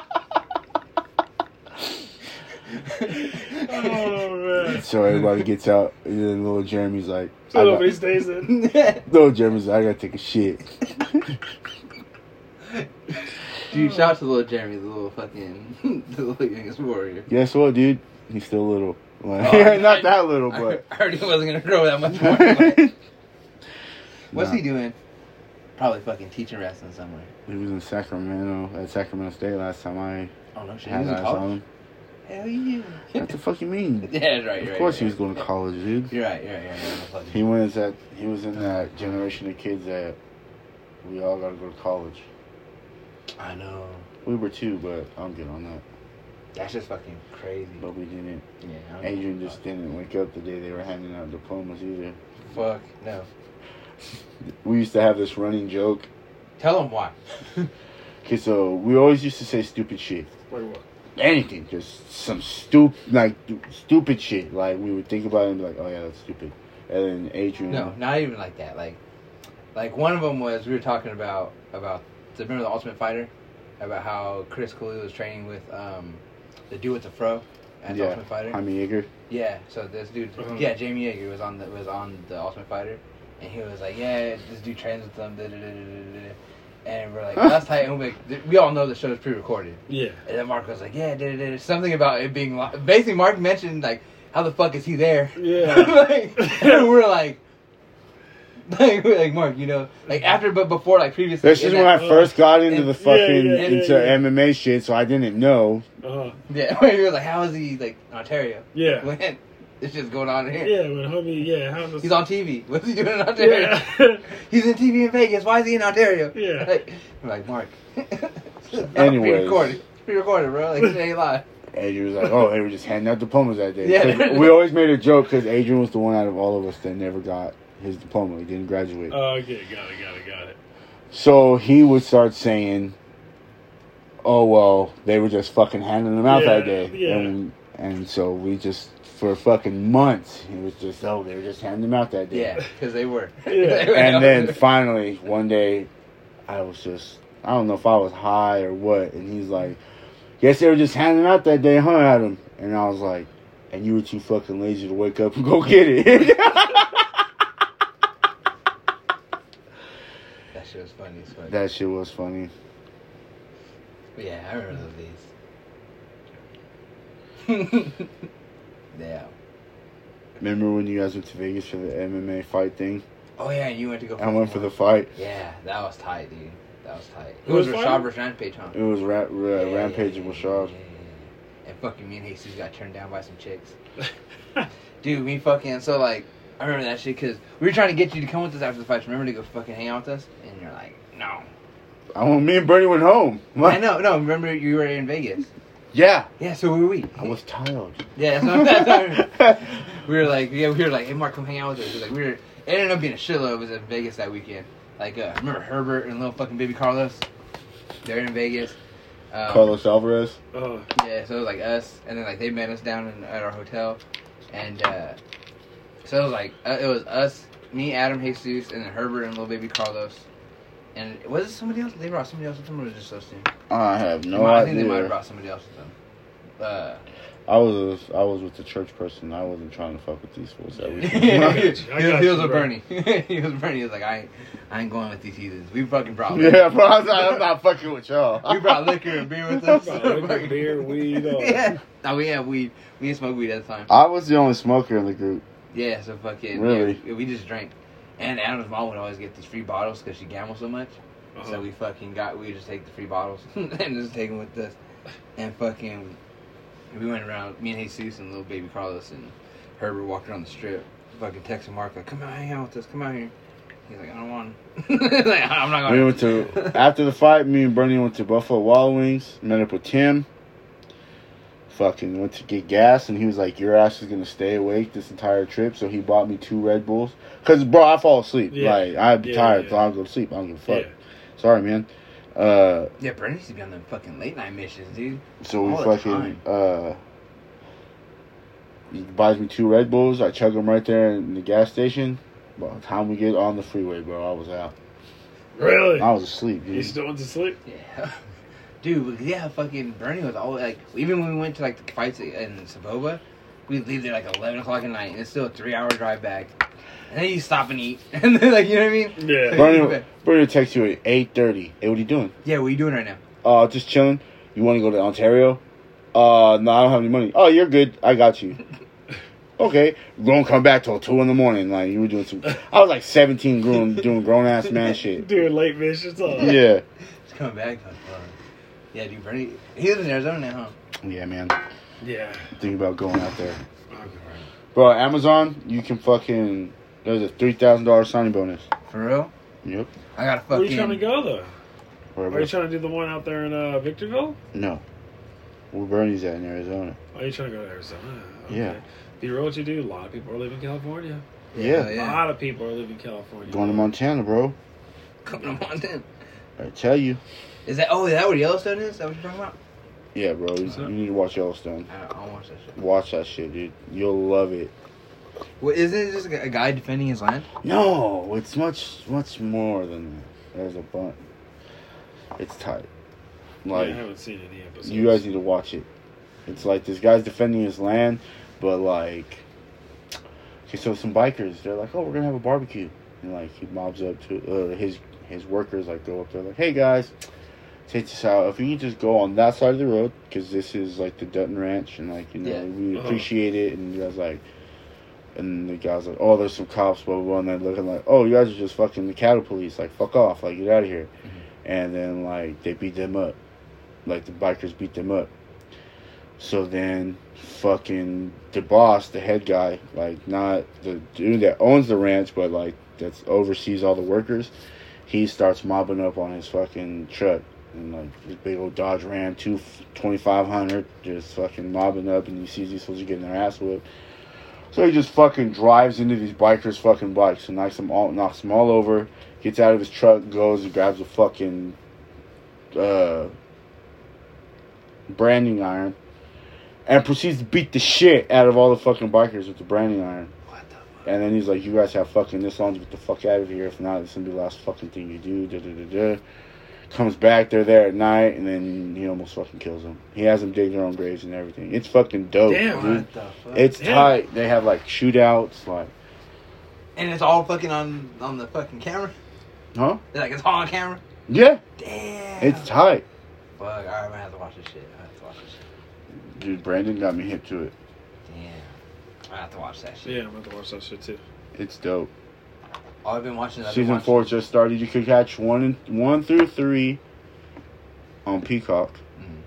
Speaker 1: Oh man!
Speaker 3: so everybody gets out, and then little Jeremy's like, I
Speaker 1: So
Speaker 3: got,
Speaker 1: nobody stays in.
Speaker 3: little Jeremy's like, I gotta take a shit.
Speaker 2: Dude, shout out to little Jeremy, the little fucking the little youngest warrior.
Speaker 3: Guess what, dude? He's still little. Like,
Speaker 2: Oh, I-
Speaker 3: not that little,
Speaker 2: I,
Speaker 3: but.
Speaker 2: I already wasn't gonna grow that much more. but- What's
Speaker 3: Nah.
Speaker 2: he doing? Probably fucking teaching wrestling somewhere.
Speaker 3: He was in Sacramento at Sacramento State last time I
Speaker 2: Oh no, shit. He
Speaker 3: had
Speaker 2: was in
Speaker 3: eyes on
Speaker 2: college.
Speaker 3: him.
Speaker 2: Hell yeah.
Speaker 3: What the fuck you mean?
Speaker 2: Yeah, that's right.
Speaker 3: Of
Speaker 2: right,
Speaker 3: course
Speaker 2: right,
Speaker 3: he was
Speaker 2: right.
Speaker 3: going to college, dude.
Speaker 2: You're right. You're right. You're right. I'm
Speaker 3: He
Speaker 2: fucking-
Speaker 3: was that. He was in that generation of kids that we all gotta go to college.
Speaker 2: I know.
Speaker 3: We were too, but I'm good on that.
Speaker 2: That's just fucking crazy.
Speaker 3: But we didn't.
Speaker 2: Yeah. I don't
Speaker 3: Adrian
Speaker 2: know.
Speaker 3: just didn't wake up the day they were handing out diplomas either.
Speaker 2: Fuck no.
Speaker 3: We used to have this running joke.
Speaker 2: Tell him why.
Speaker 3: Okay, so we always used to say stupid shit.
Speaker 1: Wait, what?
Speaker 3: Anything, just some stupid, like stu- stupid shit. Like we would think about it and be like, "Oh yeah, that's stupid." And then Adrian,
Speaker 2: No, not even like that. Like, like one of them was we were talking about about so remember the Ultimate Fighter about how Chris Cooley was training with um the dude with the fro at the
Speaker 3: Yeah.
Speaker 2: Ultimate Fighter.
Speaker 3: Jaime Yeager.
Speaker 2: Yeah, so this dude,
Speaker 1: Uh-huh.
Speaker 2: yeah, Jamie Yeager was on the was on the Ultimate Fighter, and he was like, yeah, this dude trains with them, da, da, da, da, da, da. and we're like, well, that's tight. And we're like, we all know the show is pre-recorded,
Speaker 1: Yeah.
Speaker 2: and then Mark was like, yeah, da, da, da, da. something about it being li-. basically Mark mentioned like, how the fuck is he there?
Speaker 1: Yeah.
Speaker 2: like, and we're like. Like, we're like Mark, you know, like after but before, like previously.
Speaker 3: This
Speaker 2: in
Speaker 3: is when I
Speaker 2: that-
Speaker 3: first got into
Speaker 2: and-
Speaker 3: the fucking
Speaker 1: Yeah, yeah, yeah,
Speaker 3: into
Speaker 1: yeah.
Speaker 3: MMA shit, so I didn't know.
Speaker 1: Uh,
Speaker 2: yeah, we were like, how is he like in Ontario?
Speaker 1: yeah.
Speaker 2: When It's just going on here.
Speaker 1: Yeah, but homie, yeah, how's this?
Speaker 2: He's on TV. What's he doing in Ontario?
Speaker 1: Yeah.
Speaker 2: He's in TV in Vegas. Why is he in Ontario?
Speaker 1: Yeah.
Speaker 2: Like, I'm like Mark.
Speaker 3: Anyways.
Speaker 2: pre-recorded, pre-recorded, bro. Like it ain't live.
Speaker 3: Adrian was like, "Oh, they were just handing out diplomas that day."
Speaker 2: Yeah.
Speaker 3: 'Cause we always made a joke because Adrian was the one out of all of us that never got his diploma. He didn't graduate.
Speaker 1: Oh, okay, got it, got it, got it.
Speaker 3: So he would start saying, "Oh well, they were just fucking handing them out that
Speaker 1: Yeah,
Speaker 3: day,"
Speaker 1: yeah.
Speaker 3: and and so we just for fucking months it was just, "Oh, they were just handing them out that day."
Speaker 2: Yeah, because they were.
Speaker 1: Yeah.
Speaker 2: They were.
Speaker 3: and then finally one day i was just i don't know if i was high or what and he's like guess they were just handing out that day huh adam and i was like and you were too fucking lazy to wake up and go get it
Speaker 2: that shit was funny as fuck.
Speaker 3: that shit was funny
Speaker 2: yeah, I remember those days. yeah.
Speaker 3: remember when you guys went to vegas for the mma fight thing
Speaker 2: Oh yeah, and you went to go.
Speaker 3: i went for the fight
Speaker 2: Yeah, that was tight, dude. That was tight. It
Speaker 1: Who
Speaker 2: was
Speaker 1: was
Speaker 2: Rashad
Speaker 1: fighting?
Speaker 2: versus Rampage, huh?
Speaker 3: it was ra- ra-
Speaker 2: Yeah,
Speaker 3: Uh, rampage
Speaker 2: yeah,
Speaker 3: and
Speaker 2: yeah,
Speaker 3: Rashad.
Speaker 2: yeah, yeah, yeah. And fucking me and Jesus got turned down by some chicks. Dude, we fucking so like I remember that shit because we were trying to get you to come with us after the fight. Remember to go fucking hang out with us, and you're like, no.
Speaker 3: i want me and bernie went home
Speaker 2: I know, no. Remember you were in Vegas.
Speaker 3: yeah
Speaker 2: Yeah, so were we.
Speaker 3: i was tired
Speaker 2: Yeah, that's what, that's what I remember. we were like, yeah, we were like, hey Mark, come hang out with us. Like we were, it ended up being a shitload. It was in Vegas that weekend. Like uh, remember Herbert and little fucking baby Carlos? They're in Vegas. Um,
Speaker 3: carlos alvarez
Speaker 1: Oh,
Speaker 2: Yeah, so it was like us, and then like they met us down in, at our hotel, and uh, so it was like uh, it was us, me, Adam, Jesus, and then Herbert and little baby Carlos, and was it somebody else? They brought somebody else with them, or was it just those two?
Speaker 3: i have
Speaker 2: They
Speaker 3: no
Speaker 2: might- I think they might have
Speaker 3: idea
Speaker 2: brought somebody else with them. Uh,
Speaker 3: i was I was with the church person i wasn't trying to fuck with these fools that
Speaker 2: he,
Speaker 1: I got you,
Speaker 2: was,
Speaker 1: I got
Speaker 2: he was
Speaker 1: you,
Speaker 2: with
Speaker 1: bro.
Speaker 2: Bernie. he was Bernie. He was like, I, ain't, I ain't going with these heathens. We fucking brought.
Speaker 3: Yeah, bro. I was like, I'm not fucking with y'all.
Speaker 2: We brought liquor and beer with
Speaker 1: Bro,
Speaker 2: us.
Speaker 1: liquor, beer, weed, all.
Speaker 2: Yeah. No, we had weed. We didn't smoke weed at the time.
Speaker 3: I was the only smoker in the group.
Speaker 2: Yeah, so fucking.
Speaker 3: Really?
Speaker 2: yeah, we just drank. And Adam's mom would always get these free bottles because she gambled so much.
Speaker 1: Uh-huh.
Speaker 2: So we fucking got, we would just take the free bottles and just take them with us. And fucking, we went around, me and Jesus and little baby Carlos and Herbert walked around the strip. Fucking texting Mark, like, come out, hang out with us, come out here. He's like, I don't want like, I'm not going
Speaker 3: We went to after the fight. Me and Bernie went to Buffalo Wild Wings. Met up with Tim. Fucking went to get gas, and he was like, "Your ass is gonna stay awake this entire trip." So he bought me two Red Bulls. Cause bro, I fall asleep.
Speaker 1: Yeah.
Speaker 3: Like I'd be
Speaker 1: Yeah,
Speaker 3: tired,
Speaker 1: yeah.
Speaker 3: so I'll go to sleep. I don't give a fuck.
Speaker 1: Yeah.
Speaker 3: Sorry, man. Uh,
Speaker 2: Yeah, Bernie used to be on them fucking late night missions, dude.
Speaker 3: So we
Speaker 2: All the
Speaker 3: fucking
Speaker 2: time.
Speaker 3: uh he buys me two Red Bulls, I chug them right there in the gas station. By the time we get on the freeway, bro, I was out.
Speaker 1: Really?
Speaker 3: I was asleep,
Speaker 1: You
Speaker 3: dude.
Speaker 1: still went to sleep?
Speaker 2: Yeah. Dude, but yeah, fucking Bernie was always like, even when we went to like the fights in Saboba, we'd leave there like 11 o'clock at night, and it's still a three hour drive back. And then you stop and eat. And then, like, you know what I mean?
Speaker 1: Yeah.
Speaker 3: Bernie, Bernie would text you at eight thirty. Hey, what are you doing?
Speaker 2: Yeah, what are you doing right now?
Speaker 3: Uh just chilling. You wanna go to Ontario? Uh no, I don't have any money. Oh, you're good. I got you. Okay. Won't come back till two in the morning. Like you were doing some I was like seventeen grown doing grown ass man shit.
Speaker 1: Doing late missions. All.
Speaker 3: Yeah.
Speaker 2: Just coming back. Like, fuck. yeah, dude, Bernie, he lives in Arizona now, huh?
Speaker 3: Yeah, man.
Speaker 1: Yeah.
Speaker 3: Think about going out there.
Speaker 1: Okay.
Speaker 3: Bro, Amazon, you can fucking. There's a three thousand dollars signing bonus.
Speaker 2: For real?
Speaker 3: Yep.
Speaker 2: I got
Speaker 1: Where
Speaker 2: a fucking.
Speaker 1: are you trying to go though?
Speaker 3: Wherever.
Speaker 1: Are you trying to do the one out there in uh, Victorville?
Speaker 3: no. Where Bernie's at in Arizona.
Speaker 1: Are you Oh, trying to go to Arizona?
Speaker 3: Yeah.
Speaker 1: Be real with you, dude. A lot of people are leaving California.
Speaker 3: Yeah.
Speaker 2: Yeah,
Speaker 1: A
Speaker 2: yeah.
Speaker 1: lot of people are leaving California.
Speaker 3: Going to Montana, bro.
Speaker 2: Coming to Montana.
Speaker 3: I tell you.
Speaker 2: Is that, oh, is that what Yellowstone is? Is that what you're talking about?
Speaker 3: Yeah, bro. You, you need to watch Yellowstone.
Speaker 2: I don't, I don't watch that shit.
Speaker 3: Watch that shit, dude. You'll love it.
Speaker 2: Well, isn't it just a guy defending his land?
Speaker 3: No, it's much, much more than that. There's a bunch. It's tight.
Speaker 1: Yeah,
Speaker 3: Like
Speaker 1: I haven't seen any episodes.
Speaker 3: you guys need to watch it. It's like this guy's defending his land, but like, okay, so some bikers, they're like, oh, we're gonna have a barbecue, and like he mobs up to uh, his his workers, like go up there, like, hey guys, take this out. If you can just go on that side of the road, because this is like the Dutton Ranch, and like you know
Speaker 2: Yeah.
Speaker 3: we
Speaker 1: Uh-huh.
Speaker 3: appreciate it, and you guys like. And the guy's like, "Oh, there's some cops, blah blah," blah and they're looking like, "Oh, you guys are just fucking the cattle police. Like, fuck off, like get out of here." And then like they beat them up like the bikers beat them up. So then, fucking the boss, the head guy, like not the dude that owns the ranch, but like that oversees all the workers, he starts mobbing up on his fucking truck. And like this big old Dodge Ram two twenty five hundred, just fucking mobbing up, and you see these fools getting their ass whipped. So he just fucking drives into these bikers' fucking bikes and knocks them all, knocks them all over. Gets out of his truck, goes and grabs a fucking uh, branding iron, and proceeds to beat the shit out of all the fucking bikers with the branding iron.
Speaker 1: What the fuck?
Speaker 3: And then he's like, "You guys have fucking this long to get the fuck out of here. If not, this gonna be the last fucking thing you do." Da da da da. Comes back, they're there at night, and then he almost fucking kills them. He has them dig their own graves and everything. It's fucking dope,
Speaker 1: Damn.
Speaker 3: dude.
Speaker 2: What the fuck?
Speaker 3: It's
Speaker 1: Damn.
Speaker 3: tight. They have like shootouts, like
Speaker 2: and it's all fucking on on the fucking camera.
Speaker 3: huh?
Speaker 2: Like it's all on camera.
Speaker 3: Yeah,
Speaker 2: Damn.
Speaker 3: it's tight,
Speaker 2: Fuck. All right, I'm gonna have to watch this shit. I have to watch this shit.
Speaker 3: dude. Brandon got me hip to it.
Speaker 2: Damn. I have to watch that shit.
Speaker 1: Yeah, I'm about to watch that shit too.
Speaker 3: It's dope.
Speaker 2: All I've been watching. I've been
Speaker 3: Season
Speaker 2: watching-
Speaker 3: four just started. You can catch one and one through three on Peacock.
Speaker 2: Mhm.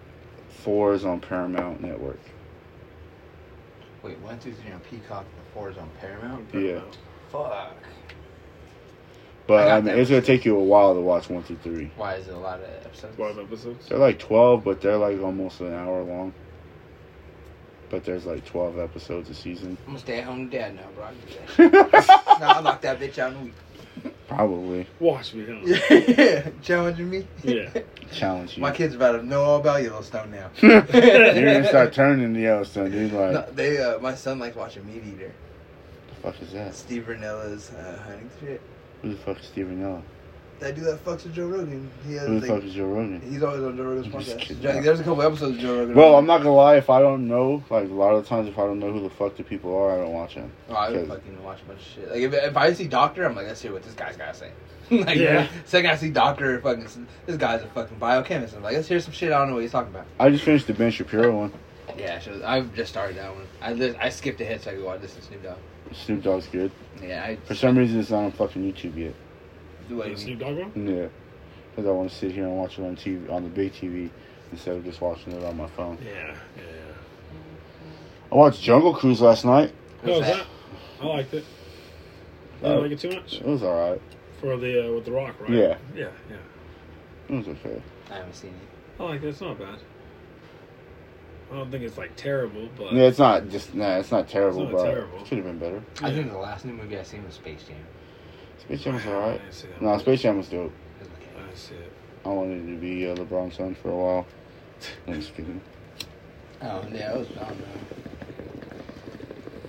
Speaker 3: Four is on Paramount Network.
Speaker 2: Wait, one, two, three on Peacock. The four is on Paramount.
Speaker 3: Yeah.
Speaker 2: Fuck. I
Speaker 3: But
Speaker 2: got
Speaker 3: I mean,
Speaker 2: that.
Speaker 3: it's gonna take you a while to watch one through three.
Speaker 2: Why is it a lot of episodes?
Speaker 1: Five episodes.
Speaker 3: They're like twelve, but they're like almost an hour long. But there's like twelve episodes a season.
Speaker 2: I'm a stay-at-home dad now, bro. I can do that.
Speaker 3: Probably.
Speaker 2: nah, I knocked that bitch out in a week.
Speaker 1: Watch me. Huh?
Speaker 2: Yeah, challenging me.
Speaker 1: Yeah.
Speaker 3: Challenge you.
Speaker 2: My kids about to know all about Yellowstone now.
Speaker 3: You're gonna start turning the Yellowstone, dude. Like,
Speaker 2: No, they, uh, my son likes watching Meat Eater.
Speaker 3: the fuck is that?
Speaker 2: Steve Vernella's uh, hunting shit.
Speaker 3: Who the fuck is Steven Yellow?
Speaker 2: That dude that fucks with Joe Rogan. He has
Speaker 3: Who the fuck
Speaker 2: like,
Speaker 3: is Joe Rogan?
Speaker 2: he's always on Joe Rogan's
Speaker 3: I'm just
Speaker 2: podcast.
Speaker 3: kidding.
Speaker 2: Like, there's a couple episodes of Joe Rogan.
Speaker 3: Well, I'm not gonna lie. If I don't know, like a lot of times, if I don't know who the fuck the people are, I don't watch them.
Speaker 2: Oh, I would fucking watch a bunch of shit. Like if, if I see Doctor, I'm like, let's hear what this guy's gotta say. like,
Speaker 1: Yeah.
Speaker 2: Second, I see Doctor, fucking this guy's a fucking biochemist. I'm like, let's hear some shit. I don't know what he's talking about.
Speaker 3: I just finished the Ben Shapiro one.
Speaker 2: Yeah, so I've just started that one. I li- I skipped ahead so I could watch this and Snoop Dogg.
Speaker 3: Snoop Dogg's good.
Speaker 2: Yeah, I
Speaker 3: For some reason, it's not on fucking YouTube yet.
Speaker 2: do what I
Speaker 1: The
Speaker 2: mean.
Speaker 1: Snoop Dogg one?
Speaker 3: Yeah, because I want to sit here and watch it on TV on the big TV instead of just watching it on my phone.
Speaker 1: Yeah. Yeah.
Speaker 3: I watched Jungle Cruise last night.
Speaker 1: How was
Speaker 2: What's
Speaker 1: that? I liked it. I didn't like it too much
Speaker 3: It was all right.
Speaker 1: for the uh, with the Rock, right?
Speaker 3: Uh, Yeah.
Speaker 1: Yeah. Yeah.
Speaker 3: It was okay.
Speaker 2: I haven't seen it.
Speaker 1: I like it. It's not bad. I don't think it's like terrible, but
Speaker 3: Yeah, it's not just nah. It's not terrible,
Speaker 1: not
Speaker 3: but
Speaker 1: terrible.
Speaker 3: it could have been better.
Speaker 2: I think the last new movie I seen was Space Jam.
Speaker 3: Space Jam was all right.
Speaker 1: I didn't see that.
Speaker 3: No, Space Jam was dope.
Speaker 2: It was
Speaker 1: I didn't see it.
Speaker 3: I wanted to be uh, LeBron's son for a while. I'm just kidding.
Speaker 2: like- Oh yeah, it was dumb.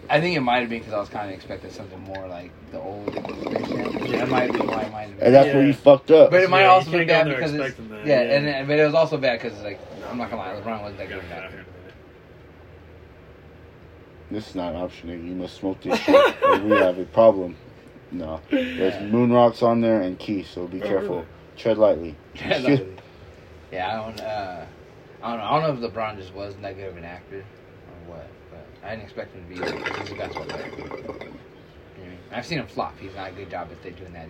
Speaker 2: I think it might have been because I was kind of expecting something more like the old Space Jam. That might be why it might have been.
Speaker 3: And that's where
Speaker 1: Yeah.
Speaker 3: you fucked up.
Speaker 2: But it might
Speaker 1: Yeah, you
Speaker 2: also be
Speaker 1: can't go
Speaker 2: bad
Speaker 1: in there
Speaker 2: because it's,
Speaker 1: expecting that,
Speaker 2: yeah,
Speaker 1: yeah.
Speaker 2: and and but it was also bad because like I'm not gonna lie, LeBron wasn't that
Speaker 1: I
Speaker 2: good.
Speaker 1: gotta
Speaker 2: at
Speaker 1: get out here in
Speaker 2: that.
Speaker 1: a minute.
Speaker 3: This is not an option. nigga. You must smoke this shit. or we have a problem. No. There's moon rocks on there and keys, so be
Speaker 1: Oh,
Speaker 3: careful.
Speaker 1: really?
Speaker 3: Tread lightly.
Speaker 2: Yeah,
Speaker 3: Excuse-
Speaker 2: like- yeah, I don't, uh, I don't, know, I don't know if LeBron just wasn't that good of an actor or what, but I didn't expect him to be. Because he's a basketball player. You know what I mean? I've seen him flop. He's not a good job at they- doing that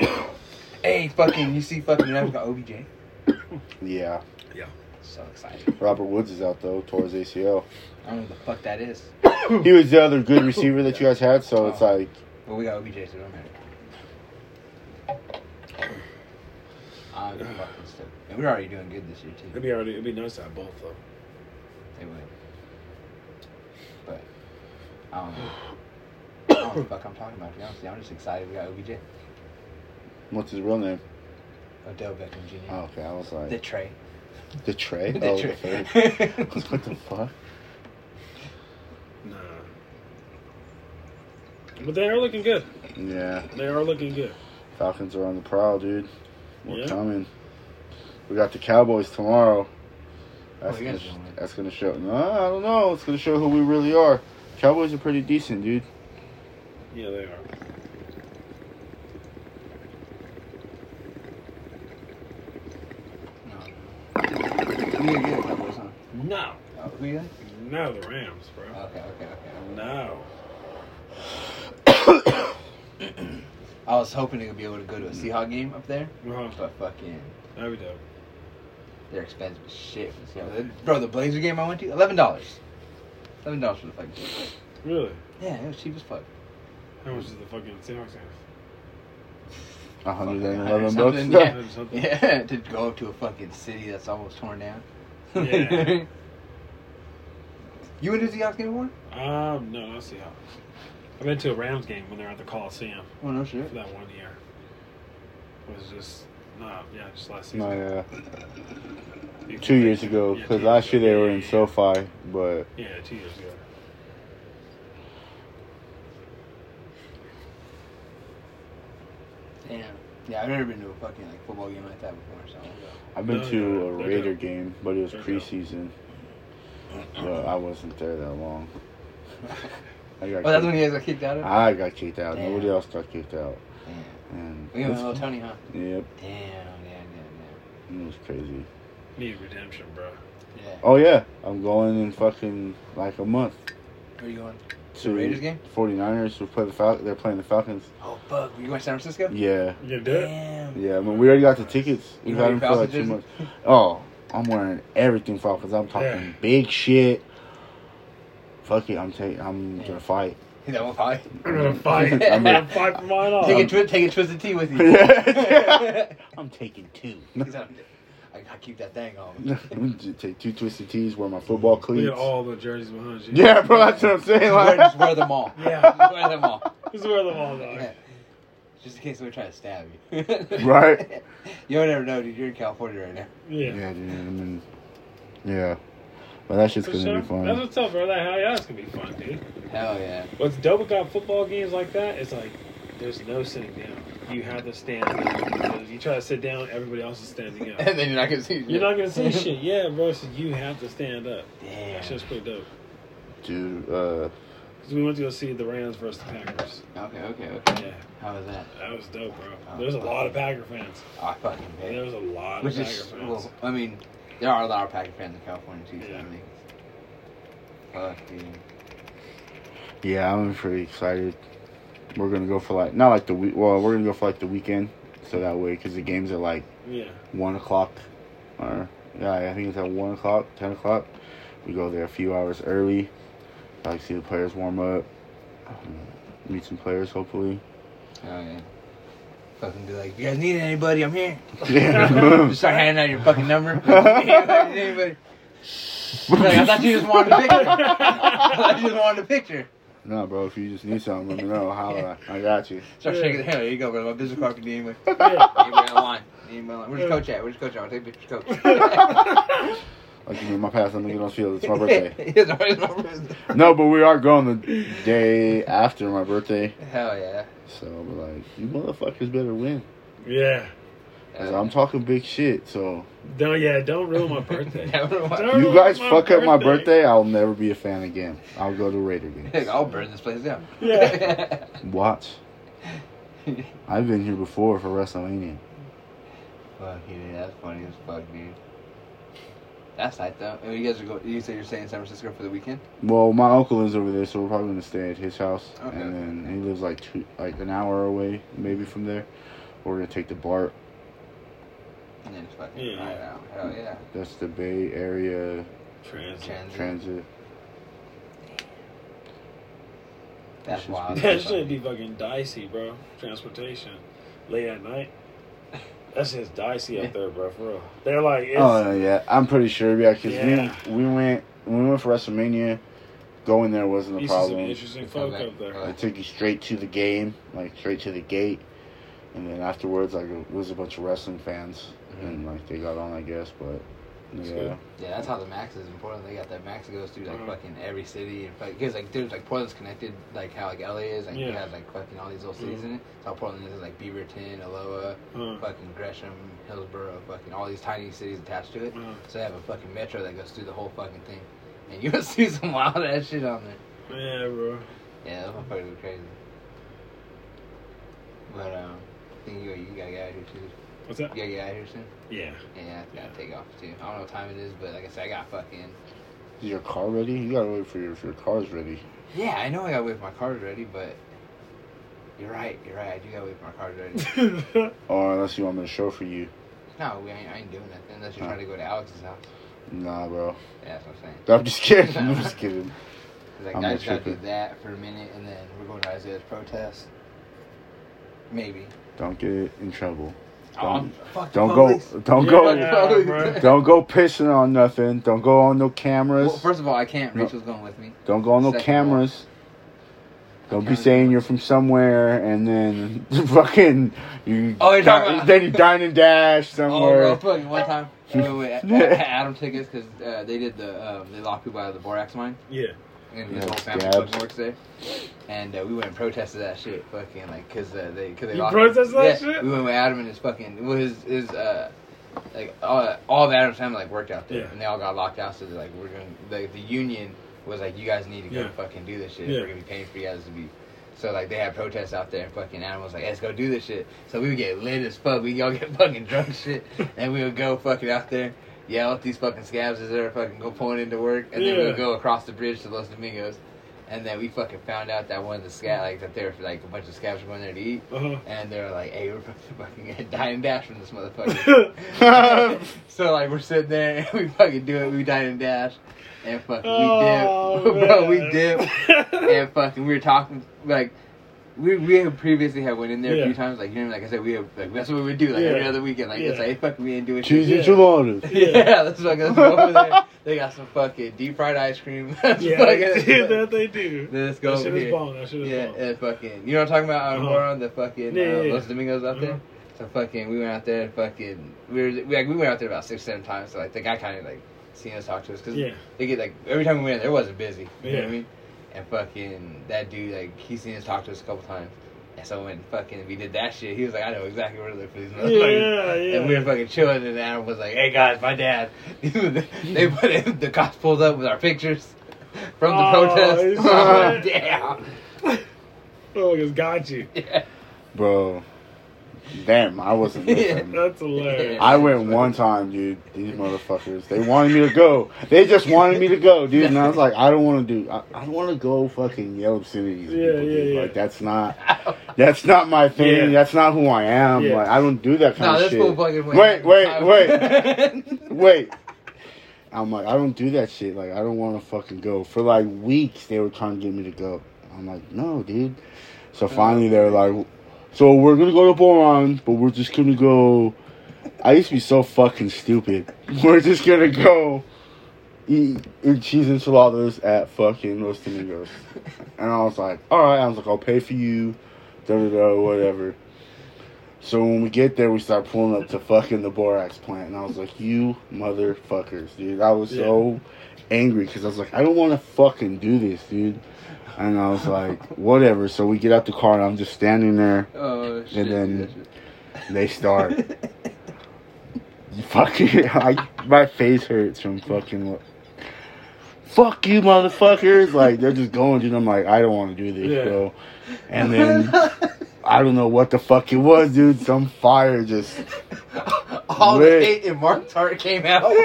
Speaker 2: either. hey, fucking, you see, fucking, you got OBJ.
Speaker 3: Yeah.
Speaker 2: So excited.
Speaker 3: Robert Woods is out though, towards ACL.
Speaker 2: I don't know what the fuck that is,
Speaker 3: He was the other good receiver that you guys had, so it's
Speaker 1: Oh.
Speaker 3: like
Speaker 2: but we got OBJ, so it don't matter. I'm Ah, fucking stoked. And we're already doing good this year too.
Speaker 1: It'd be already. It'd be nice to have both though.
Speaker 2: They would. But I don't know. I don't know what the fuck I'm talking about. To be honest, with you. I'm just excited. We got OBJ,
Speaker 3: what's his real name?
Speaker 2: Odell Beckham Jr.,
Speaker 3: Oh, okay, I was
Speaker 2: the
Speaker 3: like
Speaker 2: Trey,
Speaker 3: the Trey.
Speaker 2: the
Speaker 3: Oh,
Speaker 2: Trey.
Speaker 3: the Trey. I was like, what the fuck?
Speaker 1: Nah. But they are looking good.
Speaker 3: Yeah,
Speaker 1: They are looking good.
Speaker 3: Falcons are on the prowl, dude. We're
Speaker 1: Yeah.
Speaker 3: coming. We got the Cowboys tomorrow. That's,
Speaker 2: Oh, you
Speaker 3: gonna,
Speaker 2: guys
Speaker 3: sh-
Speaker 2: don't win.
Speaker 3: that's gonna show. No, I don't know. It's gonna show who we really are. Cowboys are pretty decent, dude.
Speaker 1: Yeah, they are.
Speaker 2: no, no. We didn't get a Cowboys, huh?
Speaker 1: No.
Speaker 2: Oh, who you?
Speaker 1: No, the Rams, bro.
Speaker 2: got? Okay, okay, okay.
Speaker 1: No.
Speaker 2: I was hoping to be able to go to a Seahawk game up there,
Speaker 1: Uh-huh.
Speaker 2: but fucking
Speaker 1: That'd be dope.
Speaker 2: They're expensive as shit. So, bro, the Blazer game I went to, eleven dollars. Eleven dollars for the fucking. ticket.
Speaker 1: Really?
Speaker 2: Yeah, it was cheap as fuck.
Speaker 1: How much is the fucking Seahawks have?
Speaker 3: A hundred and
Speaker 2: Fucking
Speaker 3: eleven
Speaker 2: something,
Speaker 3: bucks.
Speaker 2: Yeah.
Speaker 1: Something.
Speaker 2: Yeah, to go to a fucking city that's almost torn down.
Speaker 1: Yeah.
Speaker 2: you went to the Seahawks game before?
Speaker 1: Um, no, not Seahawks. I went to a Rams game when they were at the Coliseum
Speaker 2: Oh no
Speaker 1: for
Speaker 2: shit.
Speaker 1: that one year. It was just, nah, yeah, just last season.
Speaker 3: No, yeah. uh, Two years ago,
Speaker 1: Yeah,
Speaker 3: because
Speaker 1: two
Speaker 3: last year
Speaker 1: years
Speaker 3: they
Speaker 1: ago.
Speaker 3: were
Speaker 1: Yeah,
Speaker 3: in
Speaker 1: yeah,
Speaker 3: SoFi, but
Speaker 1: Yeah, Yeah, two years ago.
Speaker 2: Damn. Yeah, I've never been to a fucking like football game like that before. So
Speaker 3: I've been
Speaker 1: No,
Speaker 3: to
Speaker 1: no,
Speaker 3: a
Speaker 1: no, no.
Speaker 3: Raider game, but it was
Speaker 1: No, no.
Speaker 3: preseason. But I wasn't there that long. I got
Speaker 2: Oh, that's
Speaker 3: kicked-
Speaker 2: when you guys got kicked out of.
Speaker 3: I got kicked out.
Speaker 2: Damn.
Speaker 3: Nobody else got kicked out.
Speaker 2: Damn.
Speaker 3: And
Speaker 2: We went to Little Tony, huh?
Speaker 3: yep,
Speaker 2: Damn, damn, damn,
Speaker 3: it was crazy.
Speaker 1: Need redemption, bro.
Speaker 2: damn. Yeah.
Speaker 3: Oh yeah, I'm going in fucking like a month
Speaker 2: Where you going?
Speaker 3: to
Speaker 2: Raiders game?
Speaker 3: 49ers who play the Fal- They're playing the Falcons.
Speaker 2: Oh fuck, you going to San Francisco?
Speaker 3: Yeah,
Speaker 1: You gonna do it?
Speaker 2: Damn.
Speaker 3: yeah. I mean, we already got the tickets. We
Speaker 2: You
Speaker 3: got
Speaker 2: wearing
Speaker 3: them for like two
Speaker 2: Falcons
Speaker 3: months. Oh, I'm wearing everything Falcons. I'm talking
Speaker 1: Yeah.
Speaker 3: big shit. Fuck it, I'm taking. I'm
Speaker 2: Yeah.
Speaker 3: gonna fight.
Speaker 2: He's that one pie.
Speaker 1: I'm gonna fight. I'm
Speaker 2: I'm
Speaker 1: gonna
Speaker 2: gonna-
Speaker 1: fight for mine all.
Speaker 2: Take a twi- take a twisted tea with you.
Speaker 3: I'm taking two.
Speaker 2: He's like, I gotta keep that thing on.
Speaker 3: Take two twisted tees. Wear my football
Speaker 1: Look
Speaker 3: cleats.
Speaker 1: at all the jerseys behind you.
Speaker 3: Yeah, bro, that's what I'm saying.
Speaker 2: Just wear,
Speaker 3: Like,
Speaker 2: just wear them all.
Speaker 1: Yeah.
Speaker 2: Just wear them all.
Speaker 1: Just wear them all, dog.
Speaker 2: Yeah. Just in case we're trying to stab you.
Speaker 3: Right.
Speaker 2: You don't ever know, dude. You're in California right now.
Speaker 1: Yeah.
Speaker 3: yeah, dude. I mean, yeah, but that shit's
Speaker 1: For
Speaker 3: gonna
Speaker 1: sure.
Speaker 3: be fun.
Speaker 1: That's what's up, bro. That hell yeah, it's gonna be fun, dude.
Speaker 2: Hell yeah.
Speaker 1: What's dope about football games like that is like there's no sitting down. You have to stand up because you try to sit down, everybody else is standing up.
Speaker 2: And then you're not gonna see.
Speaker 1: You're not gonna see shit, yeah, bro. So you have to stand up.
Speaker 2: Damn.
Speaker 1: That shit's pretty dope.
Speaker 3: Dude, uh,
Speaker 1: Cause we went to go see the Rams versus the Packers.
Speaker 2: Okay, okay, okay.
Speaker 1: Yeah,
Speaker 2: How was that? Oh,
Speaker 1: that was dope, bro. There's a lot of Packer fans.
Speaker 2: I fucking bet.
Speaker 1: There's a lot of
Speaker 2: Which
Speaker 1: Packer
Speaker 2: is,
Speaker 1: fans.
Speaker 2: well, I mean, there are a lot of Packer fans in California too. So
Speaker 1: Yeah.
Speaker 2: I mean, fuck, dude.
Speaker 3: yeah, I'm pretty excited. We're gonna go for like not like the week. Well, we're gonna go for like the weekend, so that way, because the games at like
Speaker 1: Yeah,
Speaker 3: one o'clock, or yeah, I think it's at one o'clock, ten o'clock. We go there a few hours early. Like see the players warm up, meet some players hopefully.
Speaker 2: Oh yeah. Fucking be like, if you guys need anybody, I'm here.
Speaker 3: Yeah.
Speaker 2: Just start handing out your fucking number. Anybody, anybody. Like, I thought you just wanted a picture. I thought you just wanted a picture.
Speaker 3: no, bro. If you just need something, let me know. Holla, I got you.
Speaker 2: Start
Speaker 1: Yeah.
Speaker 2: shaking the hand. There you go, bro. My business card for the anyway.
Speaker 1: yeah.
Speaker 2: Anybody online. Anybody online. Where's
Speaker 1: Yeah.
Speaker 2: coach at? Where's coach at? I'll take a picture of coach.
Speaker 3: Like you need my pass, let me get on the field. It's my birthday.
Speaker 2: His number.
Speaker 3: No, but we are going the day after my birthday.
Speaker 2: Hell yeah.
Speaker 3: So I'm like, you motherfuckers better win.
Speaker 1: yeah.
Speaker 3: Cause I'm talking big shit. So
Speaker 1: No, yeah. Don't ruin my birthday.
Speaker 2: Never mind.
Speaker 1: Don't
Speaker 3: you
Speaker 1: ruin
Speaker 3: guys
Speaker 1: my
Speaker 3: fuck up my birthday, I'll never be a fan again. I'll go to Raider games.
Speaker 2: I'll burn this place down.
Speaker 1: Yeah.
Speaker 3: Watch. I've been here before for WrestleMania.
Speaker 2: Fuck, dude, that's funny as fuck, dude. That's tight though. And you guys are go. You say you're staying in San Francisco for the weekend?
Speaker 3: Well, my uncle is over there, so we're probably gonna stay at his house,
Speaker 2: Okay.
Speaker 3: and then he lives like two, like an hour away, maybe from there. We're gonna take the BART.
Speaker 2: And then it's fucking
Speaker 1: Yeah.
Speaker 2: right out. Hell yeah.
Speaker 3: That's the Bay Area
Speaker 1: Transit.
Speaker 2: Transit.
Speaker 3: Transit.
Speaker 2: That's
Speaker 3: should
Speaker 2: wild.
Speaker 3: be-
Speaker 1: That should be fucking dicey, bro. Transportation late at night. That's just dicey up there, bro. For real, they're like, it's,
Speaker 3: Oh yeah, I'm pretty sure. Yeah, because
Speaker 1: Yeah.
Speaker 3: we we went when we went for WrestleMania. Going there wasn't a
Speaker 1: you see some
Speaker 3: problem.
Speaker 1: interesting folk up there.
Speaker 3: I took you straight to the game, like straight to the gate, and then afterwards, like it was a bunch of wrestling fans, and like they got on, I guess. But
Speaker 1: Mm-hmm. That's
Speaker 3: yeah,
Speaker 1: good.
Speaker 2: Yeah, that's how the Max is in Portland. They got that Max that goes through like
Speaker 1: Mhm.
Speaker 2: fucking every city and because like dude, like Portland's connected like how like LA is. Like you
Speaker 1: Yeah. Mm.
Speaker 2: have like fucking all these little cities in it. So Portland is like Beaverton, Aloha,
Speaker 1: Huh.
Speaker 2: fucking Gresham, Hillsborough, fucking all these tiny cities attached to it.
Speaker 1: Uh,
Speaker 2: So they have a fucking metro that goes through the whole fucking thing, and you will see some wild ass shit on there.
Speaker 1: yeah, bro.
Speaker 2: Yeah, that motherfucker was crazy. But um, I think you, you gotta get out of here too.
Speaker 1: What's that?
Speaker 2: You gotta get out of here soon.
Speaker 1: Yeah.
Speaker 2: Yeah, I gotta take off too. I don't know what time it is, but like I said, I got fucking.
Speaker 3: is your car ready? You gotta wait for your if your car's ready.
Speaker 2: Yeah, I know I gotta wait for my card ready, but you're right. You're right. I do gotta wait for my card ready.
Speaker 1: yeah.
Speaker 3: Oh, Or unless you want me to show for you.
Speaker 2: No, we ain't, I ain't doing nothing unless you're trying to go to Alex's house.
Speaker 3: Nah, bro.
Speaker 2: Yeah, that's what I'm saying.
Speaker 3: I'm just kidding. I'm just kidding.
Speaker 2: He's like,
Speaker 3: I'm
Speaker 2: I
Speaker 3: not
Speaker 2: just gotta do
Speaker 3: tripping.
Speaker 2: that for a minute, and then we're going to Isaiah's protest. Maybe.
Speaker 3: Don't get in trouble.
Speaker 2: Oh, I'm- fuck the
Speaker 3: Don't go.
Speaker 2: police.
Speaker 3: Don't
Speaker 1: Yeah,
Speaker 3: go.
Speaker 1: bruh.
Speaker 3: Don't go pissing on nothing. Don't go on no cameras.
Speaker 2: Well, first of all, I can't.
Speaker 3: No.
Speaker 2: Rachel's going with me.
Speaker 3: Don't go on no
Speaker 2: Second
Speaker 3: cameras. Don't be
Speaker 2: Cameras.
Speaker 3: saying you're from somewhere and then fucking you.
Speaker 2: Oh, you're
Speaker 3: di-
Speaker 2: talking about-
Speaker 3: then you dine and dash
Speaker 2: Oh,
Speaker 3: somewhere.
Speaker 2: real quick, one time, wait, wait, wait, Adam took us because uh, they did the um, they locked people out of the borax mine,
Speaker 1: Yeah.
Speaker 2: and his
Speaker 3: Yeah,
Speaker 2: whole family
Speaker 3: scabs.
Speaker 2: fucking works there. And uh, we went and protested that shit, fucking like, cause uh, they, cause they
Speaker 1: You
Speaker 2: locked-
Speaker 1: protested that
Speaker 2: yeah,
Speaker 1: shit?
Speaker 2: We went with Adam and his fucking well, his his uh, like all, all of Adam's family like worked out there,
Speaker 1: Yeah.
Speaker 2: and they all got locked out. So they're like, we're going to like the union was like, you guys need to go
Speaker 1: Yeah.
Speaker 2: fucking do this shit.
Speaker 1: Yeah.
Speaker 2: We're gonna be paying for you guys to be. So like they had protests out there, and fucking Adam was like, let's go do this shit. So we would get lit as fuck. We all get fucking drunk shit, and we would go fucking out there. Yell at these fucking scabs as they're fucking go pulling into work, and then we
Speaker 1: Yeah.
Speaker 2: would go across the bridge to Los Domingos, and then we fucking found out that one of the scab like that there were like a bunch of scabs were going there to eat,
Speaker 1: Uh-huh.
Speaker 2: and they were like, "Hey, we're about to fucking get dine and dash from this motherfucker." so like, we're sitting there and we fucking do it. We dine and dash, and fucking
Speaker 1: Oh,
Speaker 2: we dip, bro. We dip, and fucking we were talking like. We, we had previously had went in there a few
Speaker 1: Yeah.
Speaker 2: times, like you know, like I said, we have like that's what we do, like
Speaker 1: Yeah.
Speaker 2: every other weekend, like it's
Speaker 1: Yeah.
Speaker 2: like hey, fuck, we ain't doing
Speaker 3: Cheese
Speaker 2: shit.
Speaker 1: Yeah.
Speaker 3: enchiladas.
Speaker 2: Yeah, that's fucking let's go over there. They got some fucking deep fried ice cream. Let's
Speaker 1: Yeah,
Speaker 2: fucking-
Speaker 1: dude, that they do.
Speaker 2: let's go
Speaker 1: That
Speaker 2: over
Speaker 1: shit
Speaker 2: here.
Speaker 1: is bomb. That shit is
Speaker 2: Yeah,
Speaker 1: bomb.
Speaker 2: and fucking, you know what I'm talking about?
Speaker 1: Uh-huh.
Speaker 2: We're on the fucking
Speaker 1: Yeah,
Speaker 2: uh,
Speaker 1: yeah, yeah.
Speaker 2: Los Domingos out there.
Speaker 1: Uh-huh.
Speaker 2: So fucking, we went out there and fucking, we were we, like we went out there about six, seven times. So like the guy kind of like seen us talk to us because
Speaker 1: Yeah.
Speaker 2: they get like every time we went, there wasn't busy. You know what I
Speaker 1: Yeah.
Speaker 2: mean? And fucking that dude, like he seen us talk to us a couple times. And so when fucking we did that shit, he was like, I know exactly where to look for these motherfuckers.
Speaker 1: Yeah, yeah.
Speaker 2: And we were fucking chilling, and Adam was like, "Hey guys, my dad." they put in, the cops pulled up with our pictures from the
Speaker 1: Oh,
Speaker 2: protest.
Speaker 1: is that-
Speaker 2: Damn.
Speaker 1: Oh, it's got you.
Speaker 2: Yeah.
Speaker 3: Bro, damn, I wasn't listening.
Speaker 1: That's hilarious.
Speaker 3: I went one time, dude. These motherfuckers. They wanted me to go. They just wanted me to go, dude. And I was like, I don't want to do. I, I want to go fucking yell obscenities. at
Speaker 1: Yeah,
Speaker 3: people, dude.
Speaker 1: yeah, yeah.
Speaker 3: Like that's not. That's not my thing.
Speaker 1: Yeah.
Speaker 3: That's not who I am.
Speaker 1: Yeah.
Speaker 3: Like I don't do that kind
Speaker 2: No,
Speaker 3: of
Speaker 2: this
Speaker 3: shit.
Speaker 2: fool fucking went.
Speaker 3: Wait, wait,
Speaker 2: wait.
Speaker 3: Wait. I'm like, I don't do that shit. Like I don't want to fucking go. For like weeks, they were trying to get me to go. I'm like, no, dude. So finally, they were like, so we're gonna go to Boron, but we're just gonna go. I used to be so fucking stupid. We're just gonna go eat, eat cheese enchiladas at fucking Los Domingos. And I was like, all right. I was like, I'll pay for you. Da da da, whatever. So when we get there, we start pulling up to fucking the borax plant, and I was like, "You motherfuckers, dude!" I was so angry because I was like, "I don't want to fucking do this, dude." And I was like, "Whatever." So we get out the car, and I'm just standing there.
Speaker 2: Oh shit.
Speaker 3: then- They start fucking. I, my face hurts from fucking. Fuck you, motherfuckers! Like they're just going, dude. I'm like, I don't want to do this,
Speaker 1: Yeah.
Speaker 3: bro. And then I don't know what the fuck it was, dude. Some fire just.
Speaker 2: all
Speaker 3: Wait.
Speaker 2: the hate in Mark's heart came out.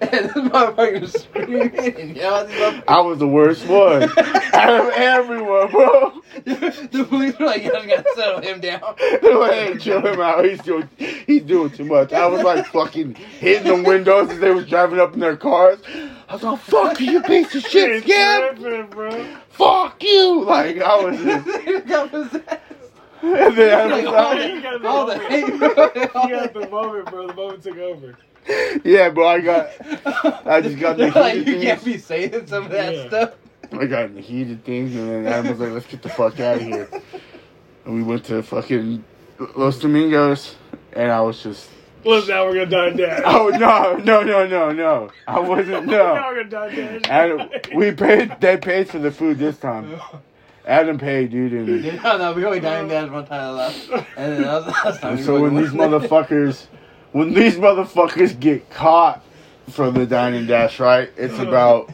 Speaker 2: and this motherfucker was screaming and yelling.
Speaker 3: I was the worst one out of everyone, bro.
Speaker 2: The police were like, "You guys gotta settle him down."
Speaker 3: They were like, hey, chill him out. He's doing, he's doing too much. I was like fucking hitting the windows as they was driving up in their cars. I was like, fuck you, you piece of shit,
Speaker 1: It's
Speaker 3: scab.
Speaker 1: tripping, bro.
Speaker 3: Fuck you. Like, I was just,
Speaker 2: They got possessed.
Speaker 3: and then I
Speaker 2: Like,
Speaker 3: was
Speaker 2: all
Speaker 3: like,
Speaker 1: You got
Speaker 2: the,
Speaker 1: the
Speaker 2: all the
Speaker 1: moment.
Speaker 2: hate, bro.
Speaker 1: You got the moment, bro. The moment took over.
Speaker 3: yeah, bro, I got, I just got
Speaker 2: They're
Speaker 3: the
Speaker 2: like, you
Speaker 3: heated
Speaker 2: can't
Speaker 3: things.
Speaker 2: be saying some of that
Speaker 1: Yeah.
Speaker 2: stuff.
Speaker 3: I got in the heated things, and then Adam was like, let's get the fuck out of here. And we went to fucking Los Domingos, and I was just,
Speaker 1: Look, now we're gonna die down.
Speaker 3: Oh no, no, no, no, no! I wasn't
Speaker 1: Now
Speaker 3: no.
Speaker 1: we're gonna die
Speaker 3: Adam,
Speaker 1: down.
Speaker 3: we paid. They paid for the food this time. Adam paid, dude. And,
Speaker 2: No, no, we only dined down one time last, and then that was the last time.
Speaker 3: and
Speaker 2: we
Speaker 3: so when
Speaker 2: fucking
Speaker 3: these
Speaker 2: went.
Speaker 3: motherfuckers, when these motherfuckers get caught for the dining dash, right? It's about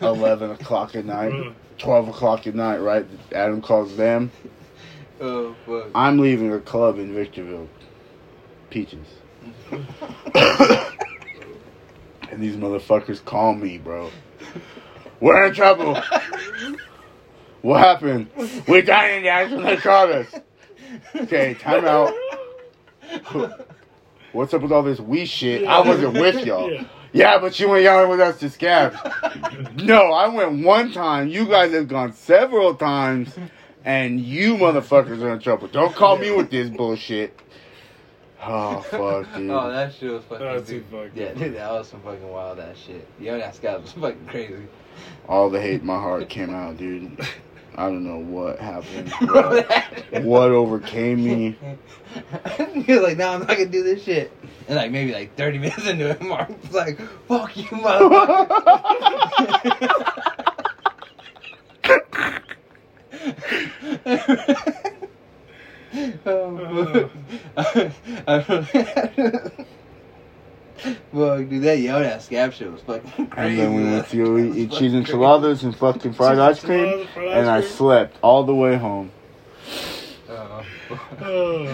Speaker 3: eleven o'clock at
Speaker 1: Mm.
Speaker 3: night, twelve o'clock at night, right? Adam calls them.
Speaker 2: Oh fuck.
Speaker 3: I'm leaving a club in Victorville. Peaches. and these motherfuckers call me, bro. We're in trouble. what happened? We dying guys when they caught us. Okay, time out. What's up with all this we shit?
Speaker 1: Yeah.
Speaker 3: I wasn't with y'all.
Speaker 1: Yeah.
Speaker 3: Yeah. but you went y'all with us to scabs. no, I went one time. You guys have gone several times, and you motherfuckers are in trouble. Don't call me with this bullshit. Oh fuck, dude.
Speaker 2: Oh, that shit was fucking.
Speaker 1: That's too
Speaker 2: dude.
Speaker 1: fucked
Speaker 2: Yeah,
Speaker 1: up.
Speaker 2: dude, that was some fucking wild ass shit. Yo, that guy was fucking crazy.
Speaker 3: all the hate in my heart came out, dude. I don't know what happened.
Speaker 2: Bro,
Speaker 3: What,
Speaker 2: that-
Speaker 3: what overcame me?
Speaker 2: he was like, "No, I'm not gonna do this shit." And like maybe like 30 minutes into it, Mark was like, "Fuck you, motherfucker." oh, fuck. Fuck, dude, that Yoda scab shit was fucking
Speaker 3: And
Speaker 2: crazy.
Speaker 3: then we went to eat, eat cheese
Speaker 2: and
Speaker 3: enchiladas and fucking fried ice cream, and I slept all the way home.
Speaker 2: Oh, fuck.
Speaker 1: Oh,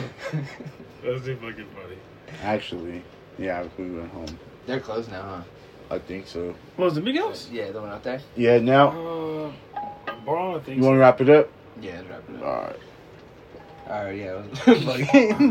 Speaker 1: that's too fucking funny.
Speaker 3: Actually, yeah, we went home.
Speaker 2: They're closed now,
Speaker 3: I think so.
Speaker 1: What was it,
Speaker 2: huh?
Speaker 1: Miguel's?
Speaker 2: Yeah, the one out there?
Speaker 3: Yeah, now
Speaker 1: Uh, Braun, I think.
Speaker 3: you
Speaker 1: so.
Speaker 3: want to wrap it up?
Speaker 2: Yeah, it's wrapping
Speaker 3: All
Speaker 2: up.
Speaker 3: right.
Speaker 2: Alright, yeah. it was- fucking-